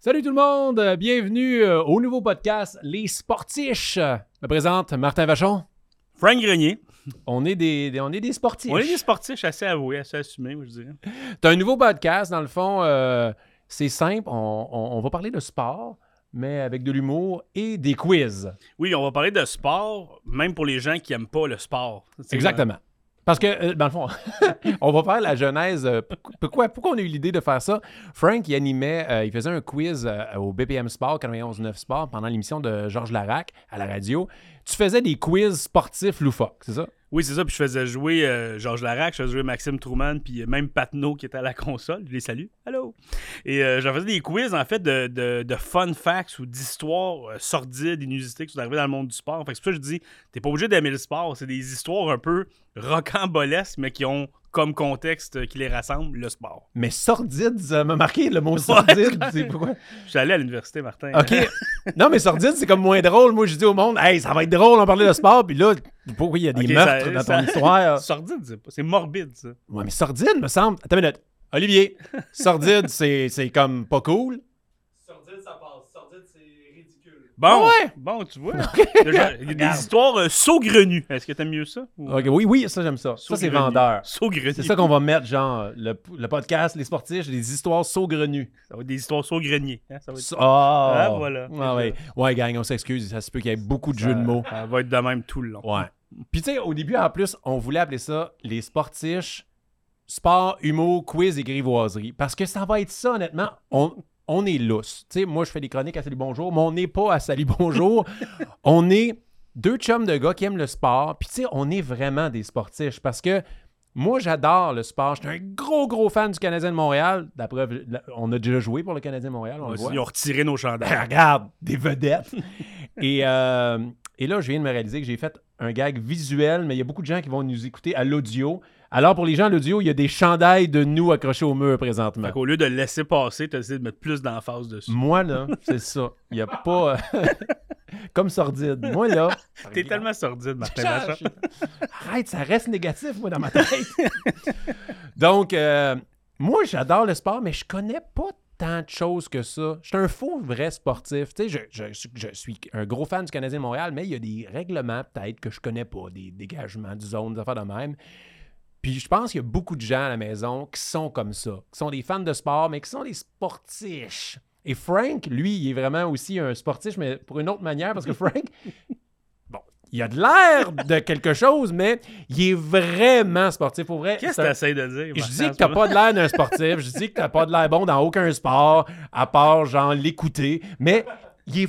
Salut tout le monde, bienvenue euh, au nouveau podcast Les Sportiches. Je me présente Martin Vachon. Frank Grenier. On est des, des- on est des sportifs. On est des sportifs assez avoués, assez assumés, moi, je dirais. T'as un nouveau podcast, dans le fond, euh, c'est simple, on, on- on va parler de sport, mais avec de l'humour et des quiz. Oui, on va parler de sport, même pour les gens qui n'aiment pas le sport. C'est- Exactement. Parce que, euh, dans le fond, on va faire la genèse. euh, pourquoi- Pourquoi, pourquoi on a eu l'idée de faire ça? Frank, il animait, euh, il faisait un quiz euh, au BPM Sport, 91.9 Sport, pendant l'émission de Georges Larac à la radio. Tu faisais des quiz sportifs loufoques, c'est ça? Oui, c'est ça. Puis je faisais jouer euh, Georges Larac, je faisais jouer Maxime Truman, puis euh, même Patneau qui était à la console. Je les salue. Allô? Et euh, je faisais des quiz, en fait, de, de- de fun facts ou d'histoires euh, sordides, inusitées qui sont arrivées dans le monde du sport. Fait que c'est pour ça que je dis, t'es pas obligé d'aimer le sport. C'est des histoires un peu rocambolesques, mais qui ont comme contexte euh, qui les rassemble le sport. Mais sordide, ça m'a marqué le mot sordide. c'est pourquoi? J'allais à l'université, Martin. OK. Non, mais sordide, c'est comme moins drôle. Moi, je dis au monde, hey, ça va être drôle, on parlait de sport. Puis là, pourquoi il y a des Ok, meurtres ça- dans ton ça- histoire? Sordide, c'est pas. C'est morbide, ça. Ouais, mais sordide, me semble. Attends une minute. Olivier, sordide, c'est c'est comme pas cool. Sordide, ça passe. Sordide, c'est ridicule. Bon, Ah ouais? bon, tu vois. Il y a des histoires euh, saugrenues. Est-ce que t'aimes mieux ça? ou- Ok, oui, oui, ça, j'aime ça. Ça, c'est Saugrenues. vendeur. Saugrenues. C'est ça qu'on va mettre, genre, le, le podcast, les sportifs, des histoires saugrenues. Ça va être des histoires saugrenues. hein, Ça, va être... So- Ah, voilà. Ah, ouais. ouais, gang, on s'excuse. Ça se peut qu'il y ait beaucoup de jeux de mots. ça va être de même tout le long. Ouais. Puis tu sais, au début, en plus, on voulait appeler ça les sportiches, sport, humour, quiz et grivoiserie. Parce que ça va être ça, honnêtement. On, on est lousse. Tu sais, moi, je fais des chroniques à Salut Bonjour, mais on n'est pas à Salut Bonjour. on est deux chums de gars qui aiment le sport. Puis tu sais, on est vraiment des sportiches parce que moi, j'adore le sport. Je suis un gros, gros fan du Canadien de Montréal. La preuve, la- on a déjà joué pour le Canadien de Montréal. On le voit. Ils ont retiré nos Ben, chandails. regarde, des vedettes. et, euh, et là, je viens de me réaliser que j'ai fait un gag visuel, mais il y a beaucoup de gens qui vont nous écouter à l'audio. Alors, pour les gens à l'audio, il y a des chandails de nous accrochés au mur présentement. Fait qu'au lieu de le laisser passer, t'as essayé de mettre plus d'emphase dessus. Moi, là, c'est ça. Il n'y a pas. euh, Comme sordide. Moi, là. T'es tellement sordide, Martin. Change. Vachon. Arrête, ça reste négatif, moi, dans ma tête. Donc, euh, moi, j'adore le sport, mais je connais pas tant de choses que ça. Je suis un faux vrai sportif. Tu sais, je, je- je suis un gros fan du Canadien de Montréal, mais il y a des règlements, peut-être, que je connais pas, des dégagements du zone, des affaires de même. Puis je pense qu'il y a beaucoup de gens à la maison qui sont comme ça, qui sont des fans de sport, mais qui sont des sportiches. Et Frank, lui, il est vraiment aussi un sportif, mais pour une autre manière, parce que Frank, bon, il a de l'air de quelque chose, mais il est vraiment sportif. Pour vrai, Qu'est-ce c'est que un- t'essayes de dire? je Martin, dis en que ce t'as moment? pas de l'air d'un sportif. Je dis que t'as pas de l'air bon dans aucun sport, à part genre l'écouter. Mais il est,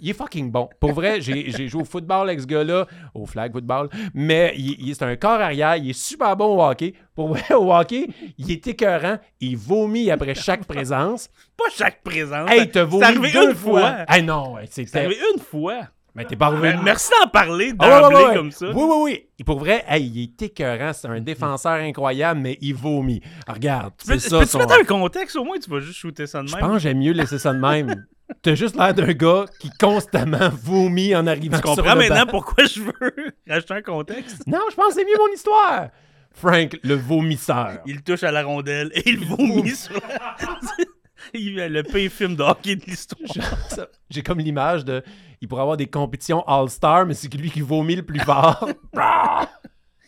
il est fucking bon. Pour vrai, j'ai j'ai joué au football avec ce gars-là, au flag football. Mais il, il- c'est un corps arrière. Il est super bon au hockey. Pour vrai, au hockey, il est écœurant. Il vomit après chaque présence. Pas chaque présence. Hey, t'as Ah, ben, C'est vomi arrivé deux une fois. fois. Hey non, ouais, c'était- C'est arrivé une fois. Mais t'es pas Mais revenu. merci d'en parler Ah ouais, d'emblée ouais, ouais. comme ça. Mhm. Oui, oui, oui. Et pour vrai, hey, il est écœurant. C'est un défenseur incroyable, mais il vomit. Ah, regarde, c'est Peux- ça. Peux-tu son- mettre un contexte? Au moins, tu vas juste shooter ça de Je même. pense que j'aime mieux laisser ça de même. T'as juste l'air d'un gars qui constamment vomit en arrivant Tu sur comprends le maintenant banc. pourquoi je veux rajouter un contexte? Non, je pense que c'est mieux mon histoire. Frank, le vomisseur. Il touche à la rondelle et il vomit sur la... Il est le pire film de hockey de l'histoire. Je- ça- J'ai comme l'image de... Il pourrait avoir des compétitions All-Star, mais c'est lui qui vomit le plus fort. Ah!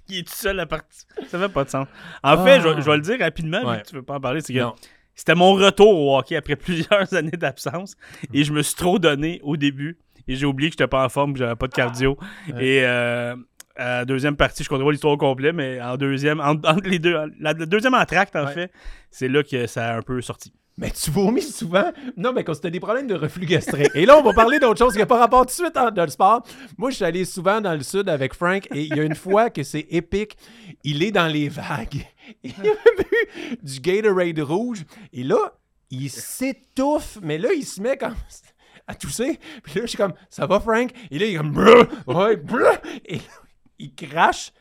Il est tout seul à partir. Ça fait pas de sens. En fait, je, Ah. je vais le dire rapidement, vu Ouais. que tu veux pas en parler, c'est que Non. c'était mon retour au hockey après plusieurs années d'absence et je me suis trop donné au début et j'ai oublié que j'étais pas en forme, que j'avais pas de cardio. Ouais. Et euh, à deuxième partie, je contrôle l'histoire au complet, mais en deuxième, en- entre les deux, la, la deuxième entracte, en Ouais. fait, c'est là que ça a un peu sorti. Mais tu vomis souvent? Non, mais quand c'était des problèmes de reflux gastrique. Et là, on va parler d'autre chose qui n'a pas rapport tout de suite à- dans le sport. Moi, je suis allé souvent dans le sud avec Frank et il y a une fois que c'est épique. Il est dans les vagues. Il a bu du Gatorade rouge. Et là, il s'étouffe. Mais là, il se met comme à tousser. Puis là, je suis comme, ça va, Frank? Et là, il est comme, Brrr! ouais, brrr! Et il crache.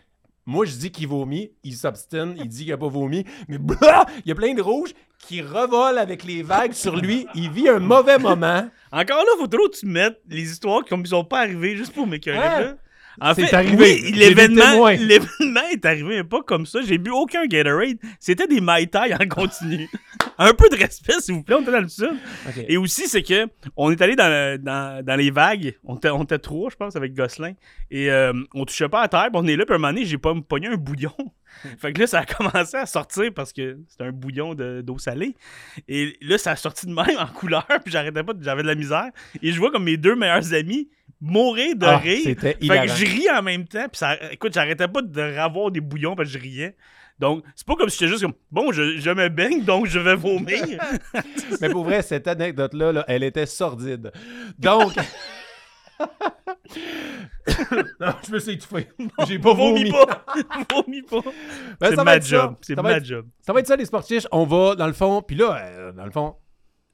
Moi, je dis qu'il vomit, il s'obstine, il dit qu'il n'a pas vomi, mais blah, il y a plein de rouges qui revolent avec les vagues sur lui. Il vit un mauvais moment. Encore là, faut trop que tu mettes les histoires qui ne sont pas arrivées juste pour m'écœurer. Hein? là. En C'est fait, arrivé. oui, J'ai des l'événement, témoins. l'événement est arrivé pas comme ça. J'ai bu aucun Gatorade. C'était des Mai Tai en continu. un peu de respect, s'il vous plaît. On était dans le sud. OK. Et aussi, c'est que on est allé dans, le- dans, dans les vagues. On était, on était trois, je pense, avec Gosselin. Et euh, on touchait pas à terre. puis on est là, puis à un moment donné, j'ai pas me pogné un bouillon. fait que là, ça a commencé à sortir parce que c'était un bouillon de- d'eau salée. Et là, ça a sorti de même en couleur. Puis j'arrêtais pas, de- j'avais de la misère. Et je vois comme mes deux meilleurs amis mourir de Ah, rire. C'était Fait que hilarant. je ris en même temps, puis ça, écoute, j'arrêtais pas de ravoir des bouillons parce que je riais. Donc, c'est pas comme si j'étais juste comme, bon, je, je me baigne, donc je vais vomir. Mais pour vrai, cette anecdote-là, là, elle était sordide. Donc. non, je me suis étouffé. J'ai pas vomis vomi. pas. vomis pas. Ben, c'est ça va ma être ça. job. C'est Ça va ma être- job. Ça va être ça, les sportifs. On va, dans le fond, puis là, euh, dans le fond,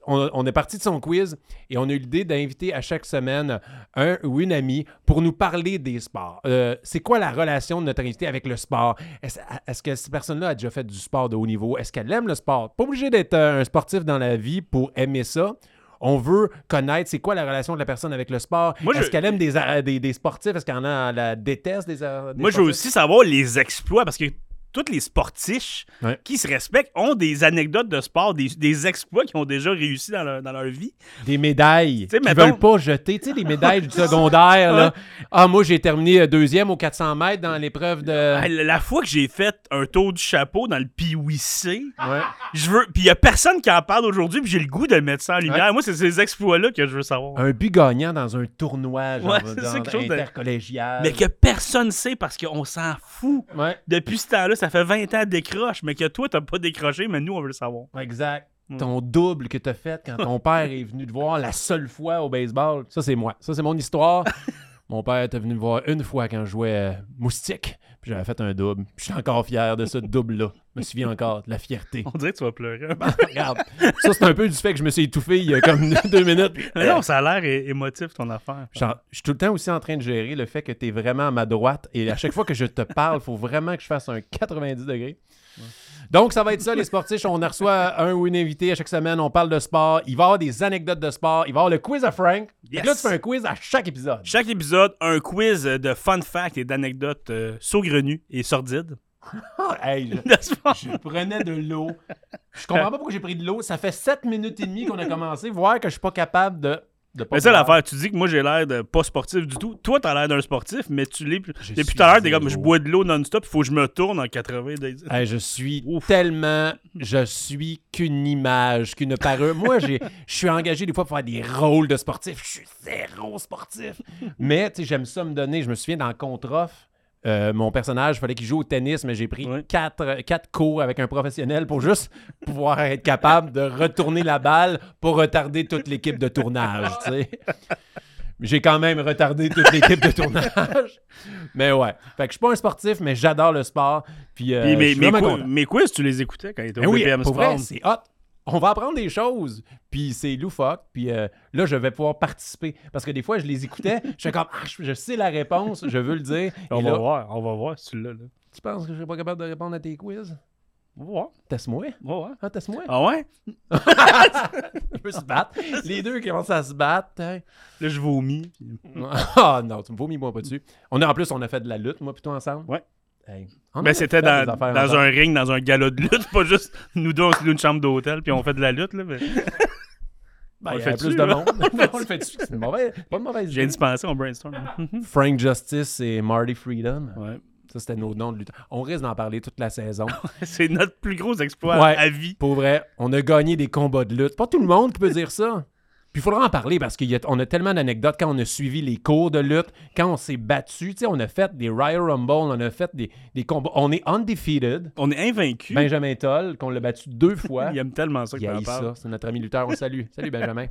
on, on est parti de son quiz et on a eu l'idée d'inviter à chaque semaine un ou une amie pour nous parler des sports. Euh, c'est quoi la relation de notre invité avec le sport? Est-ce, est-ce que cette personne-là a déjà fait du sport de haut niveau? Est-ce qu'elle aime le sport? Pas obligé d'être euh, un sportif dans la vie pour aimer ça. On veut connaître c'est quoi la relation de la personne avec le sport. Moi, je- Est-ce qu'elle aime des, euh, des, des sportifs? Est-ce qu'elle en a- la déteste des, euh, des Moi, je veux sportifs? aussi savoir les exploits parce que tous les sportifs Ouais. qui se respectent ont des anecdotes de sport, des, des exploits qu'ils ont déjà réussi dans leur, dans leur vie. Des médailles Tu sais, qu'ils mettons- veulent pas jeter. Tu sais, les médailles du secondaire, là. Ah, moi, j'ai terminé euh, deuxième aux 400 mètres dans l'épreuve de... Ah, La la fois que j'ai fait un tour du chapeau dans le PWC, Ouais. je veux. Puis il y a personne qui en parle aujourd'hui, puis j'ai le goût de le mettre ça en lumière. Moi, c'est ces exploits-là que je veux savoir. Un but gagnant dans un tournoi, genre, Ouais, c'est ça, dans- quelque chose de- intercollégial. Mais que personne sait parce qu'on s'en fout. Ouais, Depuis ce temps-là, ça fait 20 ans décroche, mais que toi, t'as pas décroché, mais nous, on veut le savoir. exact. Mm. Ton double que t'as fait quand ton père est venu te voir la seule fois au baseball. Ça, c'est moi. Ça, c'est mon histoire. Mon père était venu me voir une fois quand je jouais euh, moustique. Puis j'avais fait un double. Puis je suis encore fier de ce double-là. Je me souviens encore de la fierté. On dirait que tu vas pleurer. Regarde. Ça, c'est un peu du fait que je me suis étouffé il y a comme deux minutes. puis- Mais non, ça a l'air é- émotif, ton affaire. Je suis en- je suis tout le temps aussi en train de gérer le fait que tu es vraiment à ma droite et à chaque fois que je te parle, faut vraiment que je fasse un 90 degrés. Donc, ça va être ça, les sportifs. On en reçoit un ou une invitée à chaque semaine. On parle de sport. Il va y avoir des anecdotes de sport. Il va y avoir le quiz à Frank. Yes. Donc Là, tu fais un quiz à chaque épisode. Chaque épisode, un quiz euh, de fun facts et d'anecdotes euh, saugrenues et sordides. Hey, je- N'est-ce pas? je, prenais de l'eau. Je comprends pas pourquoi j'ai pris de l'eau. Ça fait 7 minutes et demie qu'on a commencé. Voir que je suis pas capable de. de pas Mais ça, boire. l'affaire, tu dis que moi, j'ai l'air de pas sportif du tout. Toi, t'as l'air d'un sportif, mais tu l'es plus- Je depuis suis tout à l'heure, t'es comme, zéro. Euh, je bois de l'eau non-stop, faut que je me tourne en 80. des- Hey, je suis Ouf. tellement. Je suis qu'une image, qu'une parure. Moi, j'ai- je suis engagé des fois pour faire des rôles de sportif. Je suis zéro sportif. Mais, tu sais, j'aime ça me donner. Je me souviens dans Contre-Off, euh, mon personnage, il fallait qu'il joue au tennis, mais j'ai pris Ouais. quatre, quatre cours avec un professionnel pour juste pouvoir être capable de retourner la balle pour retarder toute l'équipe de tournage, tu sais. J'ai quand même retardé toute l'équipe de tournage. Mais ouais. Fait que je suis pas un sportif, mais j'adore le sport. Puis, euh, Puis je mes, suis mes, vraiment quiz- content. mes quiz, tu les écoutais quand ils étaient Ben au oui, BPM pour vrai, Sport. c'est hot. On va apprendre des choses. Puis c'est loufoque. Puis euh, là, je vais pouvoir participer. Parce que des fois, je les écoutais. Je suis comme, ah, je- je sais la réponse, je veux le dire. On Et va là, voir, on va voir si tu l'as. Là. tu penses que je serais pas capable de répondre à tes quiz? On va voir, Teste-moi. on va voir. Hein, teste-moi. Ah ouais? On peut se battre. Les deux commencent à se battre. hein. Là, je vomis. puis- Ah non, tu me vomis-moi pas dessus. On a, en plus, on a fait de la lutte, moi, plutôt ensemble. Ouais. Hey, on en Ben, a c'était fait dans, des affaires dans ensemble. un ring, dans un galop de lutte, pas juste nous deux, on se loue une chambre d'hôtel, puis on fait de la lutte. Là, mais... Ben, on il le y avait fait-tu, plus de là? monde. on le fait dessus. C'est une mauvaise- pas une mauvaise J'ai idée. dispensé, on brainstorm. Frank Justice et Marty Freedom. ouais. Ça, c'était nos noms de lutteurs. On risque d'en parler toute la saison. C'est notre plus gros exploit Ouais. à vie. Pour vrai, on a gagné des combats de lutte. Pas tout le monde qui peut dire ça. Puis il faudra en parler parce qu'on a, tellement d'anecdotes quand on a suivi les cours de lutte, quand on s'est battu. Tu sais, on a fait des Royal Rumble, on a fait des, des combats. On est undefeated. On est invaincus. Benjamin Toll, qu'on l'a battu deux fois. Il aime tellement ça que Ben, Il t'en haït parles. ça. C'est notre ami lutteur. On le salue. Salut, Benjamin.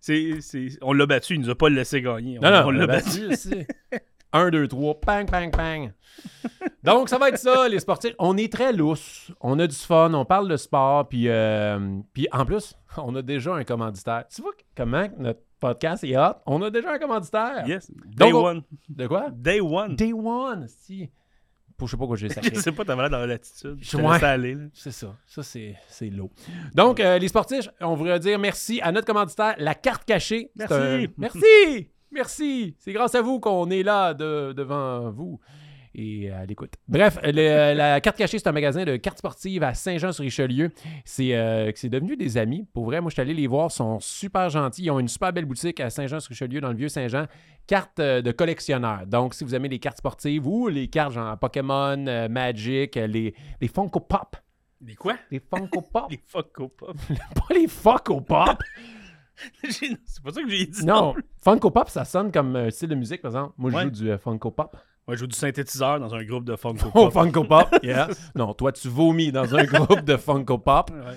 C'est- c'est- On l'a battu, il nous a pas laissé gagner. On, Non, non, on l'a battu. aussi. Un, deux, trois, pang, pang, pang. Donc, ça va être ça, les sportifs. On est très lousses. On a du fun, on parle de sport, puis, euh, puis en plus, on a déjà un commanditaire. Tu vois comment notre podcast est hot? On a déjà un commanditaire. Yes. Day Donc, on- one. De quoi? Day one. Day one, si. Pour, je sais pas quoi j'ai sacré. Je sais pas, t'avais l'air dans l'attitude. Je te Ouais. laissais aller. là. C'est ça. Ça, c'est c'est l'eau. Donc, euh, les sportifs, on voudrait dire merci à notre commanditaire, la carte cachée. C'est Merci. Merci! Merci. C'est grâce à vous qu'on est là de- devant vous et à l'écoute. Bref, le- la carte cachée, c'est un magasin de cartes sportives à Saint-Jean-sur-Richelieu. C'est euh, que c'est devenu des amis. Pour vrai, moi, je suis allé les voir. Ils sont super gentils. Ils ont une super belle boutique à Saint-Jean-sur-Richelieu, dans le vieux Saint-Jean. Cartes euh, de collectionneurs. Donc, si vous aimez les cartes sportives ou les cartes genre Pokémon, euh, Magic, euh, les, les Funko Pop. Des quoi? Les Funko Pop. Des Funko Pop. Pas les Funko Pop. J'ai- c'est pas ça que j'ai dit. Non, Funko Pop, ça sonne comme euh, style de musique, par exemple. Moi, je Ouais. joue du euh, Funko Pop. Moi, je joue du synthétiseur dans un groupe de Funko Oh, Pop. Funko Pop, yeah. non, toi, tu vomis dans un groupe de Funko Pop. Ouais.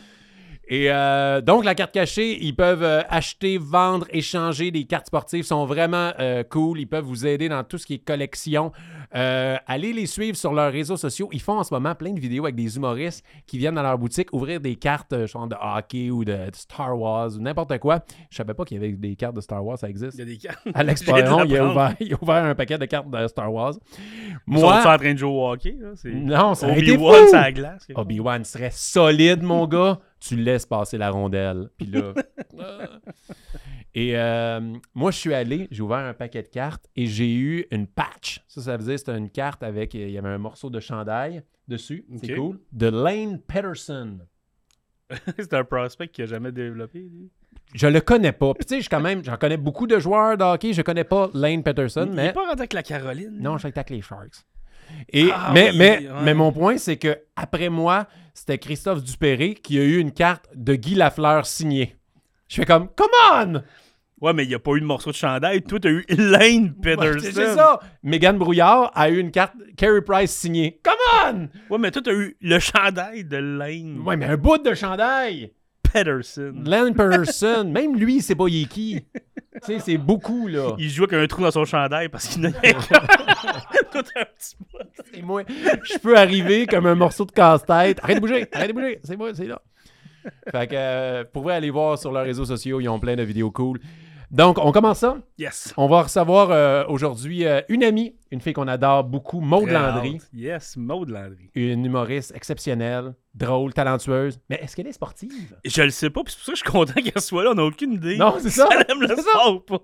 Et euh, donc, la carte cachée, ils peuvent euh, acheter, vendre, échanger des cartes sportives. Ils sont vraiment euh, cool. Ils peuvent vous aider dans tout ce qui est collection. Euh, allez les suivre sur leurs réseaux sociaux. Ils font en ce moment plein de vidéos avec des humoristes qui viennent dans leur boutique ouvrir des cartes euh, genre de hockey ou de, de Star Wars ou n'importe quoi. Je savais pas qu'il y avait des cartes de Star Wars, ça existe. Il y a des cartes. Alex J'ai dû Perron, il a, l'apprendre. ouvert, il a ouvert un paquet de cartes de Star Wars. Ils sont tous Moi, en train de jouer au hockey. là, c'est- non, ça a été Obi-Wan, fou. c'est à la glace. quelque chose. Obi-Wan serait solide, mon gars. Tu laisses passer la rondelle. Puis là. Ah. et euh, moi, je suis allé, j'ai ouvert un paquet de cartes et j'ai eu une patch. Ça, ça veut dire c'était une carte avec. Il y avait un morceau de chandail dessus. C'est Ok. cool. De Lane Peterson. c'est un prospect qui a jamais développé. lui. Je le connais pas. Puis tu sais, je- quand même, j'en connais beaucoup de joueurs de hockey. Je connais pas Lane Peterson, Il mais. est pas rendu avec la Caroline. Non, je attaque les Sharks. Et, Ah mais, oui, mais, ouais. mais mon point, c'est que après moi, c'était Christophe Dupéré qui a eu une carte de Guy Lafleur signée. Je fais comme, come on! Ouais, mais il n'y a pas eu de morceau de chandail. Toi, t'as eu Elaine Peterson. C'est ça! Megan Brouillard a eu une carte Carey Price signée. Come Ouais, mais toi, t'as eu le chandail de Lane on! Ouais, mais un bout de chandail! Peterson. Len Peterson, même lui, c'est pas il est qui. tu sais, c'est beaucoup, là. Il jouait avec un trou dans son chandail parce qu'il n'a Toi, t'as un petit bout. Et moi, je peux arriver comme un morceau de casse-tête. Arrête de bouger, arrête de bouger. C'est moi, c'est là. Fait que, euh, pour vrai, aller voir sur leurs réseaux sociaux, ils ont plein de vidéos cool. Donc, on commence ça. Yes. On va recevoir euh, aujourd'hui euh, une amie, une fille qu'on adore beaucoup, Maud Très Landry. hâte. Yes, Maud Landry. Une humoriste exceptionnelle, drôle, talentueuse. Mais est-ce qu'elle est sportive? Je le sais pas, puis c'est pour ça que je suis content qu'elle soit là. On n'a aucune idée. Non, c'est ça. Elle aime le sport ou pas.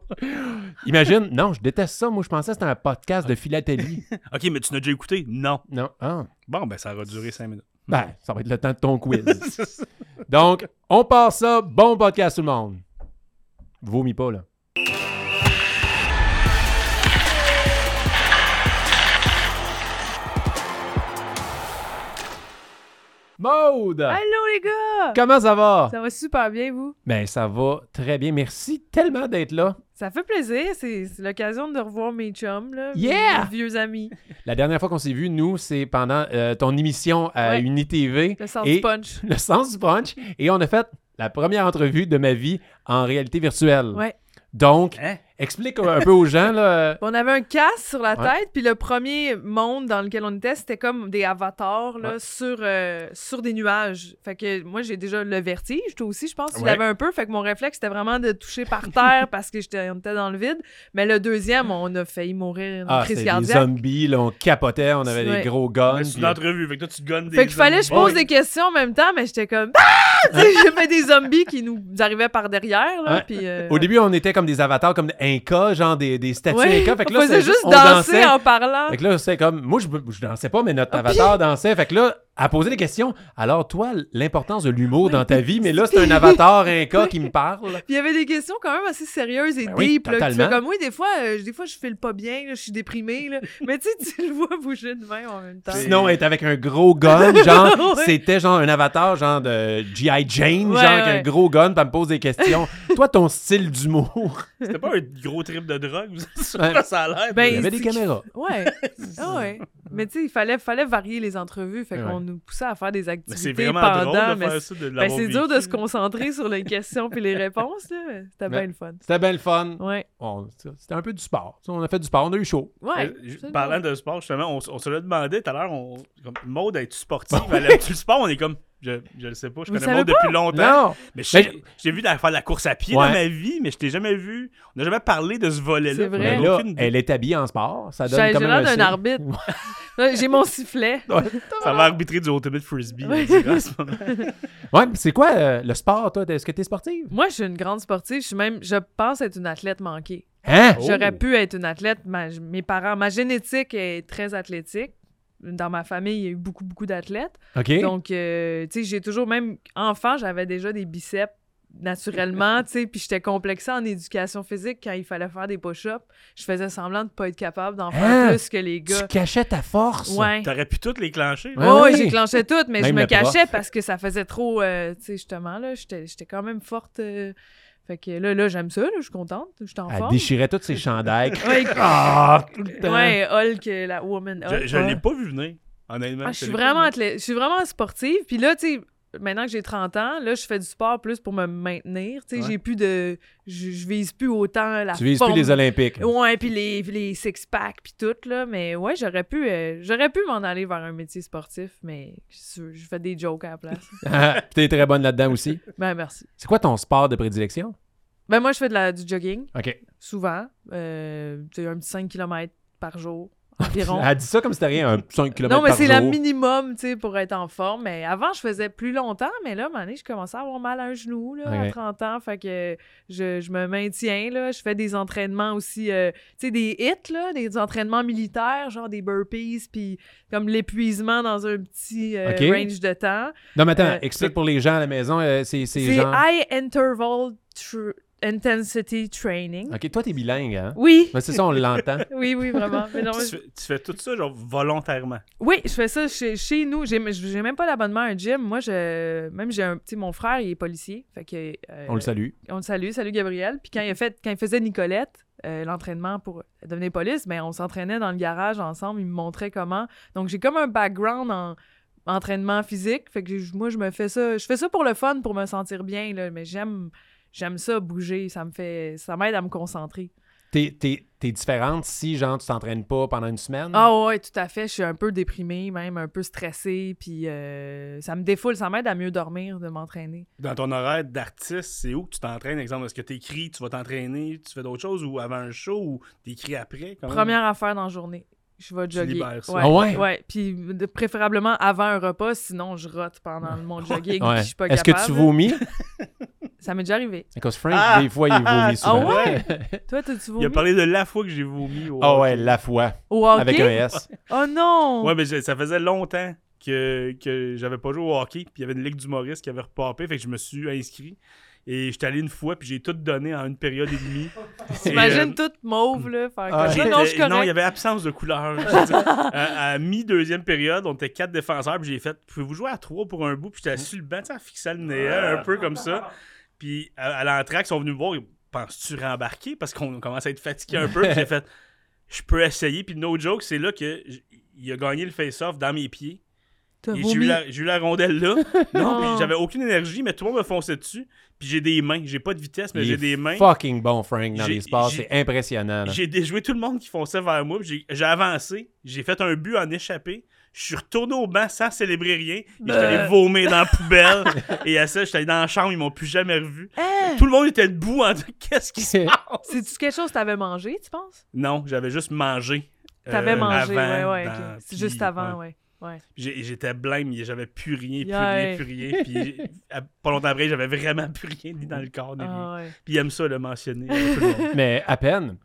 Imagine, non, je déteste ça. Moi, je pensais que c'était un podcast de philatélie. Ok, mais tu n'as déjà écouté? Non. Non, ah. Bon, ben, ça aura duré 5 minutes. Ben, ça va être le temps de ton quiz. C'est ça. Donc, on part ça. Bon podcast, tout le monde. Vomis pas, là. Maude! Allô les gars! Comment ça va? Ça va super bien, vous? Ben, ça va très bien. Merci tellement d'être là. Ça fait plaisir, c'est c'est l'occasion de revoir mes chums, là, mes- Yeah! mes vieux amis. La dernière fois qu'on s'est vus, nous, c'est pendant euh, ton émission à Ouais. UniTV. Le sens Et- du punch. le sens du punch. Et on a fait la première entrevue de ma vie en réalité virtuelle. Ouais. Donc, Hein? explique un peu aux gens, là. On avait un casque sur la Ouais. tête, puis le premier monde dans lequel on était, c'était comme des avatars là, Ouais. sur, euh, sur des nuages. Fait que moi, j'ai déjà le vertige, toi aussi, je pense. Tu Ouais. l'avais un peu, fait que mon réflexe, c'était vraiment de toucher par terre parce que j'étais on était dans le vide. Mais le deuxième, on a failli mourir, une Ah, crise c'était des cardiaque. zombies, là, on capotait, on avait Ouais. des gros guns. Mais C'est puis- euh, une entrevue, fait que toi, tu te gonnes des. Fait qu'il fallait que je hommes. pose des questions en même temps, mais j'étais comme Ah! Tu sais, J'avais des zombies qui nous arrivaient par derrière. Là, Ouais. puis, euh, Au début, on était comme des avatars, comme Inca, genre des, des statues ouais, Inca. Fait que on là, faisait c'est juste on danser dansait. en Ah, parlant. Fait que là, c'est comme. Moi, je, je dansais pas, mais notre avatar dansait. Fait que là, à poser des questions. Alors, toi, l'importance de l'humour dans ta vie, mais là, c'est un avatar Inca qui me parle. Puis il y avait des questions quand même assez sérieuses et Ben oui, deep. là, que tu fais totalement. comme oui, des fois, euh, des fois je file pas bien, là, je suis déprimée. là. Mais tu sais, tu le vois bouger de main en même temps. C'est- Sinon, être avec un gros gun, genre, Ouais. c'était genre un avatar, genre de G.I. Jane, genre, Ouais, avec un ouais. gros gun, puis elle me pose des questions. toi, ton style d'humour. C'était pas un gros trip de drogue, Ouais. ça, ça a l'air. Ben, Il y avait des c'est- caméras. Ouais. Ah ouais. Mais tu sais, il fallait, fallait varier les entrevues. Fait Ouais. qu'on nous poussait à faire des Mais c'est activités vraiment pendant. drôle de mais faire c'est- ça. De ben, c'est dur de se concentrer sur les questions puis les réponses. là, mais C'était Ben, bien le fun. C'était bien le fun. Ouais. On- Oh, C'était un peu du sport. Tu sais, On a fait du sport, on a eu chaud. Ouais. Euh, ju- absolument. parlant de sport, justement, on, s- on se l'a demandé tout à l'heure. on- Comme, Maud, es-tu sportive? Elle aime-tu le sport? On est comme, je, je le sais pas. Je Vous connais savez Maud depuis longtemps. Non! Mais j'ai Mais j'ai vu la- faire de la course à pied Ouais. dans ma vie, mais je t'ai jamais vu. On n'a jamais parlé de ce volet-là. C'est On a vrai. Mais Vraiment. là, aucune idée. elle est habillée en sport. Ça J'ai donne j'ai quand même l'air d'un signe. arbitre. Ouais, J'ai mon sifflet. Ça va arbitrer du ultimate frisbee. Ouais. on dirait, en ce moment. Ouais, mais c'est quoi euh, le sport, toi? Est-ce que t'es sportive? Moi, je suis une grande sportive. Je suis même, je pense être une athlète manquée. Hein? Oh. J'aurais pu être une athlète. Ma- mes parents, ma génétique est très athlétique. Dans ma famille, il y a eu beaucoup, beaucoup d'athlètes. OK. Donc, euh, tu sais, j'ai toujours, même enfant, j'avais déjà des biceps naturellement, tu sais, puis j'étais complexée en éducation physique quand il fallait faire des push-ups. Je faisais semblant de pas être capable d'en Hein? faire plus que les tu gars. cachais ta force. Ouais. T'aurais pu toutes les clencher. Ouais. là. Oh, j'éclenchais tout, mais je Même me le prof. cachais parce que ça faisait trop, euh, tu sais, justement, là, j'étais j'étais quand même forte. euh, fait que là, là, j'aime ça, là, je suis contente, je suis en Elle forme. déchirait tous ses chandails. Ouais, Ah, tout le temps. ouais, Hulk, euh, la Woman Hulk. Je, je Ouais. l'ai pas vu venir, honnêtement. Ah, je suis l'ai pas vraiment vu athlète- je suis vraiment sportive. Puis là, tu sais, maintenant que j'ai 30 ans, là, je fais du sport plus pour me maintenir. Tu sais, Ouais. j'ai plus de... Je, je vise plus autant la Tu vises forme. plus les Olympiques. hein. Ouais, puis les, les six-packs, puis tout, là. Mais ouais, j'aurais pu, euh, j'aurais pu m'en aller vers un métier sportif, mais je, je fais des jokes à la place. Ah, T'es très bonne là-dedans aussi. ben, merci. C'est quoi ton sport de prédilection? Ben, moi, je fais de la, du jogging, OK. souvent. Euh, tu sais, un petit 5 km par jour, environ. Elle dit ça comme si c'était rien, un 5 km Non, mais par c'est la jour. minimum, tu sais, pour être en forme. Mais avant, je faisais plus longtemps, mais là, à un moment donné, je commençais à avoir mal à un genou, là, Ok. à 30 ans. Fait que je, je me maintiens, là. Je fais des entraînements aussi, euh, tu sais, des hits, là, des entraînements militaires, genre des burpees, puis comme l'épuisement dans un petit euh, Ok. range de temps. Non, mais attends, Euh, explique pour les gens à la maison, euh, c'est C'est c'est genre... High Interval Tr- Intensity Training. OK, toi, t'es bilingue, hein? Oui, Mais c'est ça, on l'entend. oui, oui, vraiment. Mais non, mais Tu, fais- tu fais tout ça, genre, volontairement. Oui, je fais ça chez, chez nous. J'ai j'ai même pas l'abonnement à un gym. Moi, je même j'ai un petit mon frère, il est policier. Fait que euh, On le salue. on le salue, salut Gabriel. Puis quand il a fait quand il faisait Nicolette, euh, l'entraînement pour devenir police, ben on s'entraînait dans le garage ensemble, il me montrait comment. Donc j'ai comme un background en entraînement physique, fait que je- moi je me fais ça, je fais ça pour le fun, pour me sentir bien là, mais j'aime j'aime ça bouger, ça me fait ça m'aide à me concentrer. T'es, t'es- t'es différente si, genre, tu t'entraînes pas pendant une Mm. semaine? Ah ouais, tout à fait. Je suis un peu déprimée, même un peu stressée, puis euh, ça me défoule, ça m'aide à mieux dormir de m'entraîner. Dans ton horaire d'artiste, c'est où que tu t'entraînes? Exemple, est-ce que tu écris, tu vas t'entraîner, tu fais d'autres choses ou avant un show ou tu écris après? Comment? Première affaire dans la journée, je vais jogger. Ah libères ça. Ouais, Ah ouais? ouais. Puis de- préférablement avant un repas, sinon je rote pendant mon jogging, Ouais. puis je suis pas Est-ce que capable. tu vomis? Ça m'est déjà arrivé. Parce que Frank, Ah! des fois, il vomit souvent. Ah ouais? Toi, t'as- tu vomis? Il a parlé de la fois que j'ai vomi. au Ah hockey. ouais, la fois. Au hockey? Avec un S. Oh non! Ouais, mais je- ça faisait longtemps que, que j'avais pas joué au hockey. Puis il y avait une ligue d'humoristes qui avait repopé. Fait que je me suis inscrit. Et j'étais allé une fois, puis j'ai tout donné en une période et demie. T'imagines toute mauve, là, faire Ah, comme euh, J'étais- ça. Non, je suis non, il y correct. avait absence de couleur. Je veux dire, à à mi-deuxième période, on était quatre défenseurs, puis j'ai fait Pouvez-vous jouer à trois pour un bout Puis j'étais sur le banc, tu sais, en fixant le néant, un peu comme ça. Puis à, à l'entraque, ils sont venus me voir Penses-tu rembarquer Parce qu'on commence à être fatigué un peu. Puis j'ai fait Je peux essayer. Puis no joke, c'est là que j- il a gagné le face-off dans mes pieds. T'as Et J'ai eu, vomi. la, j'ai eu la rondelle là. non, Oh. puis j'avais aucune énergie, mais tout le monde me fonçait dessus. Puis j'ai des mains. J'ai pas de vitesse, mais Il j'ai est des mains. Fucking bon, Frank, dans J'ai- les sports. j'ai- C'est impressionnant. là. J'ai déjoué tout le monde qui fonçait vers moi. puis J'ai j'ai avancé. J'ai fait un but en échappé. Je suis retourné au banc sans célébrer rien. Et j'étais allé vomir dans la poubelle. et à ça, j'étais allé dans la chambre. Ils m'ont plus jamais revu. Hein? Tout le monde était debout en disant Qu'est-ce qui se passe C'est-tu quelque chose que t'avais mangé, tu penses? Non, j'avais juste mangé. euh, T'avais mangé, avant, ouais, ouais. ok. dans- C'est juste puis, avant, ouais. ouais. ouais. J'ai- J'étais blême, j'avais plus rien, plus rien, Yeah. plus rien. Puis à- pas longtemps après, j'avais vraiment plus rien ni dans le corps. Ni rien. Ah, ouais. Puis il aime ça le mentionner. euh, tout le monde. Mais à peine.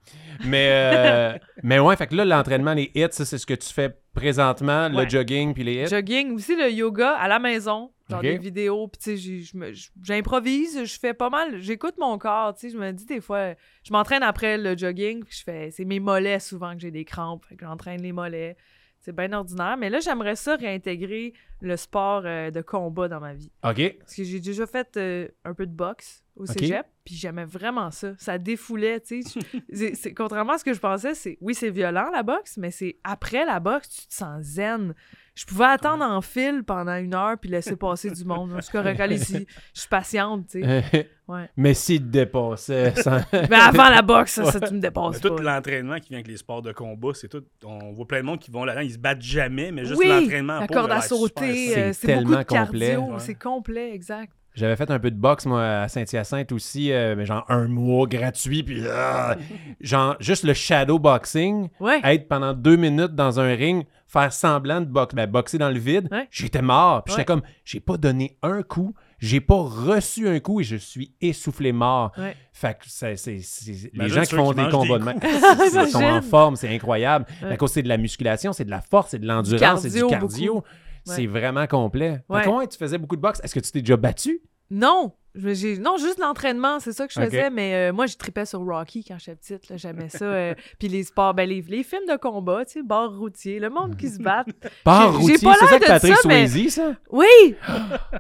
Mais, euh, mais ouais, fait que là, l'entraînement, les hits, ça, c'est ce que tu fais présentement, le Ouais. jogging puis les hits. Jogging, aussi le yoga à la maison, genre Ok. des vidéos, puis tu sais, j'ai- je me- je- j'improvise, je fais pas mal, j'écoute mon corps, tu sais, je me dis des fois, je m'entraîne après le jogging, puis je fais, c'est mes mollets souvent que j'ai des crampes, fait que j'entraîne les mollets, c'est bien ordinaire, mais là, j'aimerais ça réintégrer le sport euh, de combat dans ma vie, OK. parce que j'ai déjà fait euh, un peu de boxe au Ok. cégep, puis j'aimais vraiment ça, ça défoulait, tu sais, c'est- c'est- contrairement à ce que je pensais, c'est, oui, c'est violent la boxe, mais c'est après la boxe, tu te sens zen, je pouvais attendre en fil pendant une heure puis laisser passer du monde. Je suis correct, allez ici. Je suis patiente, tu sais. Ouais. mais s'il te dépassait, sans- Mais avant la boxe, ça, ça, tu me dépasses Mais tout pas. l'entraînement qui vient avec les sports de combat, c'est tout. On voit plein de monde qui vont là-dedans, ils se battent jamais, mais juste Oui, l'entraînement. la pour corde à relax, sauter, super. C'est euh, c'est beaucoup de tellement complet, cardio, ouais. c'est complet, exact. J'avais fait un peu de boxe, moi, à Saint-Hyacinthe aussi, euh, mais genre un mois gratuit, puis ah, genre juste le shadow boxing, Ouais. être pendant deux minutes dans un ring, faire semblant de boxer, ben, boxer dans le vide, Ouais. j'étais mort. Puis j'étais Ouais. comme, j'ai pas donné un coup, J'ai pas reçu un coup et je suis essoufflé mort. Ouais. Fait que c'est- c'est- Ben c'est- les Imagine gens qui ceux font qui des mangent combats des de main ils sont en Imagine. forme, c'est incroyable. Ouais. À cause c'est de la musculation, c'est de la force, c'est de l'endurance, c'est du cardio, cardio. C'est vraiment complet. Fait Ouais. que, ouais, tu faisais beaucoup de boxe. Est-ce que tu t'es déjà battu? Non, je- j'ai- non, juste l'entraînement, c'est ça que je Ok. faisais, mais euh, moi, je tripais sur Rocky quand j'étais petite, là, j'aimais ça. euh, Puis les sports, ben, les, les films de combat, tu sais, bar routier, le monde qui se bat. Par J'ai- j'ai routier, pas c'est ça l'air que de Patrick ça, mais- Swayze, ça? Oui!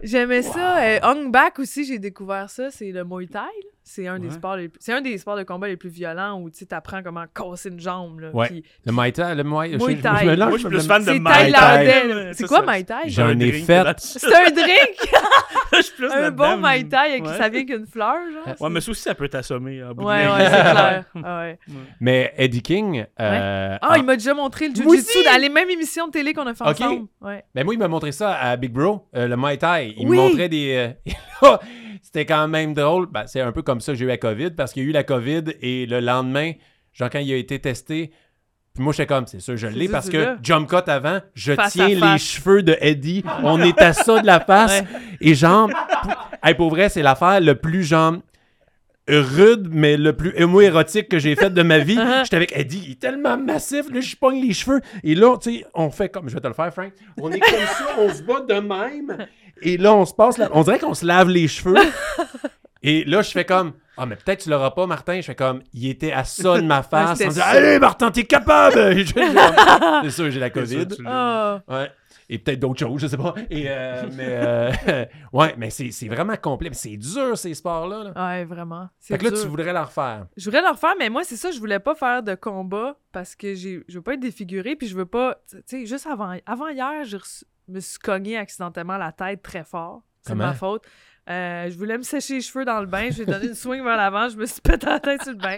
J'aimais ça. Euh, Hung Back aussi, j'ai découvert ça, c'est le Muay Thai. là. C'est un, des Ouais. sports les plus- c'est un des sports de combat les plus violents où tu apprends comment casser une jambe. là, Ouais. puis- Le Muay Thai, le Muay... je- Muay je- je Thai. mélange, Moi, je suis me- plus fan de C'est Mai Tai. thaïlandais. Ouais, C'est ça, quoi ça- Mai Tai? J'en ai drink fait. là-dessus. C'est un drink! Je suis plus un là-dedans, bon Mai mais- Tai, avec- Ouais. ça vient qu'une fleur, genre. Ouais, mais ça aussi, ça peut t'assommer. hein, en bout de Ouais, ligne. ouais, c'est clair. Ah ouais. Mais Eddie King... euh, Ah, en- il m'a déjà montré le Moi jujitsu dans les mêmes émissions de télé qu'on a fait Ok. ensemble. Ouais. Ben moi, il m'a montré ça à Big Bro, euh, le Muay Thai. Il Oui. me montrait des... euh, C'était quand même drôle. Ben, c'est un peu comme ça que j'ai eu la COVID, parce qu'il y a eu la COVID et le lendemain, genre quand il a été testé, puis moi, j'étais comme, c'est sûr, je C'est l'ai, ça, parce c'est que là. jump cut avant, je Face à tiens les face. cheveux de Eddie. On est à ça de la face. Ouais. Et genre, pou- hey, pour vrai, c'est l'affaire le plus genre rude, mais le plus émo-érotique que j'ai fait de ma vie. Uh-huh. J'étais avec Eddie, il est tellement massif, là, je pogne les cheveux. Et là, tu sais, on fait comme, je vais te le faire, Frank. On est comme ça, on se bat de même. Et là, on se passe, la- on dirait qu'on se lave les cheveux. Et là, je fais comme, ah, mais peut-être tu l'auras pas, Martin. Je fais comme, il était à ça de ma face. Ah, c'était on dit, ça. allez, Martin, t'es capable! c'est sûr, j'ai la C'est sûr COVID. que tu l'as. Ah. Ouais. Et peut-être d'autres choses, je sais pas. Et, euh, mais euh, ouais, mais c'est c'est vraiment complet. Mais C'est dur, ces sports-là. Là. Ouais, vraiment. Fait C'est que là, dur. tu voudrais la refaire. Je voudrais le refaire, mais moi, c'est ça, je voulais pas faire de combat parce que j'ai... je veux pas être défigurée, puis je veux pas... Tu sais, juste avant, avant hier, je me suis cogné accidentellement la tête très fort. C'est Comment? ma faute. Euh, je voulais me sécher les cheveux dans le bain, j'ai donné une swing vers l'avant, je me suis pété la tête sur le bain.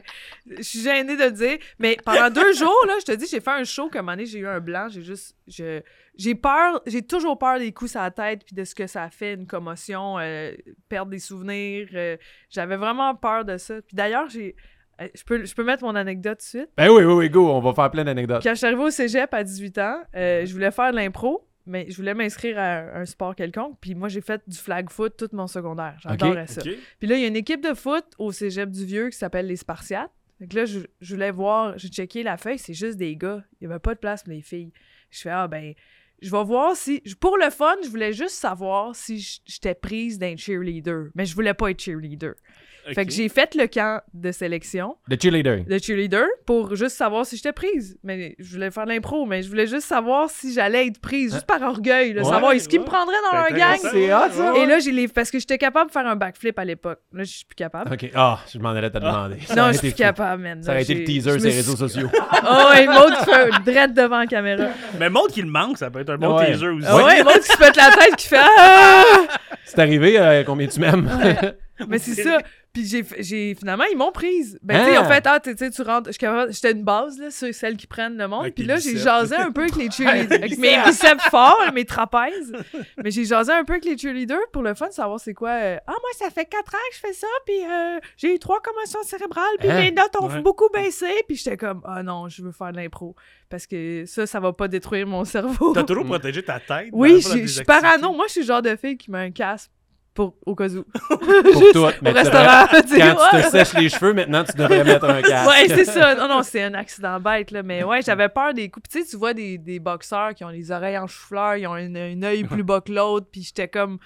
Je suis gênée de le dire, mais pendant deux jours, là, je te dis, j'ai fait un show, comme année, j'ai eu un blanc, j'ai juste... Je... J'ai peur, j'ai toujours peur des coups à la tête, puis de ce que ça fait, une commotion, euh, perdre des souvenirs. euh, J'avais vraiment peur de ça. Puis d'ailleurs, j'ai... euh, Je peux, je peux mettre mon anecdote tout de suite. Ben oui, oui, oui, go, on va faire plein d'anecdotes. Quand je suis arrivée au cégep à 18 ans, Mhm. euh, je voulais faire de l'impro, mais je voulais m'inscrire à un, un sport quelconque. Puis moi, j'ai fait du flag foot tout mon secondaire. J'adorais ça. Ok. Puis là, il y a une équipe de foot au cégep du Vieux qui s'appelle les Spartiates. Donc là, je, je voulais voir, j'ai checké la feuille, c'est juste des gars. Il n'y avait pas de place pour les filles. Je fais, ah ben, je vais voir si. je- Pour le fun, je voulais juste savoir si j- j'étais prise d'un cheerleader. Mais je voulais pas être cheerleader. Fait Ok. que j'ai fait le camp de sélection Le cheerleader. de cheerleader pour juste savoir si j'étais prise. Mais je voulais faire de l'impro, mais je voulais juste savoir si j'allais être prise, juste par orgueil, là, Ouais, savoir est-ce qu'ils me ouais. prendraient dans leur C'est gang. intéressant. C'est hot, ça. Et là, j'ai les... parce que j'étais capable de faire un backflip à l'époque. Là, je suis plus capable. OK. Ah, je m'en allais te demander. Ça Non, aurait je été suis plus fou. capable, man. Ça aurait été le teaser ces sur les réseaux sociaux. Oh, et Maud qui fait drette devant la caméra. Mais montre qu'il manque, ça peut être un bon Ouais. teaser aussi. Ah ouais, Maud qui se pète la tête, qui fait Ah! C'est arrivé, euh, combien tu m'aimes? Mais c'est ça. Puis j'ai, j'ai- finalement, ils m'ont prise. Ben, tu sais, Hein? en fait, ah, tu sais, tu rentres. je suis capable- J'étais une base, là, sur celles qui prennent le monde. Avec Puis tes là, j'ai biceps. jasé un peu avec les cheerleaders. Avec avec tes mes biceps. biceps forts, mes trapèzes. Mais j'ai jasé un peu avec les cheerleaders pour le fun, savoir c'est quoi. euh, ah, moi, ça fait quatre ans que je fais ça. Puis euh, j'ai eu trois commotions cérébrales. Puis Hein? mes notes ont Ouais. beaucoup baissé. Puis j'étais comme, ah non, je veux faire de l'impro. Parce que ça, ça va pas détruire mon cerveau. T'as toujours protégé ta tête. Oui, dans la je je des suis activités. parano. Moi, je suis le genre de fille qui met un casque pour, au cas où. Pour Juste toi. au Mais tu devrais- restaurant. tu sais, quand tu ouais. te sèches les cheveux, maintenant, tu devrais mettre un casque. Ouais, c'est ça. Non, non, c'est un accident bête, là. Mais ouais, j'avais peur des coups. Puis Tu sais, tu vois des, des boxeurs qui ont les oreilles en chou-fleur, ils ont une- un œil plus bas que l'autre, puis j'étais comme...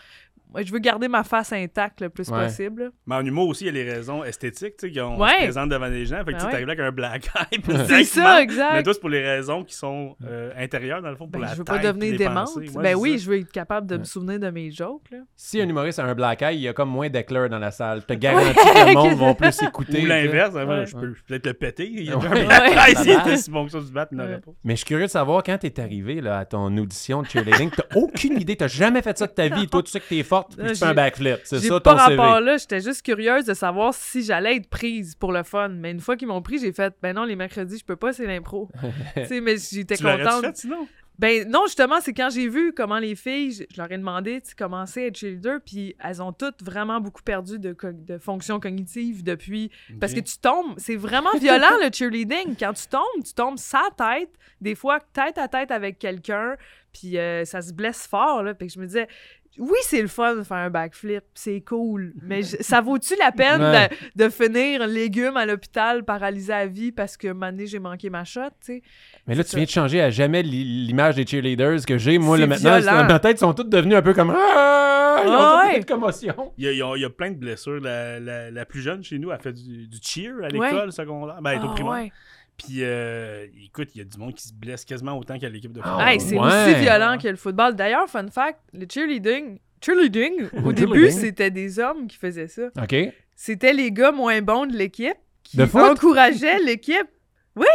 ouais, je veux garder ma face intacte le plus Ouais. possible. là. Mais en humour aussi, il y a les raisons esthétiques, tu sais, qui ont Ouais. se présentent devant les gens. Fait que Ben tu sais, ouais. t'arrives là avec un black eye. puis C'est direct, tu ça, manques. exact. Mais toi, c'est pour les raisons qui sont euh, intérieures, dans le fond, pour Ben, la je veux tête, pas devenir puis les démente. pensées. Ouais, ben c'est oui, ça. je veux être capable de me souvenir de mes jokes, là. Si un humoriste a un black eye, il y a comme moins d'éclairs dans la salle. Je te garantis que le monde va plus écouter. Ou tu sais. l'inverse, hein, Ouais. je peux peut-être le péter. Il y a Ouais. un black eye, Ouais. s'il était si bon que ça du bat, il n'aurait Ouais. pas. Mais je suis curieux de savoir, quand t'es arrivé là, à ton audition de cheerleading, t'as aucune idée, t'as jamais fait ça de ta vie. Toi, tu sais que t'es forte, puis Non, tu fais un j'ai- backflip. C'est J'ai ça pas ton CV. rapport là, j'étais juste curieuse de savoir si j'allais être prise pour le fun. Mais une fois qu'ils m'ont pris, j'ai fait ben non, les mercredis, je peux pas, c'est l'impro. tu sais, mais j'étais Tu l'aurais-tu contente. fait sinon? Ben non, justement, c'est quand j'ai vu comment les filles, je, je leur ai demandé tu sais, comment c'est être cheerleader, puis elles ont toutes vraiment beaucoup perdu de, co- de fonctions cognitives depuis. Parce que tu tombes, c'est vraiment violent le cheerleading. Quand tu tombes, tu tombes sans tête, des fois tête à tête avec quelqu'un, puis euh, ça se blesse fort. Là, puis je me disais, oui, c'est le fun de faire un backflip, c'est cool, mais je- ça vaut-tu la peine de- Ouais. de, finir légume à l'hôpital paralysé à vie parce que un moment donné, j'ai manqué ma shot, tu sais? Mais là, tu viens de changer à jamais l'i- l'image des cheerleaders que j'ai. Moi, C'est là, maintenant, violent. dans ma tête, ils sont toutes devenus un peu comme. Ah! Ils ont Ah toutes ouais. fait une commotion. Il y, a, il y a- il y a plein de blessures. La, la- la plus jeune chez nous, elle fait du, du cheer à l'école secondaire. Ben, elle est au Ah, primaire. ouais. Puis, euh, écoute, il y a du monde qui se blesse quasiment autant qu'à l'équipe de Ah, football. Hey, c'est Ouais. aussi violent que le football. D'ailleurs, fun fact, le cheerleading, cheerleading au début, Cheerleading. c'était des hommes qui faisaient ça. OK. C'était les gars moins bons de l'équipe qui De foot? encourageaient l'équipe. Oui!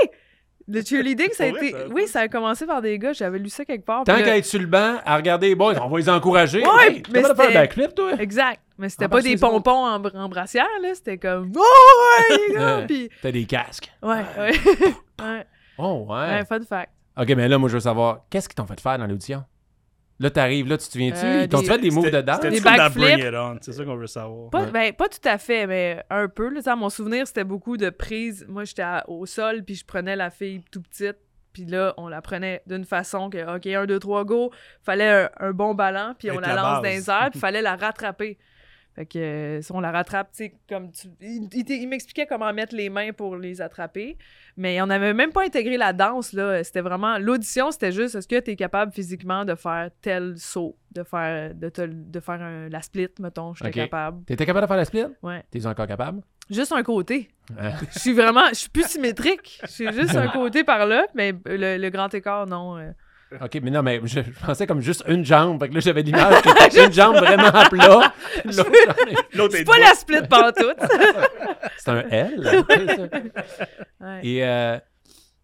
Le cheerleading, ça a Pour vrai, été. ça- Oui, ça a commencé par des gars. J'avais lu ça quelque part. Tant puis là- qu'à être sur le banc, à regarder les boys, on va les encourager. Ouais, hey, mais comment t'as fait un c'était- backflip, toi? Exact. Mais c'était Ah, pas parce que des les autres- pompons en, br- en brassière, là. C'était comme. Oh, ouais, les gars! Ouais. Puis. T'as des casques. Ouais, ouais. ouais. Oh, ouais. ouais, fun fact. OK, mais là, moi, je veux savoir, qu'est-ce qu'ils t'ont fait faire dans l'audition? Là, t'arrives, là, tu te viens-tu? Euh, ils t'ont des- fait des moves C'était- dedans? c'était-tu Des comme dans backflips. Bring It On? C'est ça qu'on veut savoir. Pas, Ouais. ben, pas tout à fait, mais un peu. Là, Tu sais, à mon souvenir, c'était beaucoup de prises. Moi, j'étais à- au sol, puis je prenais la fille tout petite. Puis là, on la prenait d'une façon que, OK, un, deux, trois, go. Fallait un, un bon ballon, puis on Avec la, la lance dans base. les airs, puis fallait la rattraper. Fait que euh, si on la rattrape, tu sais, comme tu... Il, il t- il m'expliquait comment mettre les mains pour les attraper. Mais on n'avait même pas intégré la danse, là. C'était vraiment... L'audition, c'était juste, est-ce que tu es capable physiquement de faire tel saut, de faire, de te- de faire un- la split, mettons, j'étais Ok. capable. T'étais capable de faire la split? Ouais. T'es encore capable? Juste un côté. Hein? Je suis vraiment, je suis plus symétrique. Je suis juste un côté par là, mais le, le grand écart, non. euh. OK, mais non, mais je, je pensais comme juste une jambe. Fait que là, j'avais l'image que une jambe vraiment à plat. l'autre jambe est- L'autre C'est est pas droite. la split pantoute. C'est un L. c'est ça. Ouais. Et euh,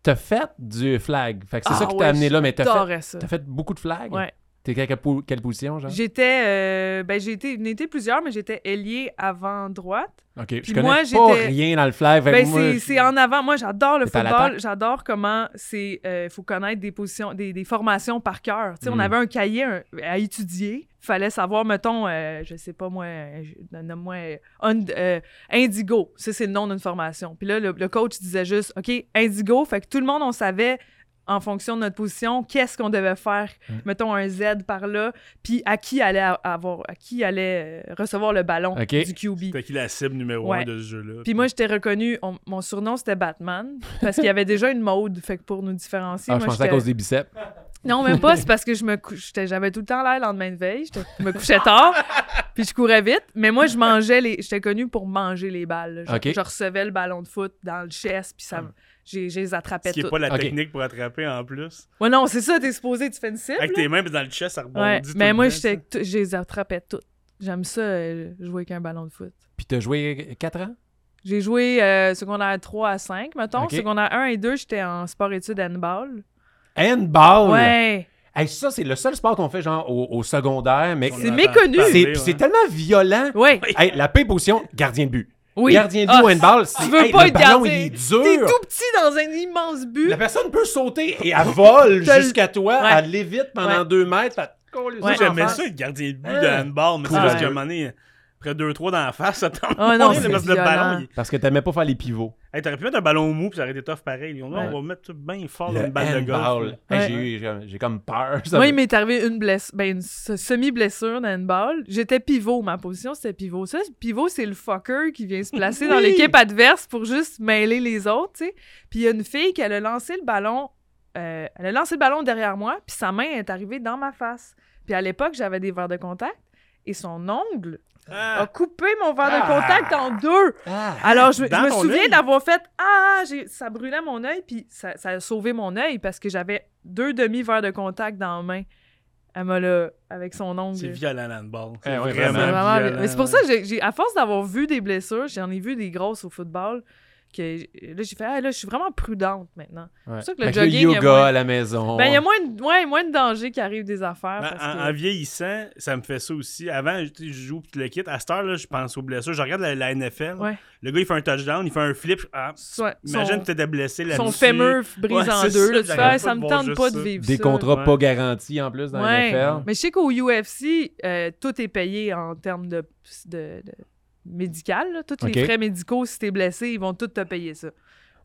t'as fait du flag. Fait que c'est Ah ça qui ouais, t'a amené là, mais t'as fait, J'adorais ça. t'as fait beaucoup de flags. Ouais. T'es à quelle, po- quelle position, genre? J'étais, euh, ben j'ai été, j'en ai été plusieurs, mais j'étais ailier avant droite. OK, Puis je connais moi, pas j'étais- rien dans le flag. fait que Ben moi, Ah, c'est, je- c'est en avant. Moi, j'adore le T'es à football. l'attaque. J'adore comment c'est, euh, faut connaître des positions, des, des formations par cœur. Tu sais, Mm. on avait un cahier un- à étudier. Fallait savoir, mettons, euh, je sais pas moi, euh, je- nomme-moi euh, Und- euh, Indigo, ça c'est le nom d'une formation. Puis là, le, le coach disait juste, OK, Indigo, fait que tout le monde, on savait en fonction de notre position, qu'est-ce qu'on devait faire, Mm. mettons un Z par là, puis à qui allait a- avoir, à qui allait euh, recevoir le ballon OK. du QB. T'as qui la cible numéro Ouais. un de ce jeu-là? Puis moi, j'étais reconnue, on- mon surnom c'était Batman, parce qu'il y avait déjà une mode, fait que pour nous différencier, Ah, je moi pensais à j'étais- cause des biceps. non, même pas. C'est parce que je me cou- j'étais- j'avais tout le temps l'air le lendemain de veille. J'étais- Je me couchais tard, puis je courais vite. Mais moi, je mangeais les. J'étais connue pour manger les balles. là. Je, Ok. je recevais le ballon de foot dans le chest, puis ça, me- j'ai- j'ai les Hmm. Ce attrapais qui est toutes. pas la Ok. technique pour attraper en plus. Ouais, non, c'est ça. T'es supposé, tu fais une cible. Avec tes mains, puis dans le chest, ça rebondit. Ouais, tout mais le moi, temps, j'étais, ça. tout- je les attrapais toutes. J'aime ça euh, jouer avec un ballon de foot. Puis t'as joué 4 ans? J'ai joué euh, secondaire 3 à 5, mettons. Ok. Secondaire 1 et 2, j'étais en sport-études handball. Handball! Ouais. Hey, ça, c'est le seul sport qu'on fait genre au, au secondaire, mais On C'est en c'est, entend méconnu. parler, c'est- ouais. puis c'est tellement violent. Ouais. Hey, la paix position, gardien de but. Oui. Gardien de but Ah, au handball, c'est tu veux hey, pas le être ballon, gardien. il est T'es dur. tout petit dans un immense but. La personne peut sauter et elle vole T'as le- jusqu'à toi, Ouais. elle lévite pendant Ouais. deux mètres. fait- Ouais. Moi, j'aimais en ça, être gardien de but de Hein? handball, mais Ouais. c'est juste qu'à un moment donné, après 2-3 dans la face, ça tombe. Ah non, c'est parce que le violent. ballon. il- Parce que t'aimais pas faire les pivots. Hey, T'aurais pu mettre un ballon mou, puis ça aurait été tough pareil. Ils ont dit, Ouais. On va mettre tout bien fort dans Le une balle de golf. handball. Hey, Ouais. j'ai, eu- j'ai- j'ai comme peur. ça Moi, me- il m'est arrivé une blesse, ben, une se- semi-blessure d'handball. J'étais pivot. Ma position, c'était pivot. Ça, pivot, c'est le fucker qui vient se placer dans Oui! l'équipe adverse pour juste mêler les autres, tu sais. Puis il y a une fille qui elle a lancé le ballon. euh, elle a lancé le ballon derrière moi, puis sa main est arrivée dans ma face. Puis à l'époque, j'avais des verres de contact et son ongle a Ah, coupé mon verre de Ah! contact en deux. Ah. Alors, je, je Dans me ton souviens œil? d'avoir fait Ah, j'ai- ça brûlait mon œil, puis ça, ça a sauvé mon œil parce que j'avais deux demi-verres de contact dans la main. Elle m'a là, avec son ongle. c'est violent, le handball. C'est Eh ouais, C'est vraiment, vraiment vraiment- violent. Mais c'est pour ça que, j'ai- j'ai- à force d'avoir vu des blessures, j'en ai vu des grosses au football, que j- là, j'ai fait Ah, là, je suis vraiment prudente maintenant. Ouais. C'est sûr que le Fait jogging, il y a yoga moins- à la maison. Ben, il y a moins de, ouais, moins de danger qui arrive des affaires. Oh. Ben, parce en, que- en vieillissant, ça me fait ça aussi. Avant, tu sais, je joue puis tu le quittes. À cette heure-là, je pense aux blessures. Je regarde la, la NFL. Ouais. Le gars, il fait un touchdown, il fait un flip. je- Ah, son, imagine que son, tu étais blessé là son fémur brise Ouais, en c'est deux. ça, là, j'arrête tu fais, ah, pas de ça me voir tente juste pas ça. de vivre Des ça. contrats ouais. pas garantis en plus dans Ouais. l'NFL. Mais je sais qu'au UFC, euh, tout est payé en termes de, de, de médical. là. Tous Ok. les frais médicaux, si t'es blessé, ils vont tous te payer ça.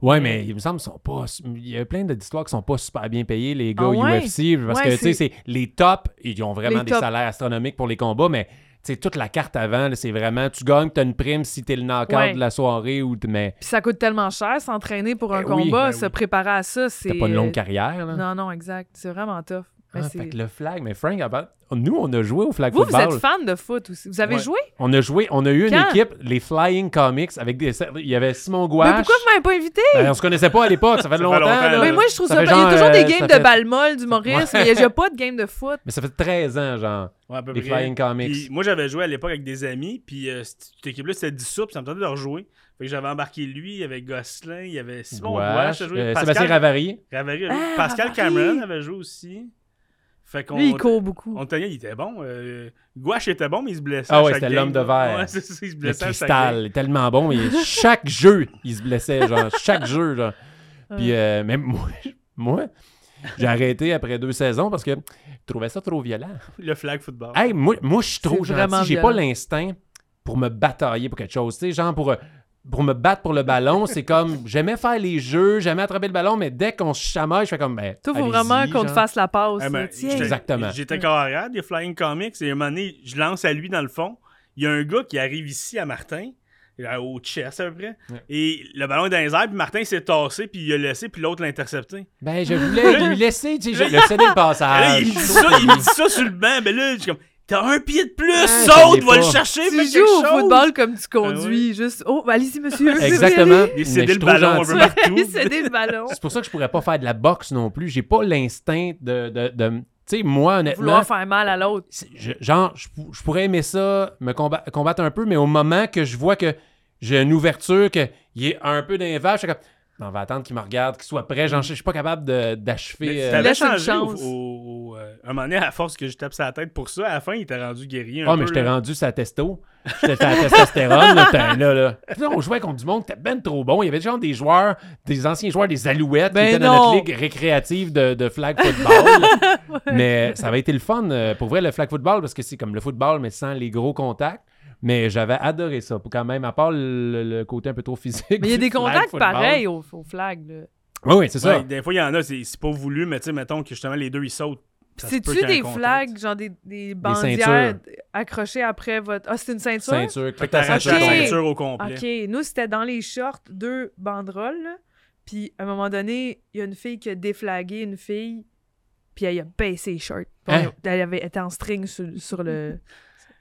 Ouais, Mais- mais il me semble qu'ils sont pas. Il y a plein d'histoires qui sont pas super bien payées, les gars Ah ouais? UFC. Parce Ouais, que, tu sais, c'est- c'est les tops, ils ont vraiment Les des tops. salaires astronomiques pour les combats, mais, tu sais, toute la carte avant, là, c'est vraiment. Tu gagnes, tu as une prime si t'es le knockout Ouais. de la soirée ou. t- Mais Puis ça coûte tellement cher s'entraîner pour un Ben oui, combat, ben se oui. préparer à ça, c'est. euh, t'as pas une longue carrière, là. Non, non, exact. C'est vraiment tough. Mais Ah, c'est- fait que le flag, mais Frank, avant- nous, on a joué au flag Vous, vous football. êtes fan de foot aussi. Vous avez Ouais. joué? On a joué, on a eu Quand? une équipe, les Flying Comics, avec des. Il y avait Simon Gouache. Mais pourquoi vous m'avez pas invité? Ben, on se connaissait pas à l'époque, ça fait longtemps. longtemps, là. là. Mais moi, je trouve ça. Euh, ça fait Il y a genre, toujours euh, des ça games fait- de balle molle, d'humorisme. mais Il n'y a pas de game de foot. Mais ça fait 13 ans, genre, Ouais, à peu les près. Flying Comics. Puis moi, j'avais joué à l'époque avec des amis, puis euh, cette équipe-là, c'était 10 sous, puis ça me tentait de rejouer. Fait que j'avais embarqué lui, il y avait Gosselin, il y avait Simon Gouache, Gouache, à jouer. euh, Pascal, Sébastien Ravary. Ravary a joué. Ah, Pascal Ravary. Cameron avait joué aussi. Fait qu'on Lui, il court beaucoup. on tenait, il était bon. Euh, Gouache était bon, mais il se blessait. Ah à ouais, chaque c'était game. l'homme de verre. Ouais, c'est ça, il se Le blessait. à chaque game. cristal, est tellement bon. il- chaque jeu, il se blessait, genre. Chaque jeu, genre. Puis, euh, même moi, moi, j'ai arrêté après deux saisons parce que je trouvais ça trop violent. Le flag football. Hey, moi, moi je suis trop C'est vraiment gentil. J'ai pas violent. l'instinct pour me batailler pour quelque chose. Tu sais, genre, pour, euh, pour me battre pour le ballon, c'est comme. J'aimais faire les jeux, j'aimais attraper le ballon, mais dès qu'on se chamaille, je fais comme. Ben, Toi, faut allez-y, vraiment qu'on te genre. fasse la passe. Ah, ben, là, tiens. j'étais- Exactement. J'étais carrière des Flying Comics et à un moment donné, je lance à lui dans le fond. Il y a un gars qui arrive ici à Martin, là, au chess à peu près, Ouais. et le ballon est dans les airs, puis Martin s'est tassé, puis il a laissé, puis l'autre l'a intercepté. Ben, je voulais lui laisser, tu sais, je- le céder le Et là, passage. il me dit ça, il me dit ça sur le banc, mais là, je suis comme, t'as un pied de plus, ça saute, l'est va le Ah, pas. chercher, fais Tu quelque joues au chose. Ah football comme tu conduis. Juste, oh, ben, allez-y, monsieur. Exactement. Il a Mais je cédé suis le trop ballon un gentil. peu partout. Il cédait le ballon. C'est pour ça que je pourrais pas faire de la boxe non plus. J'ai pas l'instinct de. de, de- tu sais, moi, honnêtement. Vouloir faire mal à l'autre. c'est- je- genre, je, pou- je pourrais aimer ça, me comba- combattre un peu, mais au moment que je vois que j'ai une ouverture, qu'il est un peu d'invage, je suis comme. Non, on va attendre qu'il me regarde, qu'il soit prêt. Genre, je je suis pas capable de- Mais d'achever. ça euh, avait Laisse une changé au, chance. au- au- euh, un moment donné, à force que je tape sa tête pour ça, à la fin, il était rendu guéri un Ah, peu. mais je t'ai là. rendu sa testo. J'étais sa testostérone, là, t'es là, là. Puis là, on jouait contre du monde qui était ben trop bon. Il y avait genre des joueurs, des anciens joueurs des Alouettes Ben qui étaient non. dans notre ligue récréative de, de flag football. mais ça avait été le fun, euh, pour vrai, le flag football, parce que c'est comme le football, mais sans les gros contacts. Mais j'avais adoré ça, pour quand même, à part le, le côté un peu trop physique. Mais il y a du des flag contacts football. pareils au, au flag. là. Oui, oui, c'est ça. Ouais, des fois, il y en a, c'est c'est pas voulu, mais tu sais, mettons que justement, les deux, ils sautent. Puis Ça se peut qu'il C'est-tu y ait un des contact. flags, genre des, des bandières accrochées après votre. Ah, c'est une ceinture? Ceinture, Fait que clique ta t'arraches ceinture. la Ok. tombe. ceinture au complet. OK. Nous, c'était dans les shorts, deux banderoles. là. Puis à un moment donné, il y a une fille qui a déflagué une fille, puis elle a baissé les shorts. Puis Hein? Elle elle avait été en string sur, sur le,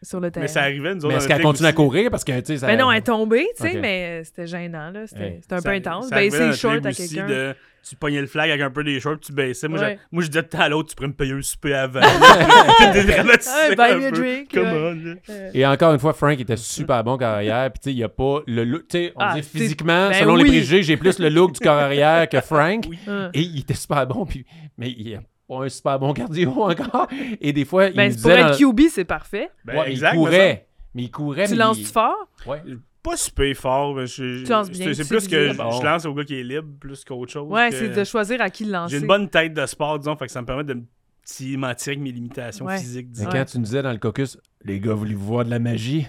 sur le terrain. Mais ça arrivait, nous autres. Mais dans est-ce qu'elle notre continue à ligue aussi. courir? Parce que, tu sais, ça. Mais non, elle est tombée, tu sais, Ok. mais euh, c'était gênant, là. C'était Hey. c'était un peu Ça- intense. ça arrivait dans Baisser les notre shorts ligue à aussi quelqu'un. de- Tu pognais le flag avec un peu des shorts, tu baissais. Moi, Ouais. j'ai- moi je disais tout à l'autre, tu pourrais me payer un souper avant. T'es dramatisé. Hey, buy me a un peu. drink, Come ouais. on, là. Euh, Et encore une fois, Frank était super bon corps arrière. Puis, tu sais, il n'y a pas le look. Tu sais, on Ah, dit c'est- physiquement, ben selon oui. les préjugés, j'ai plus le look du corps arrière que Frank. Oui. euh. Et il était super bon. Puis, mais il a pas un super bon cardio encore. Et des fois, il Ben, nous c'est pour disait. dans- être QB, c'est parfait. Ben, Ouais, mais exact, il me courait. Mais il courait. Tu mais lances-tu il- fort? Ouais. Pas super fort. mais je- Tu lances bien, c'est- C'est tu plus sais que viser. je, Bon. je lance au gars qui est libre, plus qu'autre chose. Ouais, que- c'est de choisir à qui le lancer. J'ai une bonne tête de sport, disons, fait que ça me permet de me ti- m'en tirer avec mes limitations Ouais. physiques, Mais disons. Ouais. quand tu nous disais dans le caucus, les gars, voulez-vous voir de la magie?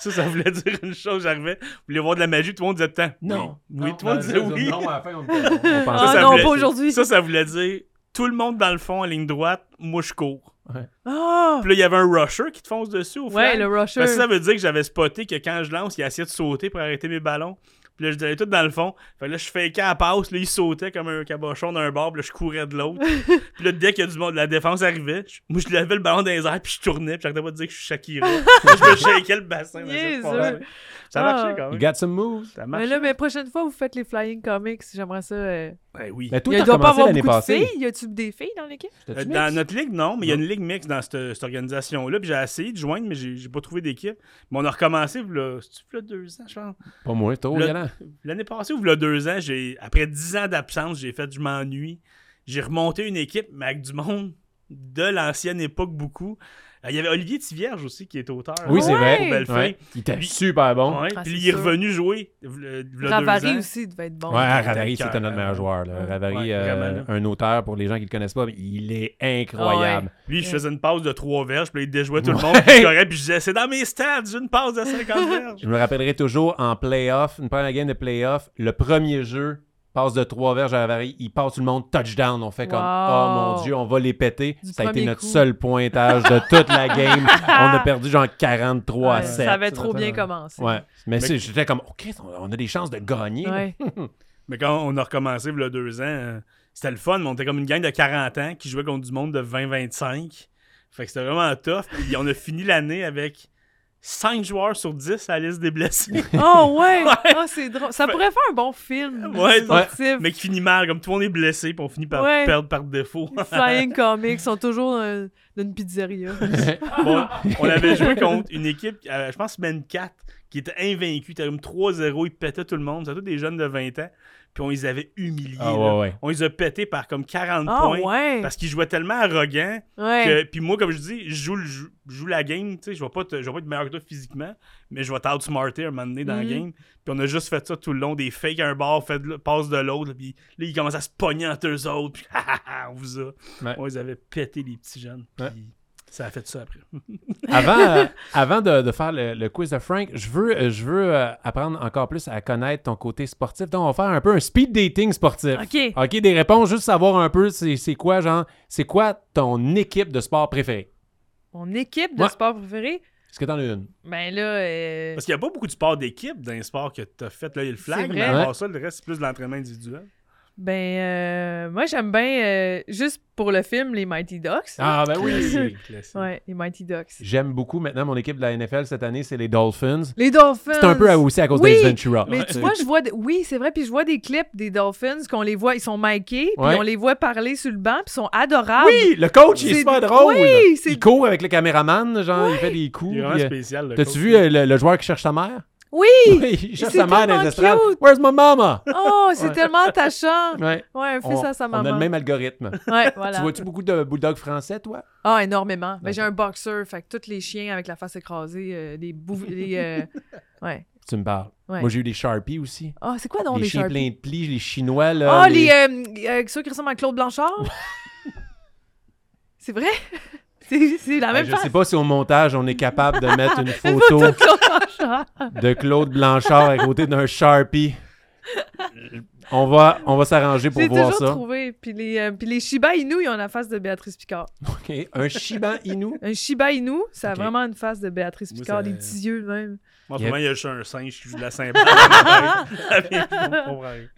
Ça, ça voulait dire une chose, j'arrivais, vous voulez voir de la magie, tout le monde disait tant. Non. Oui, tout le monde disait oui. Non, à la fin, on, on Ah pensait. ça non, voulait- pas aujourd'hui. Ça, ça voulait dire tout le monde dans le fond en ligne droite, moi je cours. Ah! Puis là, il y avait un rusher qui te fonce dessus au Ouais, flag. le rusher. Parce que ça veut dire que j'avais spoté que quand je lance, il essayait de sauter pour arrêter mes ballons. Puis là, je disais tout dans le fond. Fait que là, je fais qu'à la passe, là, il sautait comme un cabochon d'un bord, puis là, je courais de l'autre. puis là, dès que du monde, la défense arrivait, je- moi, je levais le ballon dans les airs, puis je tournais, puis j'arrêtais pas de dire que je suis Shakira. je me shakeais le bassin. mais c'est Yes, pas vrai. ouais. Ah. Ça marchait quand You même. got some moves. Ça mais marchait. là, mais prochaine fois, vous faites les Flying Comics. J'aimerais ça. euh, Ouais, Ben oui. Mais Ben, toi, Il t'as ne doit pas commencé avoir l'année beaucoup de passée. filles. Y a-tu des filles dans l'équipe? T'as-tu Euh, mis? Dans notre ligue, non, mais il y a Non. une ligue mixte dans cette, cette organisation-là. Puis j'ai essayé de joindre, mais j'ai j'ai pas trouvé d'équipe. Mais on a recommencé, là, deux ans, je pense. Pas moi, trop Le- galant. L'année passée, ou v'là deux ans, j'ai après dix ans d'absence, j'ai fait je m'ennuie. J'ai remonté une équipe, mais avec du monde de l'ancienne époque beaucoup. Euh, Il y avait Olivier Tivierge aussi qui est auteur. Oui, là, c'est vrai. Pour Ouais. Bellefeuille. Ouais. Il était Puis- super bon. Ouais, Ouais, Ah, puis c'est il est sûr. revenu jouer. v'là- v'là deux Ravari ans. aussi devait être bon. Ravari, cœur, c'était notre meilleur hein. joueur. là. Ouais, Ravari, ouais, euh, vraiment, un auteur pour les gens qui le connaissent pas, mais il est incroyable. Lui, je Ouais. faisais une passe de 3 verges, puis là, il déjouait tout le Ouais. monde, puis je courais, puis je disais, c'est dans mes stats, une passe de 50 verges. Je me rappellerai toujours en playoff, une première game de playoff, le premier jeu, passe de trois verges à Ravari, il passe tout le monde, touchdown. On fait comme Wow. Oh mon Dieu, on va les péter. Du Ça a été premier notre coup. seul pointage de toute la game. on a perdu genre 43 à Ouais, 7. Ça avait trop bien commencé. Ouais. Mais, c'est- j'étais comme, OK, on on a des chances de gagner. Ouais. Mais quand on a recommencé, il y a deux ans, euh, c'était le fun, mais on était comme une gang de 40 ans qui jouait contre du monde de 20-25. Fait que c'était vraiment tough, puis on a fini l'année avec 5 joueurs sur 10 à la liste des blessés, Oh ouais! Ouais. Ah, c'est drôle. Ça Fait- pourrait faire un bon film Ouais, sportif. mais qui finit mal, comme tout le monde est blessé, puis on finit par Ouais. perdre par défaut. Les Flying Comics sont toujours dans dans une pizzeria. Bon, on avait joué contre une équipe, euh, je pense, semaine 4, qui était invaincue. T'avais comme 3-0, ils pétaient tout le monde. C'était tous des jeunes de 20 ans. Puis on les avait humiliés. Ah, là. ouais, ouais. On les a pétés par comme 40 Ah points. ouais! Parce qu'ils jouaient tellement arrogants Ouais. que. Puis moi, comme je dis, je joue, le jeu- je joue la game. Tu sais, je vais pas, te- je vais pas être meilleur que toi physiquement, mais je vais t'outsmarter un moment donné dans la Mhm. game. Puis on a juste fait ça tout le long, des fakes à un bar, fait de l- passe de l'autre. Puis là, ils commencent à se pogner entre eux autres. Puis on vous a. Ouais. On les avait pété, les petits jeunes. Puis Ouais. ça a fait ça après. Avant, euh, avant de, de faire le, le quiz de Frank, je veux, euh, je veux euh, apprendre encore plus à connaître ton côté sportif. Donc, on va faire un peu un speed dating sportif. Ok. OK, des réponses, juste savoir un peu c'est c'est quoi, genre, c'est quoi ton équipe de sport préférée? Mon équipe de Ouais. sport préférée, Est-ce que t'en as une? ben là, euh, Parce qu'il n'y a pas beaucoup de sports d'équipe dans les sports que tu as fait. Là, il y a le C'est flag, vrai. mais à part ça, le reste, c'est plus de l'entraînement individuel. ben euh, moi j'aime bien, euh, juste pour le film, les Mighty Ducks. Ah, ben oui! Classique, classique. Ouais, les Mighty Ducks. J'aime beaucoup maintenant mon équipe de la NFL cette année, c'est les Dolphins. Les Dolphins! C'est un peu à- aussi à cause Ben, Oui, des Ventura. Mais tu vois, je vois. des- Oui, c'est vrai. Puis je vois des clips des Dolphins qu'on les voit. Ils sont mikés. Puis Ouais. on les voit parler sur le banc. Puis ils sont adorables. Oui, le coach, il est ah, C'est- super drôle. Oui, c'est- il court avec le caméraman, genre, il fait des coups. Il est vraiment puis, euh, spécial. le coach. T'as-tu vu euh, le, le joueur qui cherche sa mère? Oui! Oui, il cherche c'est sa mère dans les tellement estrades. cute. Where's my mama? Oh, c'est Ouais. tellement attachant. Ouais. Ouais, un fils On, à sa on maman. a le même algorithme. Ouais, voilà. Tu vois-tu beaucoup de bulldogs français, toi? Ah, énormément. Ben, Ok. j'ai un boxeur. Fait que tous les chiens avec la face écrasée, euh, les bouv... les, euh, Ouais. Tu me parles. Ouais. Moi, j'ai eu des Sharpies aussi. Ah, c'est quoi non les les chiens Sharpies? pleins de plis, les Chinois, là. Ah, les, euh, euh, ceux qui ressemblent à Claude Blanchard? c'est vrai? C'est c'est la Ah, même je face. sais pas si au montage, on est capable de mettre une Une photo de Claude Blanchard. de Claude Blanchard à côté d'un Sharpie. On va, on va s'arranger pour J'ai voir toujours ça. trouvé. Puis les, euh, puis les Shiba Inu, ils ont la face de Béatrice Picard. OK. Un Shiba Inu. Un Shiba Inu, Ok. ça a vraiment une face de Béatrice Moi, Picard, ça- des petits yeux même. Moi, en ce Yep. moment, il y a juste un singe qui joue de la cymbale. Ça vient plus, on comprend rien.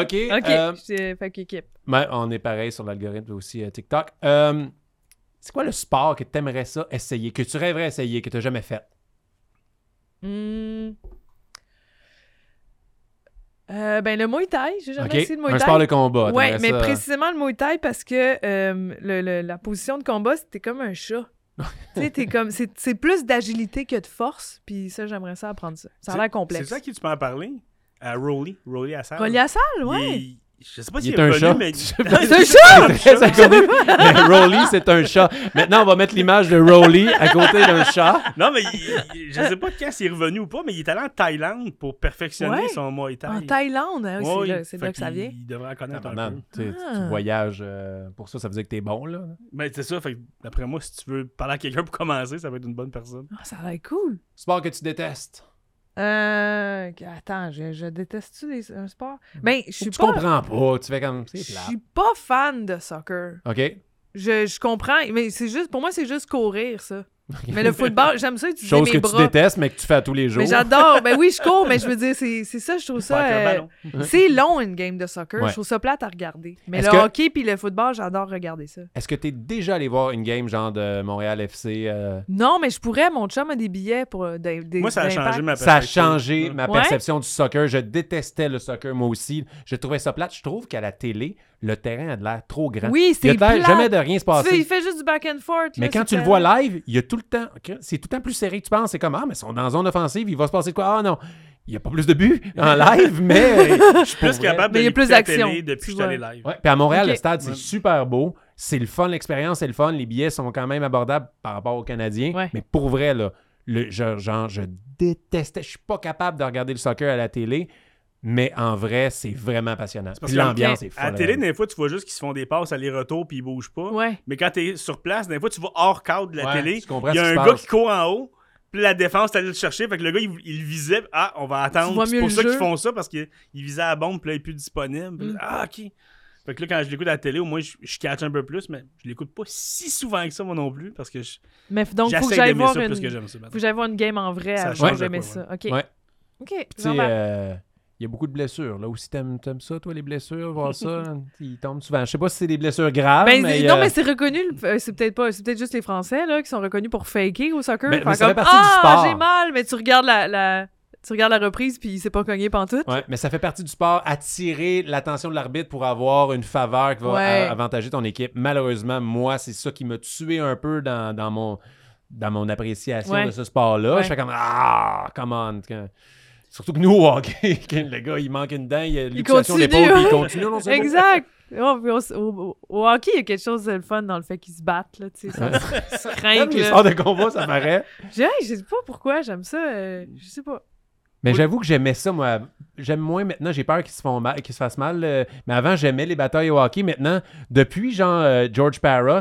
OK. Ok, euh, j'ai- fait qu'équipe. mais on est pareil sur l'algorithme aussi euh, TikTok. Euh, c'est quoi le sport que t'aimerais ça essayer, que tu rêverais essayer, que t'as jamais fait? Hmm. Euh, ben, le Muay Thai, j'ai jamais OK. essayé le Muay Thai. Un sport de combat. t'aimerais Ouais, mais ça- précisément le Muay Thai parce que euh, le- le- la position de combat, c'était comme un chat. tu sais, t'es comme, c'est, c'est plus d'agilité que de force, puis ça, j'aimerais ça apprendre ça. Ça a l'air C'est complexe. ça qui tu m'en parler? À Rowley. Rowley à salle. Relié à salle, ouais. Il- Je sais pas Il s'il est un connu, chat. mais. C'est un Très inconnu. Mais Rolly, c'est un chat. Maintenant, on va mettre l'image de Rolly à côté d'un chat. Non, mais il- il- je sais pas quand c'est revenu ou pas, mais il est allé en Thaïlande pour perfectionner Ouais. son Muay Thai. En Thaïlande, hein, c'est, Ouais, là, c'est fait là que ça qu'il- vient. Il devrait en connaître un peu. Tabarnak, tu, tu- tu Ah. voyages euh, pour ça, ça veut dire que t'es bon, là. Mais Ben, c'est ça, fait que d'après moi, si tu veux parler à quelqu'un pour commencer, ça va être une bonne personne. Ah, ça a l'air cool. Sport que tu détestes. Euh, attends, je, je déteste-tu les- un sport? Ben, je suis Mm. Tu pas, comprends pas. Tu fais comme. je C'est plat. suis pas fan de soccer. OK. Je, je comprends, mais c'est juste pour moi c'est juste courir ça. Mais le football, j'aime ça utiliser Chose mes que tu bras. détestes, mais que tu fais à tous les jours. mais j'adore. Ben oui, je cours, mais je veux dire c'est c'est ça, je trouve ça Faire ben euh, avec le ballon. c'est long une game de soccer, Ouais. je trouve ça plate à regarder. Mais Est-ce le que- hockey puis le football, j'adore regarder ça. Est-ce que t'es déjà allé voir une game, genre de Montréal FC euh, Non, mais je pourrais mon chum a des billets pour euh, des, des- Moi, ça a d'Impact. changé ma Ça a perspective. changé ma Ouais. perception du soccer. Je détestais le soccer, moi aussi. Je trouvais ça plate. Je trouve qu'à la télé, le terrain a de l'air trop grand. Oui, Il y a c'est de l'air- plate. jamais de rien se Tu sais, passer. il fait juste du back and forth. Mais là, quand c'est tu le pas- vois live, il y a tout le temps. C'est tout le temps plus serré que tu penses. C'est comme Ah, mais ils sont dans zone offensive, il va se passer de quoi Ah non. il n'y a pas plus de buts en live, mais je suis Plus capable Mais de il y a plus l'écouter à la d'action, télé depuis tu que j'étais allé vois. live. Ouais, puis à Montréal, Ok. le stade, c'est Ouais. super beau. C'est le fun, l'expérience, c'est le fun. Les billets sont quand même abordables par rapport aux Canadiens. Ouais. Mais pour vrai, là, le, je, genre, je détestais. Je suis pas capable de regarder le soccer à la télé, mais en vrai, c'est vraiment passionnant. parce Puis que- l'ambiance est folle. À la télé, regarder. des fois, tu vois juste qu'ils se font des passes aller-retour puis ils bougent pas. Ouais. Mais quand t'es sur place, des fois, tu vas hors cadre de la Ouais, télé. tu comprends Il y a ce un qui se gars passe. qui court en haut, puis la défense, t'allais le chercher. Fait que le gars, il, il visait. Ah, on va attendre. vois C'est mieux pour le ça qu'ils jeu. font ça, parce qu'il il visait à la bombe, puis là, il est plus disponible. Puis là, Mm. Ah, ok. Fait que là, quand je l'écoute à la télé, au moins, je, je catch un peu plus, mais je l'écoute pas si souvent que ça, moi non plus, parce que je- Mais f- donc, faut que j'essaie j'aille d'aimer voir ça une. plus que j'aime ça. maintenant. Faut que j'aille voir une game en vrai. Ça avant change que de j'aimais quoi, ça. OK. Ouais. OK. Tu sais, j'embarque. euh, il y a beaucoup de blessures. Là aussi, t'aimes t'aimes ça, toi, les blessures, voir ça. Ils tombent souvent. Je sais pas si c'est des blessures graves. Ben, mais, c'est- non, euh, mais c'est reconnu. le- euh, C'est peut-être pas. C'est peut-être juste les Français là, qui sont reconnus pour faker au soccer. Mais- Faire Ben, mais ça fait comme, partie du Ah, sport. j'ai mal, mais tu regardes la, la- tu regardes la reprise puis il s'est pas cogné pantoute. Ouais, mais ça fait partie du sport, attirer l'attention de l'arbitre pour avoir une faveur qui va Ouais. a- avantager ton équipe. Malheureusement, moi, c'est ça qui m'a tué un peu dans, dans mon, dans mon appréciation Ouais. de ce sport-là. Ouais. Je fais comme Ah, come on. que- Surtout que nous, au hockey, que le gars, il manque une dent, il a luxation continue. d'épaule, puis il continue. Non, c'est bon. exact. Oh, puis on s- au, au hockey, il y a quelque chose de le fun dans le fait qu'ils se battent. Là, tu sais, ça se- se Comme crinque. les là. sports de combat, ça paraît. Je hey, je sais pas pourquoi j'aime ça. euh, je sais pas. Mais Oui. j'avoue que j'aimais ça, moi. J'aime moins maintenant. J'ai peur qu'ils se, font mal, qu'ils se fassent mal. euh, mais avant, j'aimais les batailles au hockey. Maintenant, depuis genre euh, George Parros,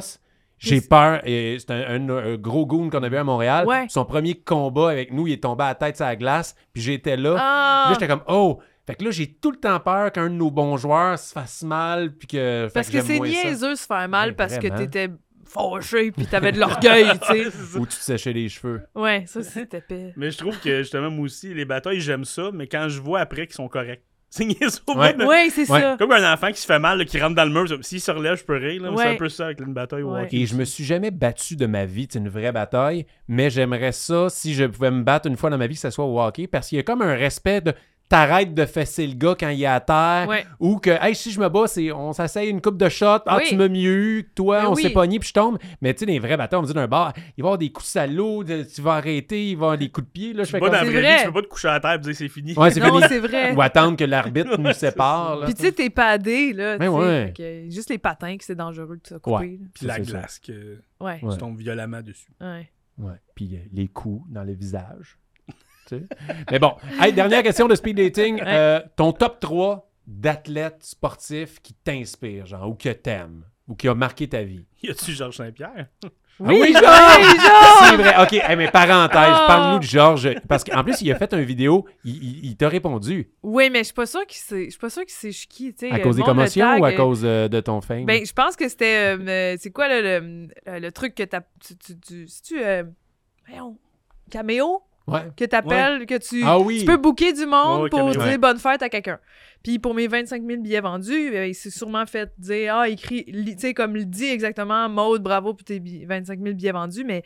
j'ai Mais c'est- peur. Et c'est un, un- un gros goon qu'on avait à Montréal. Ouais. Son premier combat avec nous, il est tombé à la tête sur la glace. Puis j'étais là. Puis Ah, Là, j'étais comme, oh! Fait que là, j'ai tout le temps peur qu'un de nos bons joueurs se fasse mal. Puis que. fait parce que, j'aime c'est moins ça. niaiseux se faire mal Ouais, parce vraiment. que t'étais fâché puis t'avais de l'orgueil. tu sais. Ou tu te séchais les cheveux. Ouais, ça c'était pire. Mais je trouve que justement, moi aussi, les batailles, j'aime ça, mais quand je vois après qu'ils sont corrects, c'est niaiseux, au Ouais. bout de- Ouais, c'est Ouais. ça. Comme un enfant qui se fait mal, là, qui rentre dans le mur, ça- s'il se relève, je peux rire. là, mais C'est Ouais. un peu ça avec une bataille au Ouais. hockey. Et je me suis jamais battu de ma vie, c'est une vraie bataille, mais j'aimerais ça si je pouvais me battre une fois dans ma vie que ça soit au hockey parce qu'il y a comme un respect de t'arrêtes de fesser le gars quand il est à terre Ouais. ou que hey si je me bats, c'est on s'essaye une coupe de shot, ah Oui. tu m'as mieux, toi Mais on oui. s'est pogné puis je tombe, mais tu sais les vrais batailles, on me dit d'un bar, il va y avoir des coups salauds, de- tu vas arrêter, il va y avoir des coups de pied là, je Tu fais vas dans la comme- C'est vraie vrai. vie, tu peux pas te coucher à terre et dire c'est fini. Ouais, c'est non, fini. c'est vrai. ou attendre que l'arbitre nous sépare là. Puis tu sais, t'es padé, là. Mais tu sais, ouais. fait que juste les patins que c'est dangereux que tu as coupé. Puis la C'est ça. glace que Ouais. Ouais. tu tombes violemment dessus. ouais. Ouais. Puis euh, les coups dans le visage. Tu sais. Mais bon, Hey, dernière question de speed dating. Euh, ton top 3 d'athlètes sportifs qui t'inspirent, genre, ou que t'aimes, ou qui a marqué ta vie. Y a-tu Georges Saint-Pierre? Ah Oui, oui, oui, Georges! C'est vrai. OK, hey, mais parenthèse, Ah! parle-nous de Georges. Parce qu'en plus, il a fait une vidéo, il, il- il t'a répondu. Oui, mais je suis pas sûre qu'il sait. Je suis pas sûre qu'il sait je suis qui, tu sais. À Le cause des monde le commotions tag, ou à euh, cause euh, de ton fame? Ben, je pense que c'était. euh, euh, c'est quoi là, le, euh, le, le truc que t'as. Tu, tu, tu, tu euh, voyons, Caméo? Ouais. Que t'appelles, que tu. Ah oui. Tu peux booker du monde Ouais, ouais, pour Caméo. dire Ouais. bonne fête à quelqu'un. Puis pour mes 25 000 billets vendus, euh, il s'est sûrement fait dire Ah, écrit, li- tu sais, comme il dit exactement, Maude, bravo pour tes bi- 25 000 billets vendus, mais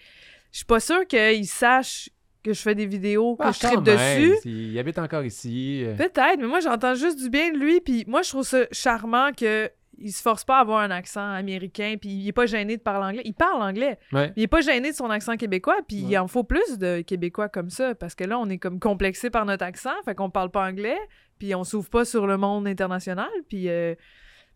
je suis pas sûre qu'il sache que je fais des vidéos, que Ah, je tripe quand même, dessus. s'il- Il habite encore ici. euh, Peut-être, mais moi, j'entends juste du bien de lui. Puis moi, je trouve ça charmant que il se force pas à avoir un accent américain, puis il est pas gêné de parler anglais. Il parle anglais. ouais. Il est pas gêné de son accent québécois, puis Ouais. il en faut plus de québécois comme ça, parce que là, on est comme complexé par notre accent, fait qu'on parle pas anglais, puis on s'ouvre pas sur le monde international, puis... euh,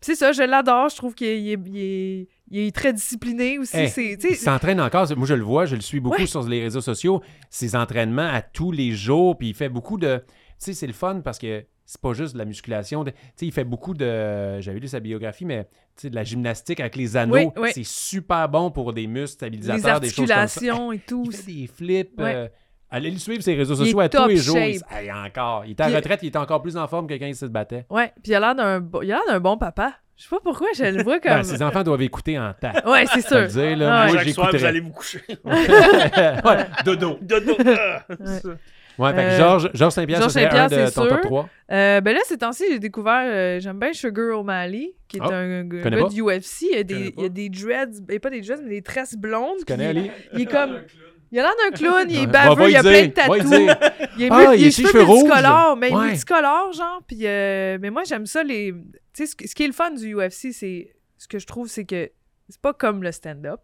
puis c'est ça, je l'adore, je trouve qu'il est, il est- il est- il est très discipliné aussi. Hey, c'est, tu Il sais, s'entraîne encore. Moi, je le vois, je le suis beaucoup Ouais. sur les réseaux sociaux. Ses entraînements à tous les jours, puis il fait beaucoup de. Tu sais, c'est le fun parce que c'est pas juste de la musculation. Tu sais, il fait beaucoup de. J'avais lu sa biographie, mais tu sais, de la gymnastique avec les anneaux. Oui, oui. C'est super bon pour des muscles les stabilisateurs, des choses comme ça. articulations et tout. Il fait des flips. Ouais. euh, allez le suivre ses réseaux Il est sociaux à tous top les jours. Il, shape. Hey, encore. Il est à Puis- la retraite, il est encore plus en forme que quand il se battait. Ouais, puis il a l'air d'un, bo- il a l'air d'un bon papa. Je sais pas pourquoi je le vois comme... Ben, ses enfants doivent écouter en temps. Ouais, c'est Je vais le sûr. dire, là, Ah ouais. moi, Chaque soir, vous j'écouterais. allez vous coucher. Ouais, dodo. Dodo! ah, Ouais. c'est ça. Ouais, fait que Euh, Georges Georges Saint-Pierre, ce Georges serait un Saint-Pierre, de c'est ton top sûr. 3. Euh, ben là, ces temps-ci, j'ai découvert, euh, j'aime bien Sugar O'Malley, qui est Ah, un gars connais pas. du UFC. Il y, a connais des, pas. il y a des dreads, et pas des dreads, mais des tresses blondes. Tu connais, il, Ali? il est comme, Un clown. il a l'air d'un clown, il est Ouais. baveux, Va- va il a y plein de dire, va y tatous. dire. Il est Ah, mul- il a il les est cheveux cheveux rouges. multicolores, mais Ouais. multicolores, genre. Puis, euh, mais moi, j'aime ça, les... Tu sais, ce, que- ce qui est le fun du UFC, c'est... Ce que je trouve, c'est que c'est pas comme le stand-up,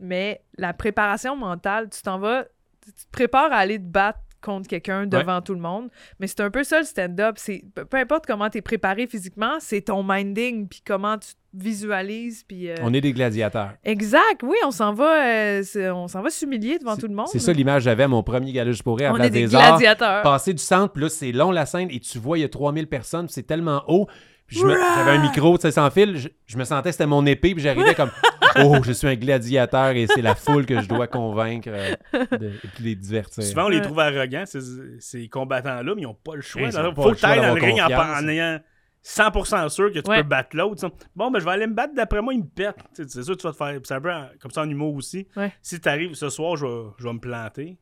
mais la préparation mentale, tu t'en vas... Tu te prépares à aller te battre contre quelqu'un devant tout le monde. Mais c'est un peu ça le stand-up. C'est peu peu importe comment tu es préparé physiquement, c'est ton minding, puis comment tu te visualises, puis. euh, On est des gladiateurs. Exact, oui, on s'en va, euh, c'est- on s'en va s'humilier devant tout le monde. C'est ça l'image que j'avais à mon premier gala juste pour rire à On Place est des Arts. gladiateurs. Passer du centre, puis là, c'est long la scène, et tu vois, il y a 3000 personnes, puis c'est tellement haut. Puis je me- Hurrah! j'avais un micro, tu sais, sans fil. Je, je me sentais, c'était mon épée, puis j'arrivais comme Oh, je suis un gladiateur et c'est la foule que je dois convaincre euh, de- et puis les divertir. Souvent, on les Ouais. trouve arrogants, ces, ces combattants-là, mais ils n'ont pas le choix. Hey, ils ont Il pas faut le que choix t'ailles dans d'avoir le ring en, confiance. en ayant 100% sûr que tu Ouais. peux battre l'autre. tu sais. Bon, ben, je vais aller me battre, d'après moi, il me pète. Tu sais, C'est sûr que tu vas te faire. C'est un peu en- comme ça en humour aussi. Ouais. Si tu arrives ce soir, je vais, je vais me planter.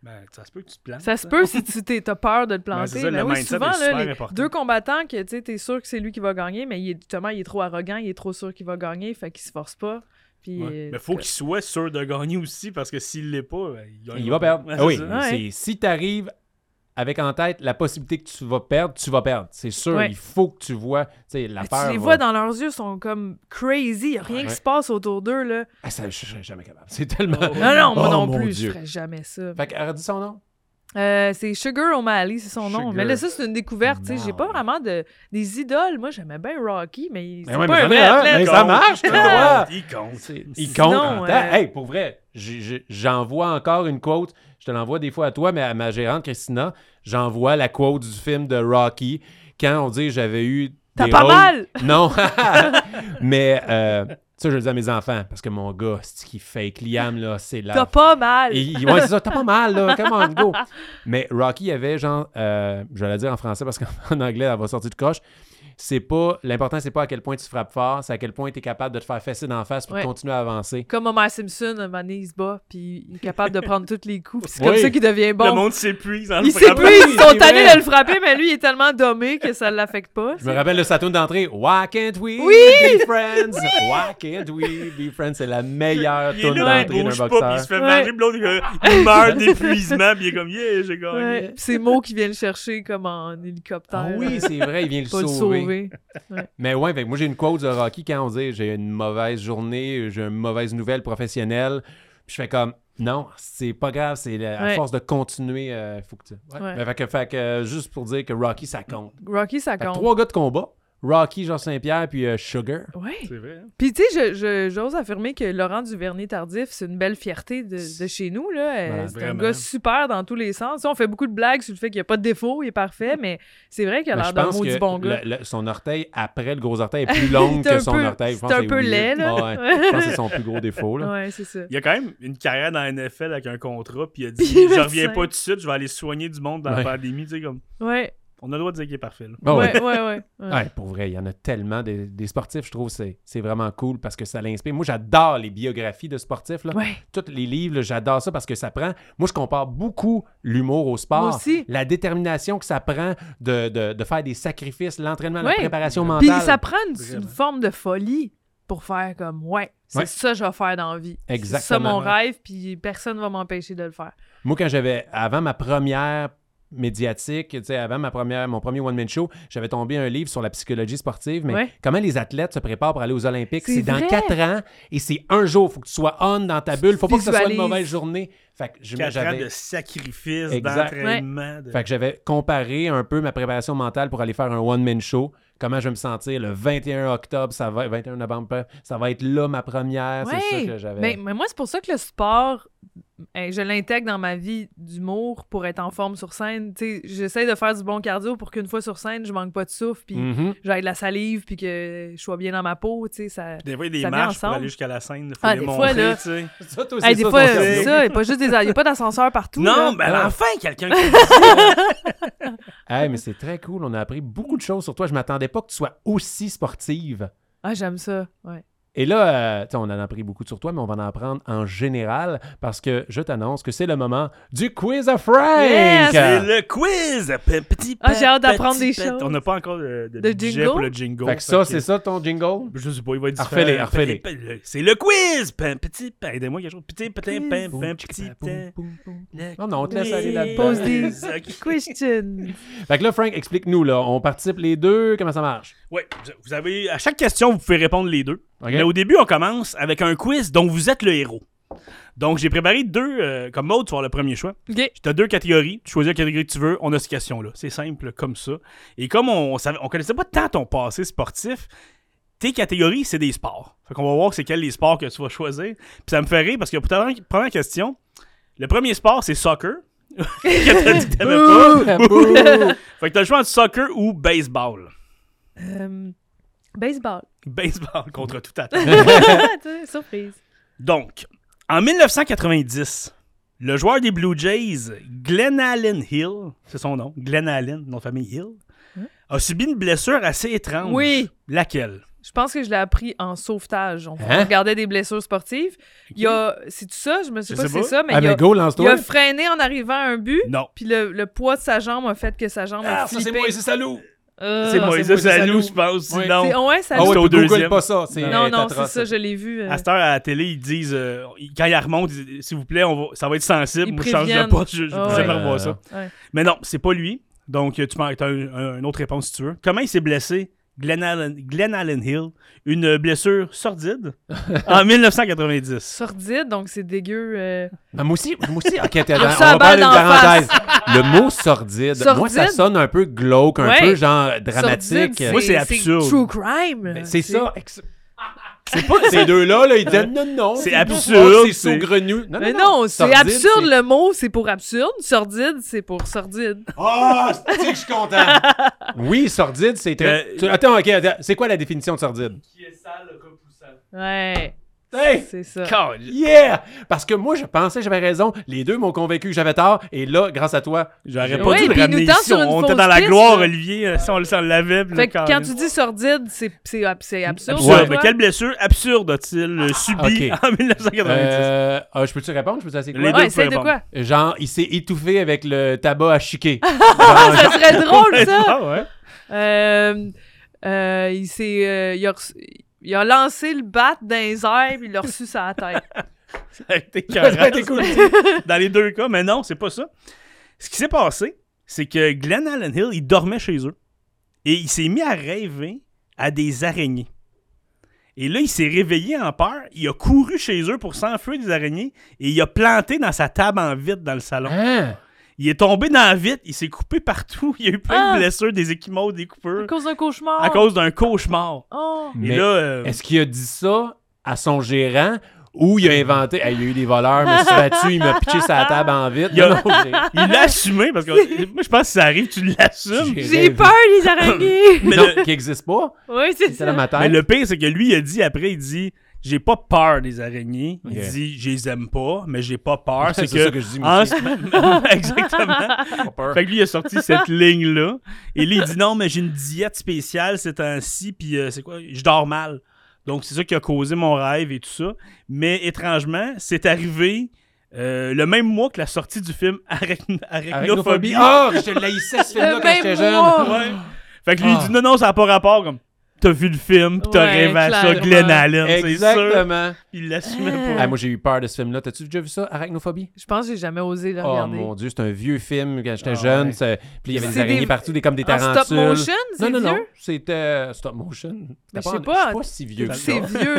Ben, ça se peut que tu te plantes. hein. Ça se peut si tu t'es- t'as peur de le planter. c'est ça, mais le oui, mindset souvent, est là, super les important. deux combattants que tu es sûr que c'est lui qui va gagner, mais il est, justement, il est trop arrogant, il est trop sûr qu'il va gagner, fait qu'il se force pas. Puis, Ouais. euh, Mais faut qu'il soit sûr de gagner aussi, parce que s'il l'est pas, ben, Il va perdre. Ouais, Ah oui, c'est ça. Ouais. c'est- si tu arrives avec en tête la possibilité que tu vas perdre, tu vas perdre. C'est sûr, Ouais. Ah, il faut que tu vois. tu sais, la tu peur. les va- vois dans leurs yeux, ils sont comme crazy, y a rien Ouais. qui se passe autour d'eux. Là. Ah, ça, je je serais jamais capable. C'est tellement. Oh. Ah Non, non, moi Oh, non mon plus, Dieu. je ferais jamais ça. Fait qu'elle a dit son nom. Euh, c'est Sugar O'Malley, c'est son nom. Sugar. Mais là, ça, c'est une découverte. tu sais, J'ai Non. pas vraiment de, des idoles. Moi, j'aimais bien Rocky, mais c'est ouais, pas un j'en ai vrai un, athlète. mais Il ça compte, marche, il toi. compte, Il compte. Il Sinon, compte en euh, temps. Hey, pour vrai, j'ai- j'ai- j'envoie encore une quote. Je te l'envoie des fois à toi, mais à ma gérante Christina, j'envoie la quote du film de Rocky quand on dit j'avais eu. T'as des pas rôles- mal! Non. mais euh, ça, je le dis à mes enfants parce que mon gars, c'est qui fake Liam, là, c'est là. T'as pas mal! Et, il- ouais, c'est ça, t'as pas mal, là, come on, go. Mais Rocky avait, genre, euh, je vais la dire en français parce qu'en anglais, elle va sortir de coche. C'est pas, l'important, c'est pas à quel point tu frappes fort, c'est à quel point tu es capable de te faire fesser d'en face pour Ouais. continuer à avancer. Comme Homer Simpson, un moment donné, il se bat, puis il est capable de prendre tous les coups, puis c'est comme Oui. ça qu'il devient Le bon. monde s'épuise. hein, en le Il frappant. s'épuise, ils c'est sont tannés vrai. de le frapper, mais lui, il est tellement dommé que ça l'affecte pas. Je me rappelle le satoon d'entrée. Why can't we Oui! be friends? Why can't we be friends? C'est la meilleure Il est tune là, d'entrée il d'un bouge pas, puis il boxeur. se fait Ouais. manger, puis l'autre, il- il meurt d'épuisement, puis il est comme, yeah, j'ai gagné. Ouais. Puis Ces mots qu'il vient le chercher comme en hélicoptère. Ah là, oui, c'est vrai, il vient pas le sauver. Mais ouais, fait que moi j'ai une quote de Rocky quand on dit j'ai une mauvaise journée, j'ai une mauvaise nouvelle professionnelle. Puis je fais comme non, c'est pas grave, c'est la- à Ouais. force de continuer, euh, faut que tu. Ouais. Ouais. Mais fait que, fait que, euh, juste pour dire que Rocky ça compte. Rocky, ça Fait que compte. trois gars de combat, Rocky, Jean Saint-Pierre puis euh, Sugar. Ouais. C'est vrai. hein? Puis tu sais, je- je- j'ose affirmer que Laurent Duvernay-Tardif, c'est une belle fierté de, de chez nous. là. Euh, Voilà, c'est un vraiment. gars super dans tous les sens. Tu sais, on fait beaucoup de blagues sur le fait qu'il n'y a pas de défaut, il est parfait, mais c'est vrai qu'il a Mais Ben, je l'air d'un pense maudit que bon gars. le- le- son orteil après le gros orteil est plus long C'est un que son peu- orteil. Je pense c'est un que peu weird. laid, là. Ouais, je pense que c'est son plus gros défaut là. Ouais, c'est ça. Il a quand même une carrière dans la NFL avec un contrat, puis il a dit Puis il est Je reviens médecin. pas tout de suite, je vais aller soigner du monde dans Ouais. la pandémie. Tu sais, comme, Ouais, on a le droit de dire qu'il est parfait. là. Ah ouais. ouais, ouais, ouais, ouais. Ouais, pour vrai, il y en a tellement des, des sportifs, je trouve, c'est c'est vraiment cool parce que ça l'inspire. Moi, j'adore les biographies de sportifs. Là. Ouais. Tous les livres, là, j'adore ça parce que ça prend. Moi, je compare beaucoup l'humour au sport. Moi aussi. La détermination que ça prend de, de- de faire des sacrifices, l'entraînement, Ouais. la préparation mentale. Puis ça prend une, Vraiment. une forme de folie pour faire comme ouais, c'est Ouais. ça que je vais faire dans la vie. C'est ça Exactement. mon rêve, puis personne va m'empêcher de le faire. Moi, quand j'avais, avant ma première médiatique, tu sais, avant ma première, mon premier one-man show, j'avais tombé un livre sur la psychologie sportive, mais Ouais. comment les athlètes se préparent pour aller aux Olympiques. C'est C'est dans vrai. quatre ans et c'est un jour. faut que tu sois on dans ta bulle. faut pas que ce soit une Visualise. mauvaise journée. Fait que je- Quatre ans j'avais... de sacrifice, Exact. d'entraînement. de- Fait que j'avais comparé un peu ma préparation mentale pour aller faire un one-man show. Comment je vais me sentir le 21 octobre, ça va, 21 novembre, peu- ça va être là ma première. C'est Ouais. Ben, ça que j'avais. Mais, mais moi, c'est pour ça que le sport, eh, je l'intègre dans ma vie d'humour pour être en forme sur scène. Tu sais, J'essaie de faire du bon cardio pour qu'une fois sur scène, je manque pas de souffle, puis Mhm. j'aille de la salive, puis que je sois bien dans ma peau. tu sais, Ça... Des fois, il y a des Ça vient marches pour ensemble. aller jusqu'à la scène. Faut Ah, les des fois, montrer, là. tu sais. Ça, toi, Hey, c'est des ça, fois, ton c'est cardio. ça. Il n'y a pas juste des- y a pas d'ascenseur partout. là. Non, mais Ah. enfin, quelqu'un qui Hey, mais c'est très cool. On a appris beaucoup de choses sur toi. Je m'attendais pas que tu sois aussi sportive. Ah, j'aime ça. Ouais. Et là, euh, tu sais, on en a appris beaucoup sur toi, mais on va en apprendre en général parce que je t'annonce que c'est le moment du quiz à Frank. Yes! C'est le quiz! pe- Petit Ah, pe- j'ai hâte d'apprendre petit des pe- choses. On n'a pas encore de, de De budget jingle? pour le jingle. Fait que ça, que- c'est ça ton jingle? Je sais pas, il va être Ah, différent. refais-les, Petit- refais-les. pe- le- C'est le quiz! Pe- Petit, pe- aidez-moi quelque chose. Petit, petit, pe- pe- petit, pe- le Non, non, on te laisse quiz. aller là-dedans. Pose des- Ok. Question. Fait que là, Frank, explique-nous, là. On participe les deux. Comment ça marche? Ouais, vous- vous avez à chaque question, vous pouvez répondre les deux. OK? Mais au début, on commence avec un quiz dont vous êtes le héros. Donc, j'ai préparé deux. euh, comme mode, tu vas avoir le premier choix. OK. Tu as deux catégories. Tu choisis la catégorie que tu veux. On a cette question-là. C'est simple comme ça. Et comme on savait- on connaissait pas tant ton passé sportif, tes catégories, c'est des sports. Fait qu'on va voir c'est quels les sports que tu vas choisir. Puis ça me fait rire parce que pour ta première question, le premier sport, c'est soccer. Que t'as dit que t'aimais pas. Fait que t'as le choix entre soccer ou baseball. Euh, baseball. Baseball contre tout attente. Tu sais, Surprise. Donc, en 1990, le joueur des Blue Jays, Glenn Allen Hill, c'est son nom, Glenn Allen, nom de famille Hill, a subi une blessure assez étrange. Hein? Oui. Laquelle? Je pense que je l'ai appris en sauvetage. On, on Hein? regardait des blessures sportives. Il y a, c'est tout ça, je me sais Je pas sais si c'est pas. ça, mais Ah, il a, mais go, il a lance-toi. freiné en arrivant à un but. Non. Puis le, le poids de sa jambe a fait que sa jambe Ah, a flippé. Salou. Ah. C'est Moïse Moïse Salou, Salou. je pense. Oui. C'est- Sinon, ouais, ça Ah ouais, C'est au puis deuxième. Google pas ça. Ah, c'est- Non, non, c'est atroce, ça, je l'ai vu. euh. à cette heure, à la télé, ils disent, euh, ils- quand ils remontent, ils disent, s'il vous plaît, on va- ça va être sensible, Ils moi, je change de préviennent. poste, je ne Ah vais jamais ouais. revoir ça. Ouais. Mais non, c'est pas lui. Donc, euh, tu peux as un- un- une autre réponse si tu veux. Comment il s'est blessé, Glenn Allen, Glenn Allen Hill? Une blessure sordide en 1990. Sordide, donc c'est dégueu. euh. Mais Ah, moi aussi, moi aussi, ok, attends, reçu on la va faire balle une d'en parenthèse. Le mot sordide, moi, ça Sordide? sonne un peu glauque, un Ouais. peu genre dramatique. Sordide, Moi, c'est absurde. True crime. C'est ça. ex- C'est pas ces deux-là, là, ils disent non, non. C'est pas absurde, ça, C'est c'est- saugrenu. Non, Mais non, c'est sordide, absurde c'est- le mot, c'est pour absurde. Sordide, c'est pour sordide. Ah, oh, que je suis content. Oui, sordide, c'est très. Euh, tu- Attends, ok, attends. C'est quoi la définition de sordide? qui est sale repoussant. Ouais, Hey! c'est ça. Yeah! Parce que moi, je pensais que j'avais raison. Les deux m'ont convaincu que j'avais tort. Et là, grâce à toi, J'aurais j'ai- pas Ouais, dû puis le il ramener nous tend ici. sur une On était fausse dans la piste, gloire, là. Olivier. euh, Si on le s'en lavait, puis là, Fait que quand carrément. tu dis sordide, c'est c'est ab- c'est absurde. Absurde. tu Mais vois. Ah. quelle blessure absurde a-t-il euh, subi ok. en 1990? Euh, ah, je peux-tu répondre? Je peux essayer Les quoi? deux, Ouais, vous pouvez essaye de répondre. quoi? Genre, il s'est étouffé avec le tabac à chiquer. Genre, Ah, Ça serait drôle, ça! Ah ouais? Euh, euh, il s'est... euh, il, a reçu- il a lancé le bat dans les airs, puis il l'a reçu sur la tête. Ça a été Ça aurait été carré. cool. dans les deux cas, mais non, c'est pas ça. Ce qui s'est passé, c'est que Glenn Allen Hill, il dormait chez eux et il s'est mis à rêver à des araignées. Et là, il s'est réveillé en peur, il a couru chez eux pour s'enfuir des araignées et il a planté dans sa table en vitre dans le salon. Hein? Il est tombé dans la vitre, il s'est coupé partout, il a eu plein Ah! de blessures, des échymoses, des coupures, À cause d'un cauchemar! à cause d'un cauchemar. Oh! et Mais là, euh, Est-ce qu'il a dit ça à son gérant ou il a inventé Hey, il y a eu des voleurs, il me suis battu, il m'a pitché sa table en vite. Il a- Non, non, j'ai- il l'a assumé parce que moi, je pense que si ça arrive, tu l'assumes. j'ai J'ai rêvé. peur des araignées! Mais Non, le- qui n'existe pas. oui, c'est C'est ça. dans ma tête. Mais le pire, c'est que lui, il a dit après, il dit J'ai pas peur des araignées. Il Ok. dit Je les aime pas, mais j'ai pas peur. C'est C'est que. ça que je dis, en moi ce moment- Exactement. Fait que lui, il a sorti cette ligne-là. Et lui, il dit Non, mais j'ai une diète spéciale ces temps-ci, puis euh, c'est quoi Je dors mal. Donc, c'est ça qui a causé mon rêve et tout ça. Mais étrangement, c'est arrivé. euh, le même mois que la sortie du film Arachn- Arachnophobie. Arachnophobie. Ah, je l'haïssais ce film-là Le quand même j'étais jeune. mois. Ouais. Fait que lui, il Ah. dit non, non, ça n'a pas rapport. Comme, t'as vu le film, pis t'as Ouais, rêvé à ça, clairement. Glenn Allen, c'est sûr. Exactement. Il l'assumait Ah, pas. moi, j'ai eu peur de ce film-là. T'as-tu déjà vu ça, Arachnophobie? Je pense que j'ai jamais osé le Oh regarder. mon Dieu, c'est un vieux film quand j'étais Ah, jeune. ouais. c'est- Puis il y avait des C'est araignées des- partout, des, comme des En tarentules. stop motion, c'est non, non, non. vieux? C'était euh, stop motion. Mais C'était je sais en- pas. Je suis pas si vieux que ça. C'est vieux.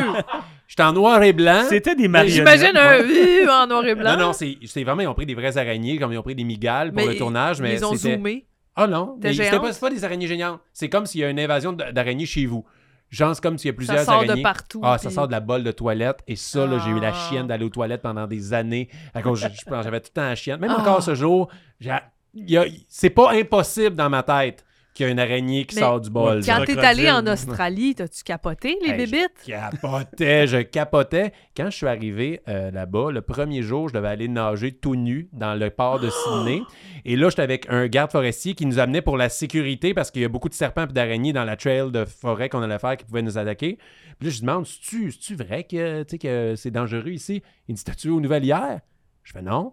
J'étais en noir et blanc. C'était des marionnettes. Hein? J'imagine un vieux en noir et blanc. Non, non, c'est c'est vraiment, ils ont pris des vraies araignées, comme ils ont pris des migales pour Mais le tournage, mais Ils ont c'était- zoomé. Ah non, Des mais c'était géantes. pas, c'est pas des araignées géantes. C'est comme s'il y a une invasion d- d'araignées chez vous. Genre, c'est comme s'il y a plusieurs Ça sort araignées. de partout. Ah, ça puis- sort de la bolle de toilette. Et ça, là, j'ai eu la Ah. chienne d'aller aux toilettes pendant des années. À cause, je, je pense, j'avais tout le temps la chienne. Même Ah. encore ce jour, j'ai- il y a- c'est pas impossible dans ma tête qu'il y a une araignée qui Mais sort du bol. du là. Quand t'es crocodile. allé en Australie, t'as-tu capoté les Hey, bébites? Je capotais, je capotais. Quand je suis arrivé euh, là-bas, le premier jour, je devais aller nager tout nu dans le port de Sydney. Et là, j'étais avec un garde forestier qui nous amenait pour la sécurité parce qu'il y a beaucoup de serpents et d'araignées dans la trail de forêt qu'on allait faire qui pouvaient nous attaquer. Puis là, je demande, c'est-tu c'est-tu vrai que, tu sais, que c'est dangereux ici? Il me dit, t'as-tu aux nouvelles hier? Je fais non.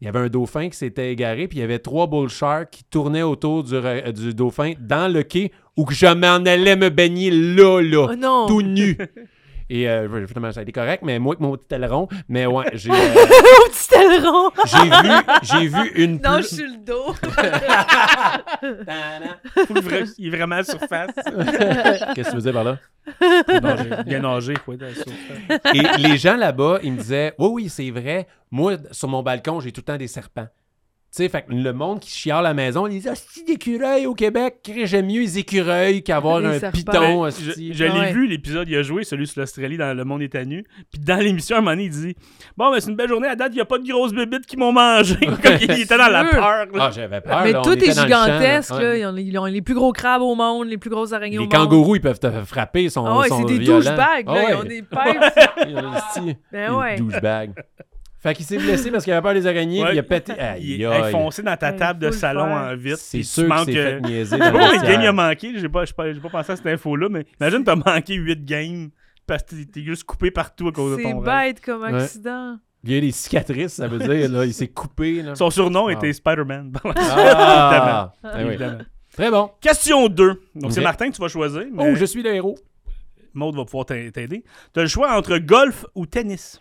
Il y avait un dauphin qui s'était égaré, puis il y avait trois bull sharks qui tournaient autour du, re- du dauphin dans le quai où que je m'en allais me baigner là, là Oh non! tout nu. Et euh, justement, ça a été correct, mais moi avec mon petit aileron. Mais ouais, j'ai euh, Au petit aileron! j'ai vu, j'ai vu une Non, pluie. je suis le dos. Faut vra- Il est vraiment à la surface. Qu'est-ce que tu veux dire par là? Faut nager. Bien nager, faut être à la surface. Et les gens là-bas, ils me disaient Oui, oui, c'est vrai. Moi, sur mon balcon, j'ai tout le temps des serpents. Tu sais, fait que le monde qui chiale à la maison, ils disent si d'écureuils au Québec, Crée, j'aime mieux les écureuils qu'avoir Les un serpents. piton. Mais hostie. Ben, je je l'ai Ouais. vu, l'épisode, il a joué, celui sur l'Australie, dans Le Monde est à nu. Puis dans l'émission, à un moment donné, il dit Bon, mais c'est une belle journée, à date, il n'y a pas de grosses bébites qui m'ont mangé. Comme il était dans la Sûr. peur. là. Ah, j'avais peur. Mais là, on tout était est dans le champ, là. gigantesque. Ouais. là. Ils, ont, ils ont les plus gros crabes au monde, les plus grosses araignées au Les monde. kangourous, ils peuvent te frapper. Ils sont, Ah ouais, sont c'est des violents. douchebags. Ah là. Ils ouais. ont des pipes. Hostie, ben les ouais. douchebags. Fait qu'il s'est blessé parce qu'il avait peur des araignées, Ouais. puis il a pété. Il Aïe, est aïe. foncé dans ta Ouais, table de faut le salon faire. en vite. C'est puis tu sûr qu'il manques, s'est fait euh, niaiser. Je sais dans le pas combien de games il a vestiaire. manqué, j'ai pas, j'ai pas, j'ai pas pensé à cette info-là, mais imagine t'as manqué 8 games parce que t'es- t'es juste coupé partout à cause de C'est ton rêve. bête comme Ouais. accident. Il a des cicatrices, ça veut dire. Là, il s'est coupé. Là. Son surnom Ah. était Spider-Man. Ah, eh oui. Évidemment. Très bon. Question 2. Donc c'est Ok. Martin que tu vas choisir, mais Oh, je suis le héros. Maude va pouvoir t'a- t'aider. T'as le choix entre golf ou tennis.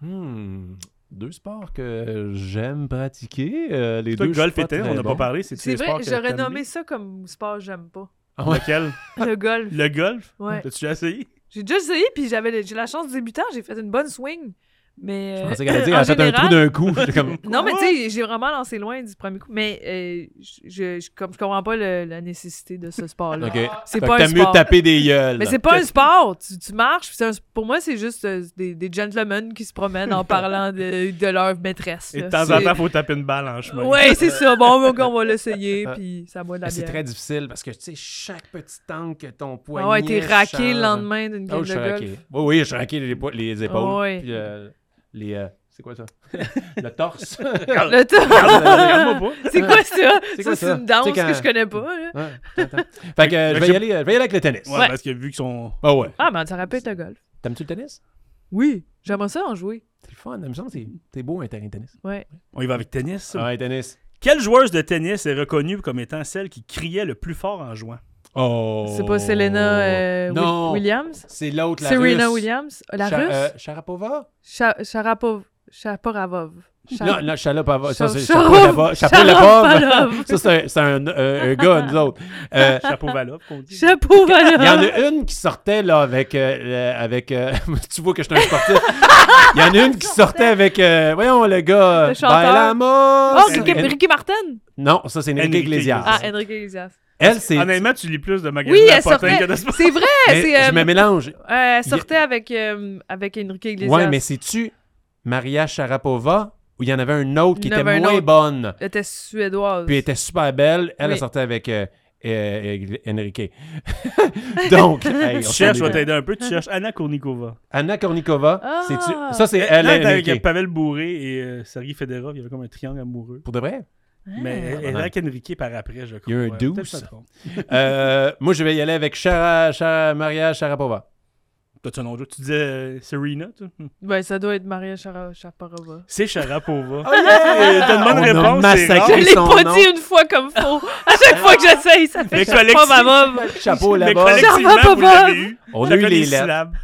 Hmm, Deux sports que j'aime pratiquer. euh, les Toi, deux, je suis golf pas et tennis, très on n'a bon. pas parlé. C'est-tu C'est les sports vrai, que j'aurais t'aimes nommé ça comme sport que j'aime pas. Ah mieux? ouais. Lequel? Le golf. Le golf? Ouais. T'as-tu déjà essayé? J'ai déjà essayé, puis j'avais j'ai la chance de débutant, j'ai fait une bonne swing. Mais Je euh, pensais qu'elle allait dire, elle en a fait un trou général- d'un coup. J'étais comme, Non, mais Quoi? tu sais, j'ai vraiment lancé loin du premier coup. Mais euh, je, je, comme, je comprends pas le- la nécessité de ce sport-là. OK. C'est Fait pas que un t'as mieux sport. taper des gueules. Mais c'est pas un sport. Tu, tu marches. puis c'est un- pour moi, c'est juste euh, des, des gentlemen qui se promènent en parlant de, de leur maîtresse. Et de là. temps en C'est- temps, faut taper une balle en chemin. Ouais, c'est ça. Bon, ok, on va l'essayer, puis ça boit de la Mais Ah. C'est bière. très difficile parce que, tu sais, chaque petit angle que ton poignet... Ah ouais, t'es raqué change. le lendemain d'une game Oh, je suis de golf. raqué. Oui, oui, je suis raqué les, épo- les épaules. Ah ouais. Puis euh, les... euh, c'est quoi ça? le torse. Le tour- Regarde-moi pas. c'est quoi ça? C'est C'est quoi ça, c'est ça? une danse C'est quand- que je connais pas. là. Ouais, attends. fait que euh, je, vais y aller, euh, je vais y aller avec le tennis. Ouais, Ouais. parce que vu qu'ils sont. Ah ouais. Ah, mais ça rappelle le golf. T'aimes-tu le tennis? Oui, j'aimerais ça en jouer. C'est le fun. Il me semble que t'es- t'es beau à un terrain de tennis. Ouais. On y va avec tennis. ça? Ouais, Ah, tennis. Quelle joueuse de tennis est reconnue comme étant celle qui criait le plus fort en jouant? Oh. C'est pas Selena euh, Wi- Non. Williams? C'est l'autre, la Serena russe. Williams? La Cha- russe? euh, Sharapova? Cha- Sharapov. Shaporavov. Sha- Non, non, Shalapova. Ça, Sha- c'est Shapovalova. Sharov- Shapovalova. Sharovalov. Ça, c'est un- c'est un, euh, un gars, nous autres. Euh, Chapeau Valov, qu'on dit. Il y en Shapovalov. a une qui sortait là avec. euh, le- avec euh, tu vois que je suis un sportif. Il y en a une qui sortait avec. euh, voyons, le gars. Le chanteur. Bailamos. Oh, Ricky, En- Ricky Martin? Non, ça, c'est Enrique Enrique Iglesias. Ah, Enrique Iglesias. Elle, c'est. Honnêtement, tu lis plus de magazines Oui, à elle potin sortait. que de sport. C'est vrai! mais c'est, euh, je me mélange. euh, elle sortait avec, euh, avec Enrique Iglesias. Ouais, mais c'est-tu Maria Sharapova ou il y en avait un autre qui Il y en était avait un moins autre. bonne? Elle était suédoise. Puis elle était super belle. Elle, Oui. elle sortait avec. euh, euh, euh, Enrique. Donc, hey, on Tu s'en cherches, je est vais là. t'aider un peu, tu cherches Anna Kournikova. Anna Kournikova, Ah. c'est-tu- ça c'est elle, et Elle était avec Enrique. Pavel Bourré et euh, Sergei Federov, il y avait comme un triangle amoureux. Pour de vrai? Mais elle elle est avec Enrique par après, je Ah. crois. Il y a un Ouais, douce. peut-être ça te trompe. Euh, moi, je vais y aller avec Shara, Shara- Maria Sharapova. T'as-tu un nom de jeu? Tu disais euh, Serena, tu? Ben, ça doit être Maria Shara- Shaparova. C'est Sharapova. yeah! Oh, T'as une bonne On a réponse, c'est massacré rare. Je l'ai son pas nom. dit une fois comme faux. À chaque fois que j'essaye, ça Mais fait Shapovalov. Chapeau Mais là-bas. collectivement, vous Sharapova. l'avez eu. On a Chacun eu les des lettres. syllabes.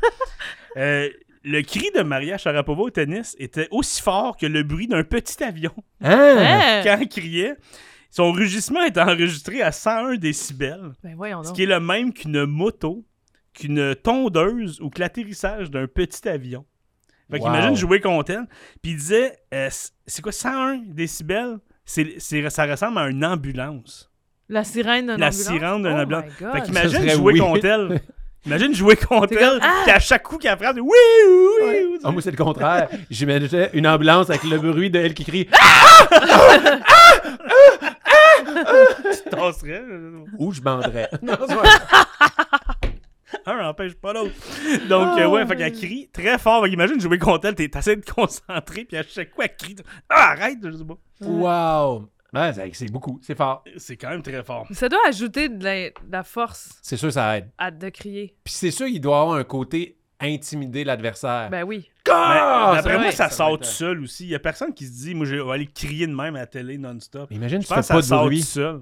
Euh, Le cri de Maria Sharapova au tennis était aussi fort que le bruit d'un petit avion. Hein? Hein? quand elle criait, son rugissement est enregistré à 101 décibels, Ben, Oh voyons ce donc. qui est le même qu'une moto, qu'une tondeuse ou que l'atterrissage d'un petit avion. Fait Wow. qu'imagine jouer contre elle. Puis il disait, euh, c- c'est quoi 101 décibels? C'est- c'est- ça ressemble à une ambulance. La sirène d'un La ambulance? sirène d'un Oh ambulance. my God. Fait Ah, Ça qu'imagine serait jouer oui. contre elle. Imagine jouer contre comme, elle, ah! puis à chaque coup qu'elle frappe, oui, oui, oui. Ah, moi, c'est le contraire. J'imaginais une ambulance avec le bruit de elle qui crie. Tu tasserais. Un Ou je banderais. n'empêche pas l'autre. Donc, euh, ouais, fait qu'elle crie très fort. Fait qu'imagine jouer contre elle, t'es- t'essaies de te concentrer, puis à chaque coup, elle crie. Ah, arrête, je sais pas. wow! Ouais, c'est- c'est beaucoup. C'est fort. C'est quand même très fort. Ça doit ajouter de la, de la force C'est sûr, ça aide. à de crier. Puis c'est sûr, il doit avoir un côté intimider l'adversaire. Ben oui. Ah, Mais Après ça moi, va ça, être- ça va sort être- tout seul aussi. Il y a personne qui se dit, moi, je vais aller crier de même à la télé non-stop. Imagine, Je tu pense que fais ça pas de sort tout bruit. seul.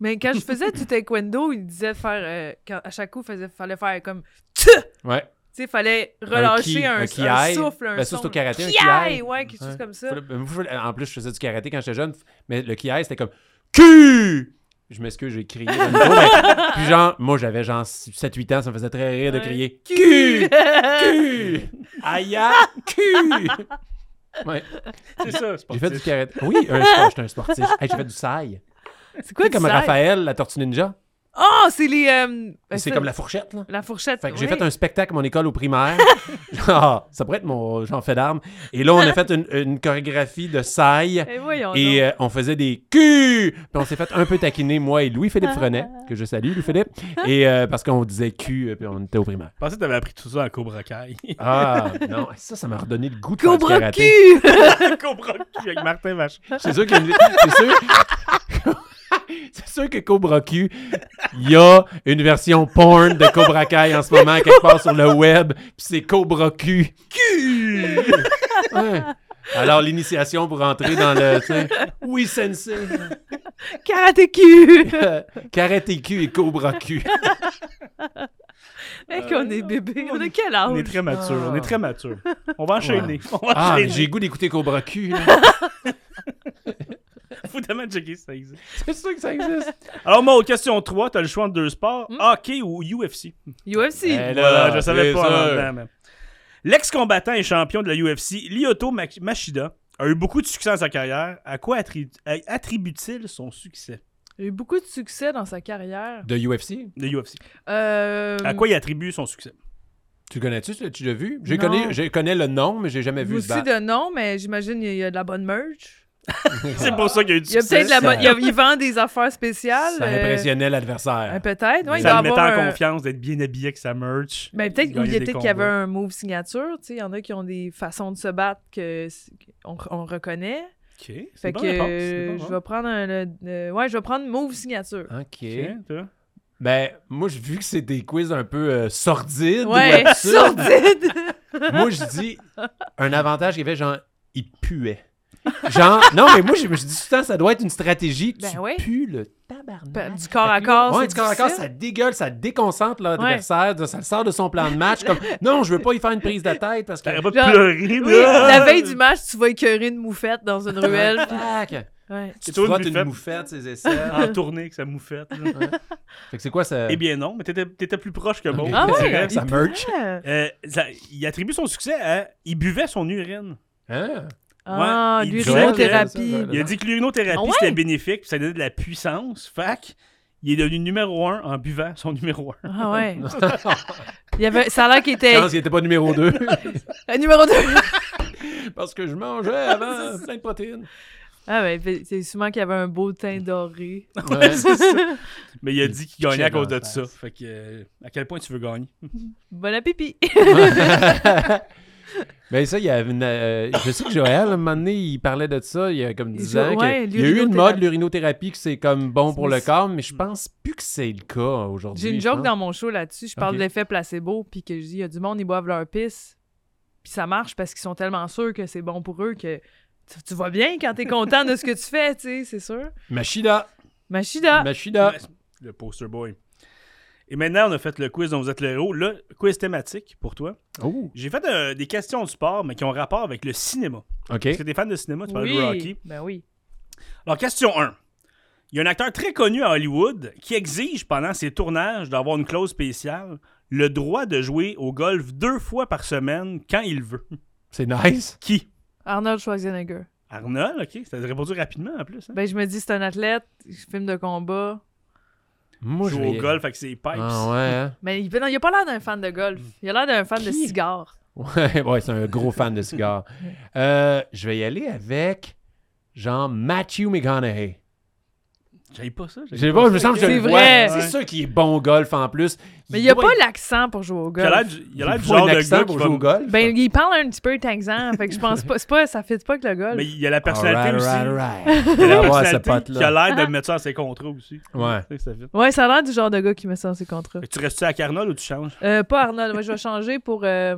Mais quand je faisais du taekwondo, il disait de faire. euh, quand- à chaque coup, il faisait, fallait faire comme. Ouais. Tu Tu sais, fallait relâcher ki- un, un ki- un aïe. souffle, un Ben, ça, c'est son. au karaté, un Ki- ki- aïe! aïe. Ouais, quelque chose Ouais. comme ça. Faut le- moi, je- En plus, je faisais du karaté quand j'étais jeune, mais le kiai, c'était comme Q! Je m'excuse, j'ai crié. dans le micro, mais- puis genre, moi, j'avais genre 7-8 ans, ça me faisait très rire de Ouais. crier Q! Cul! Q! Aïe, Q! Ouais, C'est ça, c'est j'ai fait du sportif. karaté. Oui, un sport, j'étais un sportif. Hey, j'ai fait du sai. C'est quoi comme du sac? Raphaël, la tortue ninja. Oh, c'est les. euh, ben, c'est comme la fourchette, là. la fourchette. Fait que j'ai ouais. fait un spectacle à mon école au primaire. Genre, ça pourrait être mon j'en fais d'armes. Et là, on a fait une, une chorégraphie de sailles. Eh, voyons Et donc. euh, on faisait des culs. Puis on s'est fait un peu taquiner, moi et Louis-Philippe Frenet, que je salue, Louis-Philippe. Et euh, parce qu'on disait cul, euh, puis on était au primaire. Je pensais que t'avais appris tout ça en Cobra Kai. Ah, non, ça, ça m'a redonné le goût de faire du Cobra karaté. cul! Cobra Kai avec Martin Vachon. C'est sûr qu'il y a une- C'est sûr... C'est sûr que Cobra Q, il y a une version porn de Cobra Kai en ce moment, quelque part sur le web, puis c'est Cobra Q. Ouais. Alors, l'initiation pour entrer dans le. tu sais, Oui, sensei. Karaté cul! Euh, Karaté Q et Cobra Q. Hey, Eh, qu'on est bébé. On a quel âge? On est très mature, on est très mature. On va enchaîner. On va Ah, mais enchaîner. j'ai le goût d'écouter Cobra Q. là. Faut tellement checker si ça existe. C'est sûr que ça existe. Alors, moi, aux questions 3, t'as le choix entre deux sports, Hmm? hockey ou UFC. UFC. Eh, là, Voilà, je bien savais pas en sûr. même temps, mais- L'ex-combattant et champion de la UFC, Lyoto Mak- Machida, a eu beaucoup de succès dans sa carrière. À quoi attri- a- attribue-t-il son succès Il a eu beaucoup de succès dans sa carrière. De UFC. de UFC? Euh, À quoi il attribue son succès? Tu le connais-tu? ça? Tu l'as vu? Je Non. connais, je connais le nom, mais j'ai jamais vous vu ce aussi de nom, mais j'imagine il y a de la bonne merch. C'est pour ça qu'il y a eu du Ah. Il y a succès. peut-être de la ça. bonne. Il, y a- il vend des affaires spéciales. Ça euh, impressionnait euh, l'adversaire. peut-être. Ouais, il doit Ça le mettait avoir en un- confiance d'être bien habillé avec sa merch. Mais peut-être gagner qu'il y a des peut-être qu'il y avait combats. un move signature. tu sais, Il y en a qui ont des façons de se battre que c- qu'on on reconnaît. Ok, c'est Fait une bonne que réponse, euh, c'est hein. je pas vais prendre un. le- le- ouais, je vais prendre move signature. OK. bon. Ok, toi? Ben, moi, j'ai vu que c'est des quiz un peu euh, sordides Ouais, ou absurdes. sordide! moi, je dis un avantage qu'il y avait, genre, il puait. Genre, non, mais moi, je me suis dit tout le temps, ça doit être une stratégie. Ben tu oui. pues le tabarnak. Du corps à corps. Ouais, Oh, c'est du corps à corps, ça difficile. dégueule, ça déconcentre l'adversaire, ça le sort de son plan de match. Comme, non, je veux pas y faire une prise de tête parce que. T'arrêtes pas de Genre- pleurer, Oui, là. la veille du match, tu vas écœurer une moufette dans une ruelle. puis- Ah, Tac! Ouais. Tu tournes frottes une une fête. moufette, ses aisselles. Ah. En tournée avec sa moufette. là. Fait que c'est quoi ça? Eh bien non, mais t'étais, t'étais plus proche que moi. Ah ouais? Ça merch. Ah, Euh, ça- il attribue son succès à... Il buvait son urine. Hein? ah il- l'urinothérapie. Joël, Il a dit que l'urinothérapie, Ah ouais? c'était bénéfique, puis ça donnait de la puissance. Fac, il est devenu numéro un en buvant son numéro un. Ah ouais. Il y avait, ça a l'air qu'il était Chance qu'il était pas numéro 2. Euh, numéro 2. parce que je mangeais avant plein de protéines. Ah ouais, fait- c'est souvent qu'il y avait un beau teint doré. Ouais. Mais il a dit qu'il gagnait pitchait à cause dans de la ça. Fait que, euh, à quel point tu veux gagner? Bon appétit. Mais Ben, ça, il y avait une, euh, je sais que Joël, à un moment donné, il parlait de ça il y a comme 10 Il- ans. que- ouais, il y a eu une mode, l'urinothérapie. l'urinothérapie, que c'est comme bon pour le C'est- corps, mais je pense plus que c'est le cas aujourd'hui. J'ai une je joke pense. dans mon show là-dessus. Je parle Ok. de l'effet placebo, puis que je dis, il y a du monde, ils boivent leur pisse, puis ça marche parce qu'ils sont tellement sûrs que c'est bon pour eux que tu, tu vois bien quand t'es content de ce que tu fais, tu sais, c'est sûr. Machida. Machida. Machida. Ouais, Le poster boy. Et maintenant, on a fait le quiz dont vous êtes le héros. Le quiz thématique pour toi. Oh, J'ai fait euh, des questions de sport, mais qui ont rapport avec le cinéma. OK. Est-ce que t'es fan de cinéma? Tu parles de Rocky. oui. Ben oui. Alors, question 1. Il y a un acteur très connu à Hollywood qui exige pendant ses tournages d'avoir une clause spéciale le droit de jouer au golf deux fois par semaine quand il veut. C'est nice. Qui Arnold Schwarzenegger. Arnold, ok, ça a répondu rapidement en plus. hein. Ben, je me dis, c'est un athlète, film de combat. Moi, je Joue vais- au golf avec ses pipes. Ah ouais, hein? Mais il, non, il a pas l'air d'un fan de golf. Hmm. Il a l'air d'un fan de Qui? cigare. ouais. ouais, c'est un gros fan de cigares. Euh, je vais y aller avec genre Matthew McConaughey. J'aille pas ça. j'aille Je sais pas, je me ça. semble que je C'est le vois. vrai. C'est sûr qu'il est bon au golf en plus. Mais il a doit pas être- l'accent pour jouer au Il a l'air golf. du, il a l'air il du faut genre un de accent gars qui pour va- jouer au golf. Ben, il parle un petit peu texan, fait que je pense pas, c'est pas, ça fit pas avec le golf. Mais il y a la personnalité aussi. On Il a la va voir ce personnalité qui a pote-là. l'air de mettre ça à ses contrats aussi. Ouais. Tu sais, ça fait. Ouais, ça a l'air du genre de gars qui met ça dans ses contrats. Fait que Tu restes-tu à Carnol ou tu changes Euh, pas Arnold, moi je vais changer pour. euh,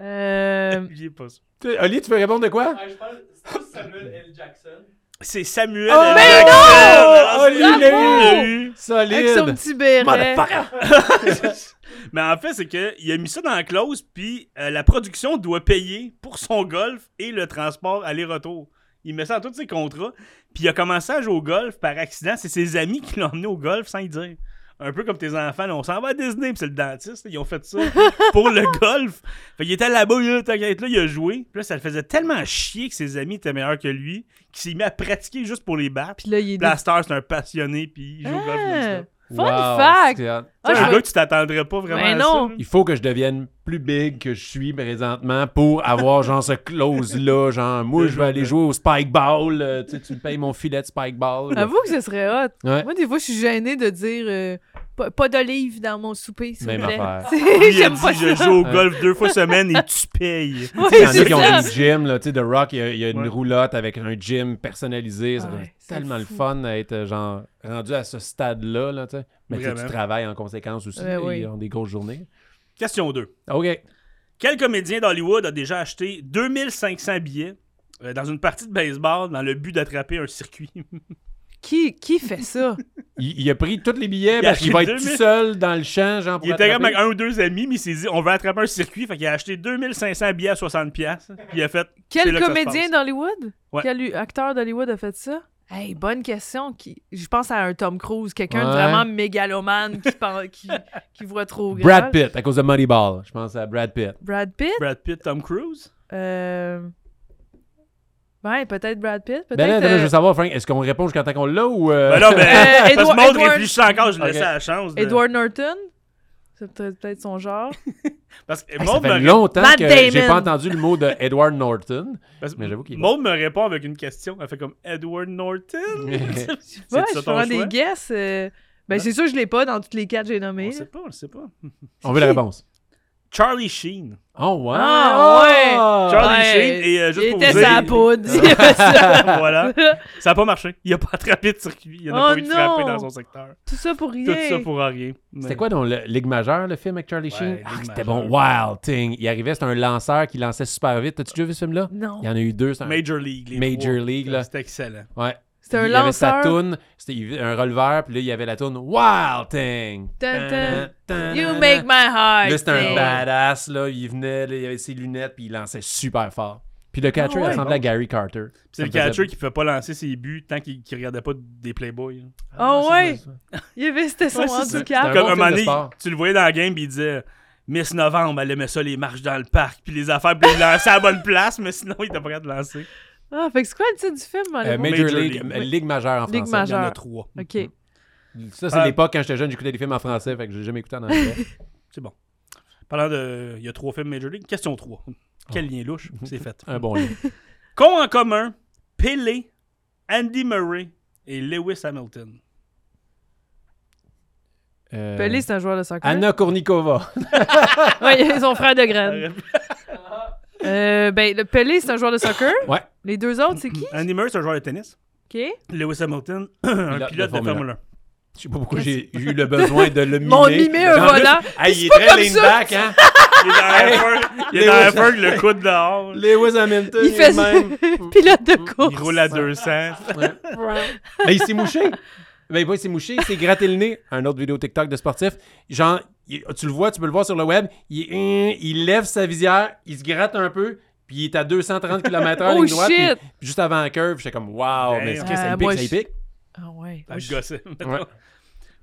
euh, Il est pas ça. T'sais, Oli, tu veux répondre de quoi? Ah, je pense c'est pas Samuel L. Jackson. C'est Samuel. Oh, L. mais Jackson. non! Alors, Oli, il l'a c'est- eu! il l'a eu. avec son Solide! petit béret. Motherfucker! Mais en fait, c'est qu'il a mis ça dans la clause, puis euh, la production doit payer pour son golf et le transport aller-retour. Il met ça dans tous ses contrats, puis il a commencé à jouer au golf par accident. C'est ses amis qui l'ont emmené au golf sans y dire. Un peu comme tes enfants, là, on s'en va à Disney, puis c'est le dentiste, là, ils ont fait ça pour le golf. Fait qu'il était là-bas, il a, t'inquiète, là, il a joué. Puis là, ça le faisait tellement chier que ses amis étaient meilleurs que lui, qu'il s'est mis à pratiquer juste pour les battre. Puis là, il est. Blaster, c'est un passionné, puis il joue au golf Ah, non-stop. Fun fact! c'était hot. Ah, C'est je un vais- gars que tu t'attendrais pas vraiment Mais à non. ça. là. Il faut que je devienne plus big que je suis présentement pour avoir genre ce close-là. Genre, moi, je vais aller jouer au spike ball. euh, tu sais, tu me payes mon filet de spike ball. Avoue que ce serait hot. Ouais. Moi, des fois, je suis gênée de dire euh, pas, pas d'olive dans mon souper, s'il vous Même plaît. affaire. Tu sais, Lui, a J'aime dit, pas je ça. joue au Ouais. golf deux fois semaine et tu payes. Ouais, Il y en a c'est qui ont ça. des gyms, là, tu sais, The Rock, il y a, il y a une Ouais. roulotte avec un gym personnalisé. Ça Ah Ouais, doit être c'est tellement le fou. fun d'être euh, genre rendu à ce stade-là, là, tu sais. Mais tu sais, tu Vraiment. travailles en conséquence aussi. Ouais, là, oui. Ils ont des grosses journées. Question 2. OK. Quel comédien d'Hollywood a déjà acheté 2500 billets euh, dans une partie de baseball dans le but d'attraper un circuit? Qui, qui fait ça? Il, il a pris tous les billets Il a parce qu'il va acheté être tout 2000. seul dans le champ, genre pour Il était comme attraper. avec un ou deux amis, mais il s'est dit on veut attraper un circuit, fait qu'il a acheté 2500 billets à 60$. piastres. Puis Il a fait C'est Quel là que ça se comédien passe. d'Hollywood? Ouais. Quel u- acteur d'Hollywood a fait ça? Hey, bonne question. Qui... Je pense à un Tom Cruise, quelqu'un de Ouais. vraiment mégalomane qui, pen- qui, qui voit trop grand. Brad Pitt, à cause de Moneyball. Je pense à Brad Pitt. Brad Pitt? Brad Pitt, Tom Cruise. Euh... Ouais, peut-être Brad Pitt. Peut-être. Ben là, euh, je veux savoir, Frank, est-ce qu'on répond jusqu'à temps qu'on l'a ou. euh, Ben non, mais Euh, parce que Edward- Maud Edward- réfléchit encore, je lui Ok. laissais la chance. de- Edward Norton? C'est peut-être peut-être son genre. Parce que hey, ça Maud fait me- longtemps Matt que j'ai pas Damon. entendu le mot de Edward Norton. Parce que Mais j'avoue qu'il est Maud me répond avec une question. Elle fait comme Edward Norton. Je Je sais pas, C'est ça je ton prends choix? des guesses. euh, Ben, c'est sûr, je l'ai pas dans toutes les quatre que j'ai On nommées. sait pas, on le sait pas. On veut la réponse. Charlie Sheen. Oh, wow! Ah, ouais. Charlie Ouais, Sheen, et euh, juste Il pour était vous sa dire, poudre. il a fait ça. voilà, ça n'a pas marché. Il n'a pas attrapé de circuit. Il n'a Oh pas eu de frapper non. dans son secteur. Tout ça pour rien. Tout ça pour rien. Mais- C'était quoi dans le Ligue majeure, le film avec Charlie Ouais, Sheen? Ligue Ah, c'était bon. majeure. Wild Thing. Il arrivait, c'était un lanceur qui lançait super vite. T'as-tu déjà vu ce film-là? Non. Il y en a eu deux. c'est un- Major League. les Major trois. League, là. C'était excellent. Ouais. C'est un il avait sa lanceur. toune, c'était il y avait un revolver, puis là, il y avait la toune Wild Thing. Tan, tan. Tan, You tan, tan. make my heart. Là, c'était un sing. badass, là. Il venait, là, il avait ses lunettes, puis il lançait super fort. Puis le catcher, Ah ouais. il ressemblait à Gary Carter. Puis C'est Ça le me faisait- catcher qui ne pouvait pas lancer ses buts tant qu'il ne regardait pas des Playboys. là. Ah, Oh, ça, ouais. ça, ça. Il avait, c'était son Ouais, c'est ça. Un Comme handicap. bon un film moment de donné, sport. tu le voyais dans la game, puis il disait Miss Novembre, elle aimait ça, les marches dans le parc, puis les affaires, puis il lançait à la bonne place, mais sinon, il n'était pas capable de lancer. Ah, fait que c'est quoi le titre du film? Euh, allez voir. Major Major League, League. euh, Ligue majeure en Ligue français. Il y en a Majeure. trois. Ok. Euh, Ça, c'est Ah. l'époque quand j'étais jeune, j'écoutais des films en français, fait que j'ai jamais écouté en anglais. C'est bon. Parlant de. Il y a trois films Major League. Question 3. Quel lien louche, c'est fait. Ah. un bon livre. Qu'ont en commun Pelé, Andy Murray et Lewis Hamilton? Euh, Pelé, c'est un joueur de soccer. Anna Kournikova. Ouais, il y a son frère de graines. Euh, ben, le Pelé, c'est un joueur de soccer. Ouais. Les deux autres, c'est qui? Andy Murray, c'est un joueur de tennis. OK. Lewis Hamilton, un Pilote pilote, de de Formule Formule 1. Je sais pas pourquoi j'ai eu le besoin de le mimer. Mon mimer un En plus, volant. hey, il est pas très comme lean ça. back, hein? Il est dans F1, il est dans Lewis- F1, le coude dehors. Lewis Hamilton, Il fait même. pilote de course. Il roule à 200. Mais il s'est mouché. Ben, pas il s'est mouché, il s'est gratté le nez. Un autre vidéo TikTok de sportif. Genre, il- tu le vois, tu peux le voir sur le web. Il, hein, il lève sa visière, il se gratte un peu, puis il est à 230 km/h Oh, ligne droite. puis shit. juste avant la curve, j'étais comme, waouh, mais est-ce que ça Ah, y pique, moi, ça y je- pique? Ah ouais. Ça le gossait, mettons. Ouais.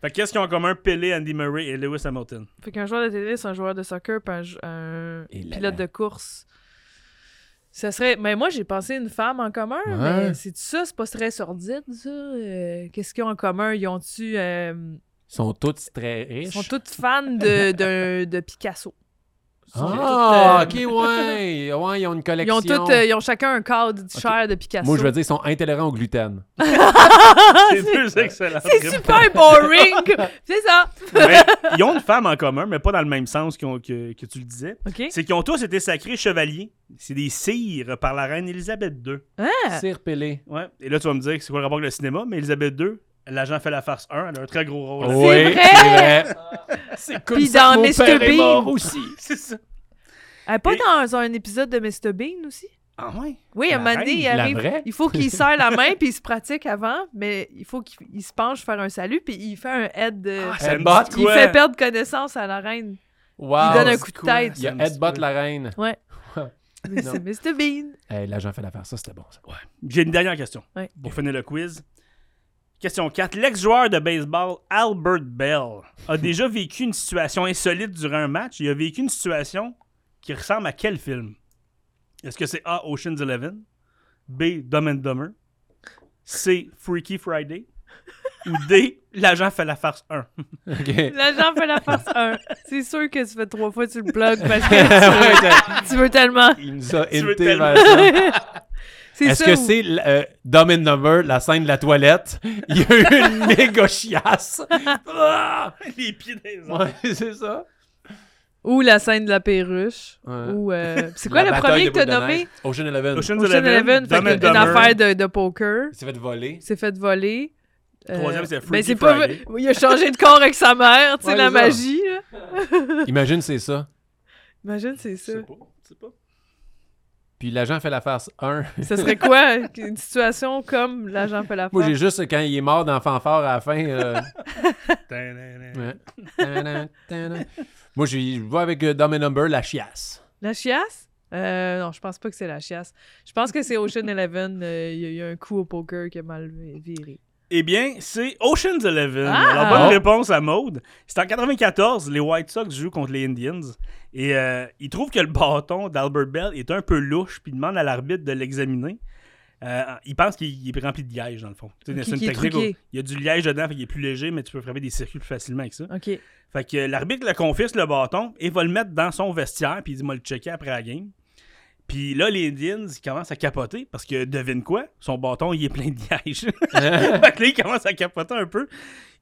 Fait que qu'est-ce qu'ils ont en commun Pelé, Andy Murray et Lewis Hamilton? Fait qu'un joueur de tennis, un joueur de soccer, puis un, jou- un Et là, pilote là. de course. Ça serait. Mais moi, j'ai pensé une femme en commun, Ouais. mais c'est ça, c'est pas très sordide, ça. Euh, Qu'est-ce qu'ils ont en commun? Ils ont-tu. euh, Ils sont tous très ils riches. sont toutes fans de, de, de Picasso. Ils sont Ah, toutes, euh, ok, ouais. Ouais, ils ont une Ils collection. ont, toutes, euh, ils ont chacun un cadre du chair de Picasso. Moi, je veux dire, ils sont intolérants au gluten. C'est deux excellents. Ah, C'est super boring! c'est ça! Mais ils ont une femme en commun, mais pas dans le même sens qu'ils ont- que, que tu le disais. OK? C'est qu'ils ont tous été sacrés chevaliers. C'est des sires par la reine Elisabeth II. Ah. Cire Pelé. Ouais. Et là, tu vas me dire que c'est quoi le rapport avec le cinéma, mais Elisabeth II, l'agent fait la farce 1, elle a un très gros rôle. Oui, vrai! c'est vrai. C'est comme Puis ça que dans mon Mr. père est Bean. mort aussi. C'est ça. Euh, pas Et- dans un épisode de Mr. Bean aussi? Ah ouais? Oui, à un La moment donné, reine, il la arrive. vraie. Il faut qu'il serre la main puis il se pratique avant, mais il faut qu'il il se penche faire un salut puis il fait un aide de. Ah, ça Elle me bat, dit Euh, il quoi? Ah, fait perdre connaissance à la reine. Wow. il donne un c'est coup de quoi, tête. Il y a Ça me Headbutt dit- la reine. Ouais. Non. Mais C'est Mr. Bean. Hey, L'agent fait l'affaire. Ça, c'était bon. ça. J'ai une dernière question Ouais. pour finir le quiz. Question 4. L'ex-joueur de baseball Albert Bell a déjà vécu une situation insolite durant un match. Il a vécu une situation qui ressemble à quel film Est-ce que c'est A. Ocean's Eleven B. Dumb and Dumber C. Freaky Friday Ou D. L'agent fait la farce 1 OK. L'agent fait la force 1. C'est sûr que tu fais trois fois tu le bloques parce que tu veux, tu veux tellement. Il nous a Tu veux hinté tellement- vers ça. C'est Est-ce ça que ou- c'est euh, Dumb and Dumber, la scène de la toilette? Il y a eu une méga chiasse. Ah! Les pieds des hommes. Ouais, c'est ça. ou la scène de la perruche? Ouais. Ou euh, c'est quoi La le bataille premier de que t'as boules de nommé? neige. Ocean Eleven. Ocean's Ocean Eleven, fait Dumb and que- une Dumber. affaire de, de poker. Il s'est fait voler. Il s'est fait voler. Euh, Troisième, c'est Freaky ben, c'est pas Friday. Il a changé de corps avec sa mère, tu sais, Ouais, la c'est ça. magie. là. Imagine, c'est ça. Imagine, c'est Je ça. sais pas, je sais pas. Puis l'agent fait la farce 1. Ça serait quoi? Une situation comme l'agent fait la Moi, force? j'ai juste euh, quand il est mort dans Fanfare à la fin. euh, Tadadada. ouais. Tadam, tadam. Moi, j'ai- je vois avec euh, Dumb and Dumber la chiasse. La chiasse? Euh, non, je pense pas que c'est la chiasse. Je pense que c'est Ocean Eleven. euh, Il y a eu un coup au poker qui a mal viré. Eh bien, c'est Ocean's Eleven. Ah! Alors, bonne Oh. réponse à Maude. C'est en 94, les White Sox jouent contre les Indians. Et euh, ils trouvent que le bâton d'Albert Bell est un peu louche, puis demandent à l'arbitre de l'examiner. Euh, il pense qu'il il est rempli de liège, dans le fond. Tu sais, Qui- c'est une qui est technique truqué. où il y a du liège dedans, fait qu'il est plus léger, mais tu peux frapper des circuits plus facilement avec ça. OK. Fait que euh, l'arbitre le confisque le bâton et va le mettre dans son vestiaire, puis il dit, moi le checker après la game. Puis là, les Indians, ils commencent à capoter parce que, devine quoi, son bâton, il est plein de liège. Fait que là, il commence à capoter un peu.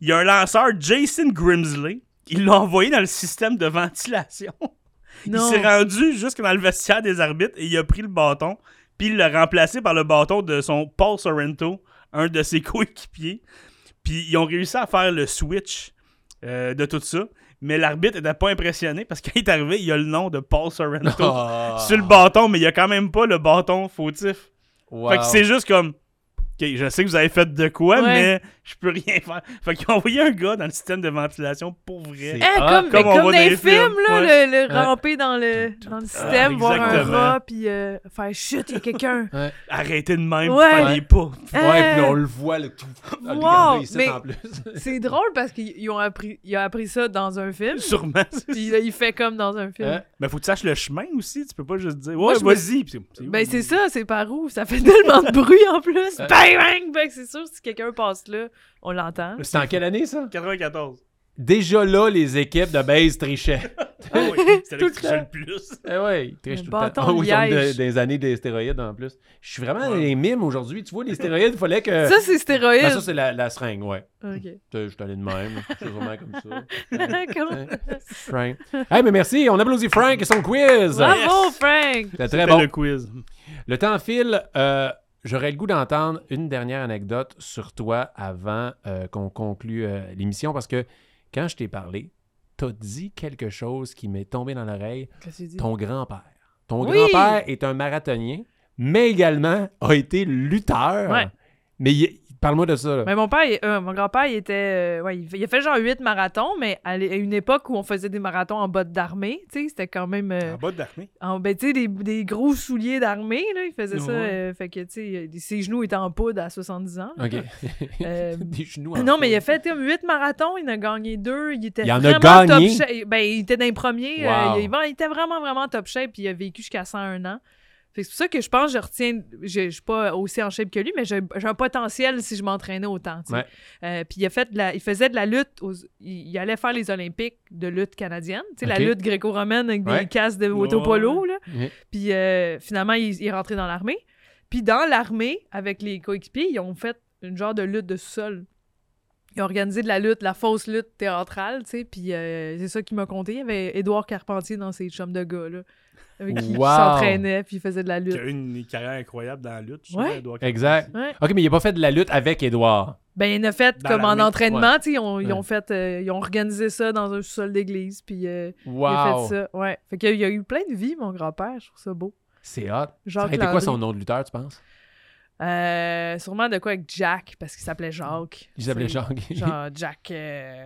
Il y a un lanceur, Jason Grimsley. Il l'a envoyé dans le système de ventilation. Non. Il s'est rendu jusque dans le vestiaire des arbitres et il a pris le bâton. Puis il l'a remplacé par le bâton de son Paul Sorrento, un de ses coéquipiers. Puis ils ont réussi à faire le switch euh, de tout ça. Mais l'arbitre n'était pas impressionné parce qu'il est arrivé, il y a le nom de Paul Sorrento Ah. sur le bâton, mais il n'y a quand même pas le bâton fautif. Wow. Fait que c'est juste comme. Ok, je sais que vous avez fait de quoi, Ouais. mais je peux rien faire. Fait qu'ils ont envoyé un gars dans le système de ventilation pour vrai. C'est- Hein, Ah, comme, comme mais on comme voit dans les des films, films, là, ouais. le, le Ouais. ramper dans le, dans le système, voir un exactement. rat, puis euh, faire chut, il y a quelqu'un. Arrêtez de même, Ouais. fallait pas. Ouais, puis Euh, on le voit, le tout. Wow, Regardez ici mais- en plus. C'est drôle parce qu'il ils ont appris, il a appris ça dans un film, Sûrement. puis là, il fait comme dans un film. Hein? Mais faut que tu saches le chemin aussi, tu peux pas juste dire Moi, Ouais, je me- vas-y. Puis c'est- Ben c'est ça, c'est par où? Ça fait tellement de bruit en plus. Bang, bang, bang. C'est sûr, si quelqu'un passe là, on l'entend. C'était en quelle année, ça? 94. Déjà là, les équipes de base trichaient. Ah oui, c'est Tout là que le tu trichais le plus. Eh ouais, ils trichent tout Le le temps. bâton Ah oui, ils ont liège. de- des années des stéroïdes en plus. Je suis vraiment dans Ouais. les mimes aujourd'hui. Tu vois, les stéroïdes, il fallait que... Ça, c'est stéroïde. Ben, ça, c'est la, la seringue, ouais. Ok. Tu sais, Je suis allé de même. Je suis sûrement comme ça. Comment- Frank. Hey, mais merci. On applaudit Frank et son quiz. Bravo, Frank! C'était très Fais bon. le Le... quiz. temps file. Euh, J'aurais le goût d'entendre une dernière anecdote sur toi avant euh, qu'on conclue euh, l'émission parce que quand je t'ai parlé, t'as dit quelque chose qui m'est tombé dans l'oreille. Qu'est-ce que tu dis? Ton grand-père. Ton Oui. grand-père est un marathonien, mais également a été lutteur. Ouais. Mais il- parle-moi de ça. là. Mais mon père, il- euh, mon grand-père, il était. euh, ouais, il, il a fait genre 8 marathons, mais à l'é- à une époque où on faisait des marathons en bottes d'armée, tu sais, c'était quand même. euh, En bas de l'armée. Ah. en, ben, tu sais, des, des gros souliers d'armée, là, il faisait ça. Ouais. euh, fait que, tu sais, il- ses genoux étaient en poudre à 70 ans. OK. Euh, Des genoux en Non, mais il a feu. fait 8 marathons, il en a gagné deux. Il était Il en a vraiment gagné? top shape. Ben, il était dans les premiers. euh, Wow. il, il était vraiment, vraiment top shape. Puis il a vécu jusqu'à 101 ans. Fait que c'est pour ça que je pense que je retiens. Je je suis pas aussi en shape que lui, mais j'ai j'ai un potentiel si je m'entraînais autant. tu sais. Ouais. Euh, puis il, a fait de la- il faisait de la lutte. aux- il, il allait faire les Olympiques de lutte canadienne. tu sais, La Ok. lutte gréco-romaine avec des Ouais. casques de Ouais. autopolo. là. Ouais. Puis euh, finalement, il, il est rentré dans l'armée. Puis dans l'armée, avec les coéquipiers, ils ont fait une genre de lutte de sous-sol. Ils ont organisé de la lutte, la fausse lutte théâtrale, tu sais. Puis euh, c'est ça qui m'a compté. Il y avait Édouard Carpentier dans ses chums de gars, là, avec qui qui Wow. s'entraînait, puis il faisait de la Qui a lutte. eu une carrière incroyable dans la lutte. je sais Ouais. pas, elle doit- Exact. Ouais. OK, mais il n'a pas fait de la lutte avec Édouard. Ben, il en a fait Dans comme en l'armée, entraînement, tu sais. Ils ont, ils Ouais. ont fait, euh, ils ont organisé ça dans un sous-sol d'église, puis euh, il a Wow. fait ça. Ouais. Fait qu'il y a eu plein de vies, mon grand-père. Je trouve ça beau. C'est hot. Ça Jacques aurait été quoi Landry. son nom de lutteur, tu penses? Euh, sûrement de quoi avec Jack, parce qu'il s'appelait Jacques. Il s'appelait C'est- Jacques. Genre Jack. euh,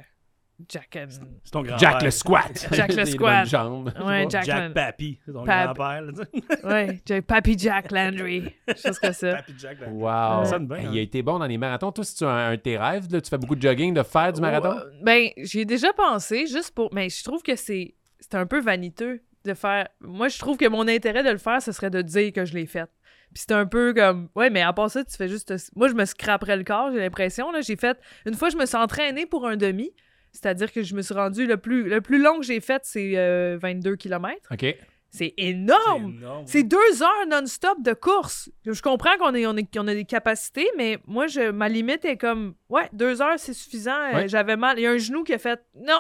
Jack and- C'est ton grand-père. Jack le squat. Jack le Les squat. bonnes jambes. Ouais, Tu vois? Jack, Jack Pappy. C'est ton Pap- grand-père. là, tu sais. Ouais, Jack- Pappy Jack Landry. Chose que ça. Pappy Jack. Pappy. Wow. Ça sonne bien, Hey, hein. Il a été bon dans les marathons. Toi, si tu as un, un de tes rêves, là, tu fais beaucoup de jogging, de faire du marathon. Ouais, Ben, j'y ai déjà pensé, juste pour. Mais je trouve que c'est c'est un peu vaniteux de faire. Moi, je trouve que mon intérêt de le faire, ce serait de dire que je l'ai fait. Puis c'est un peu comme. Ouais, mais à part ça, tu fais juste. te- Moi, je me scraperais le corps, j'ai l'impression. là J'ai fait. Une fois, je me suis entraînée pour un demi. C'est-à-dire que je me suis rendue. Le plus, le plus long que j'ai fait, c'est euh, 22 km. OK. C'est C'est énorme! énorme. C'est deux heures non-stop de course. Je comprends qu'on est, on est- qu'on a des capacités, mais moi, je, ma limite est comme, ouais, deux heures, c'est suffisant. Euh, Ouais. J'avais mal. Il y a un genou qui a fait, non.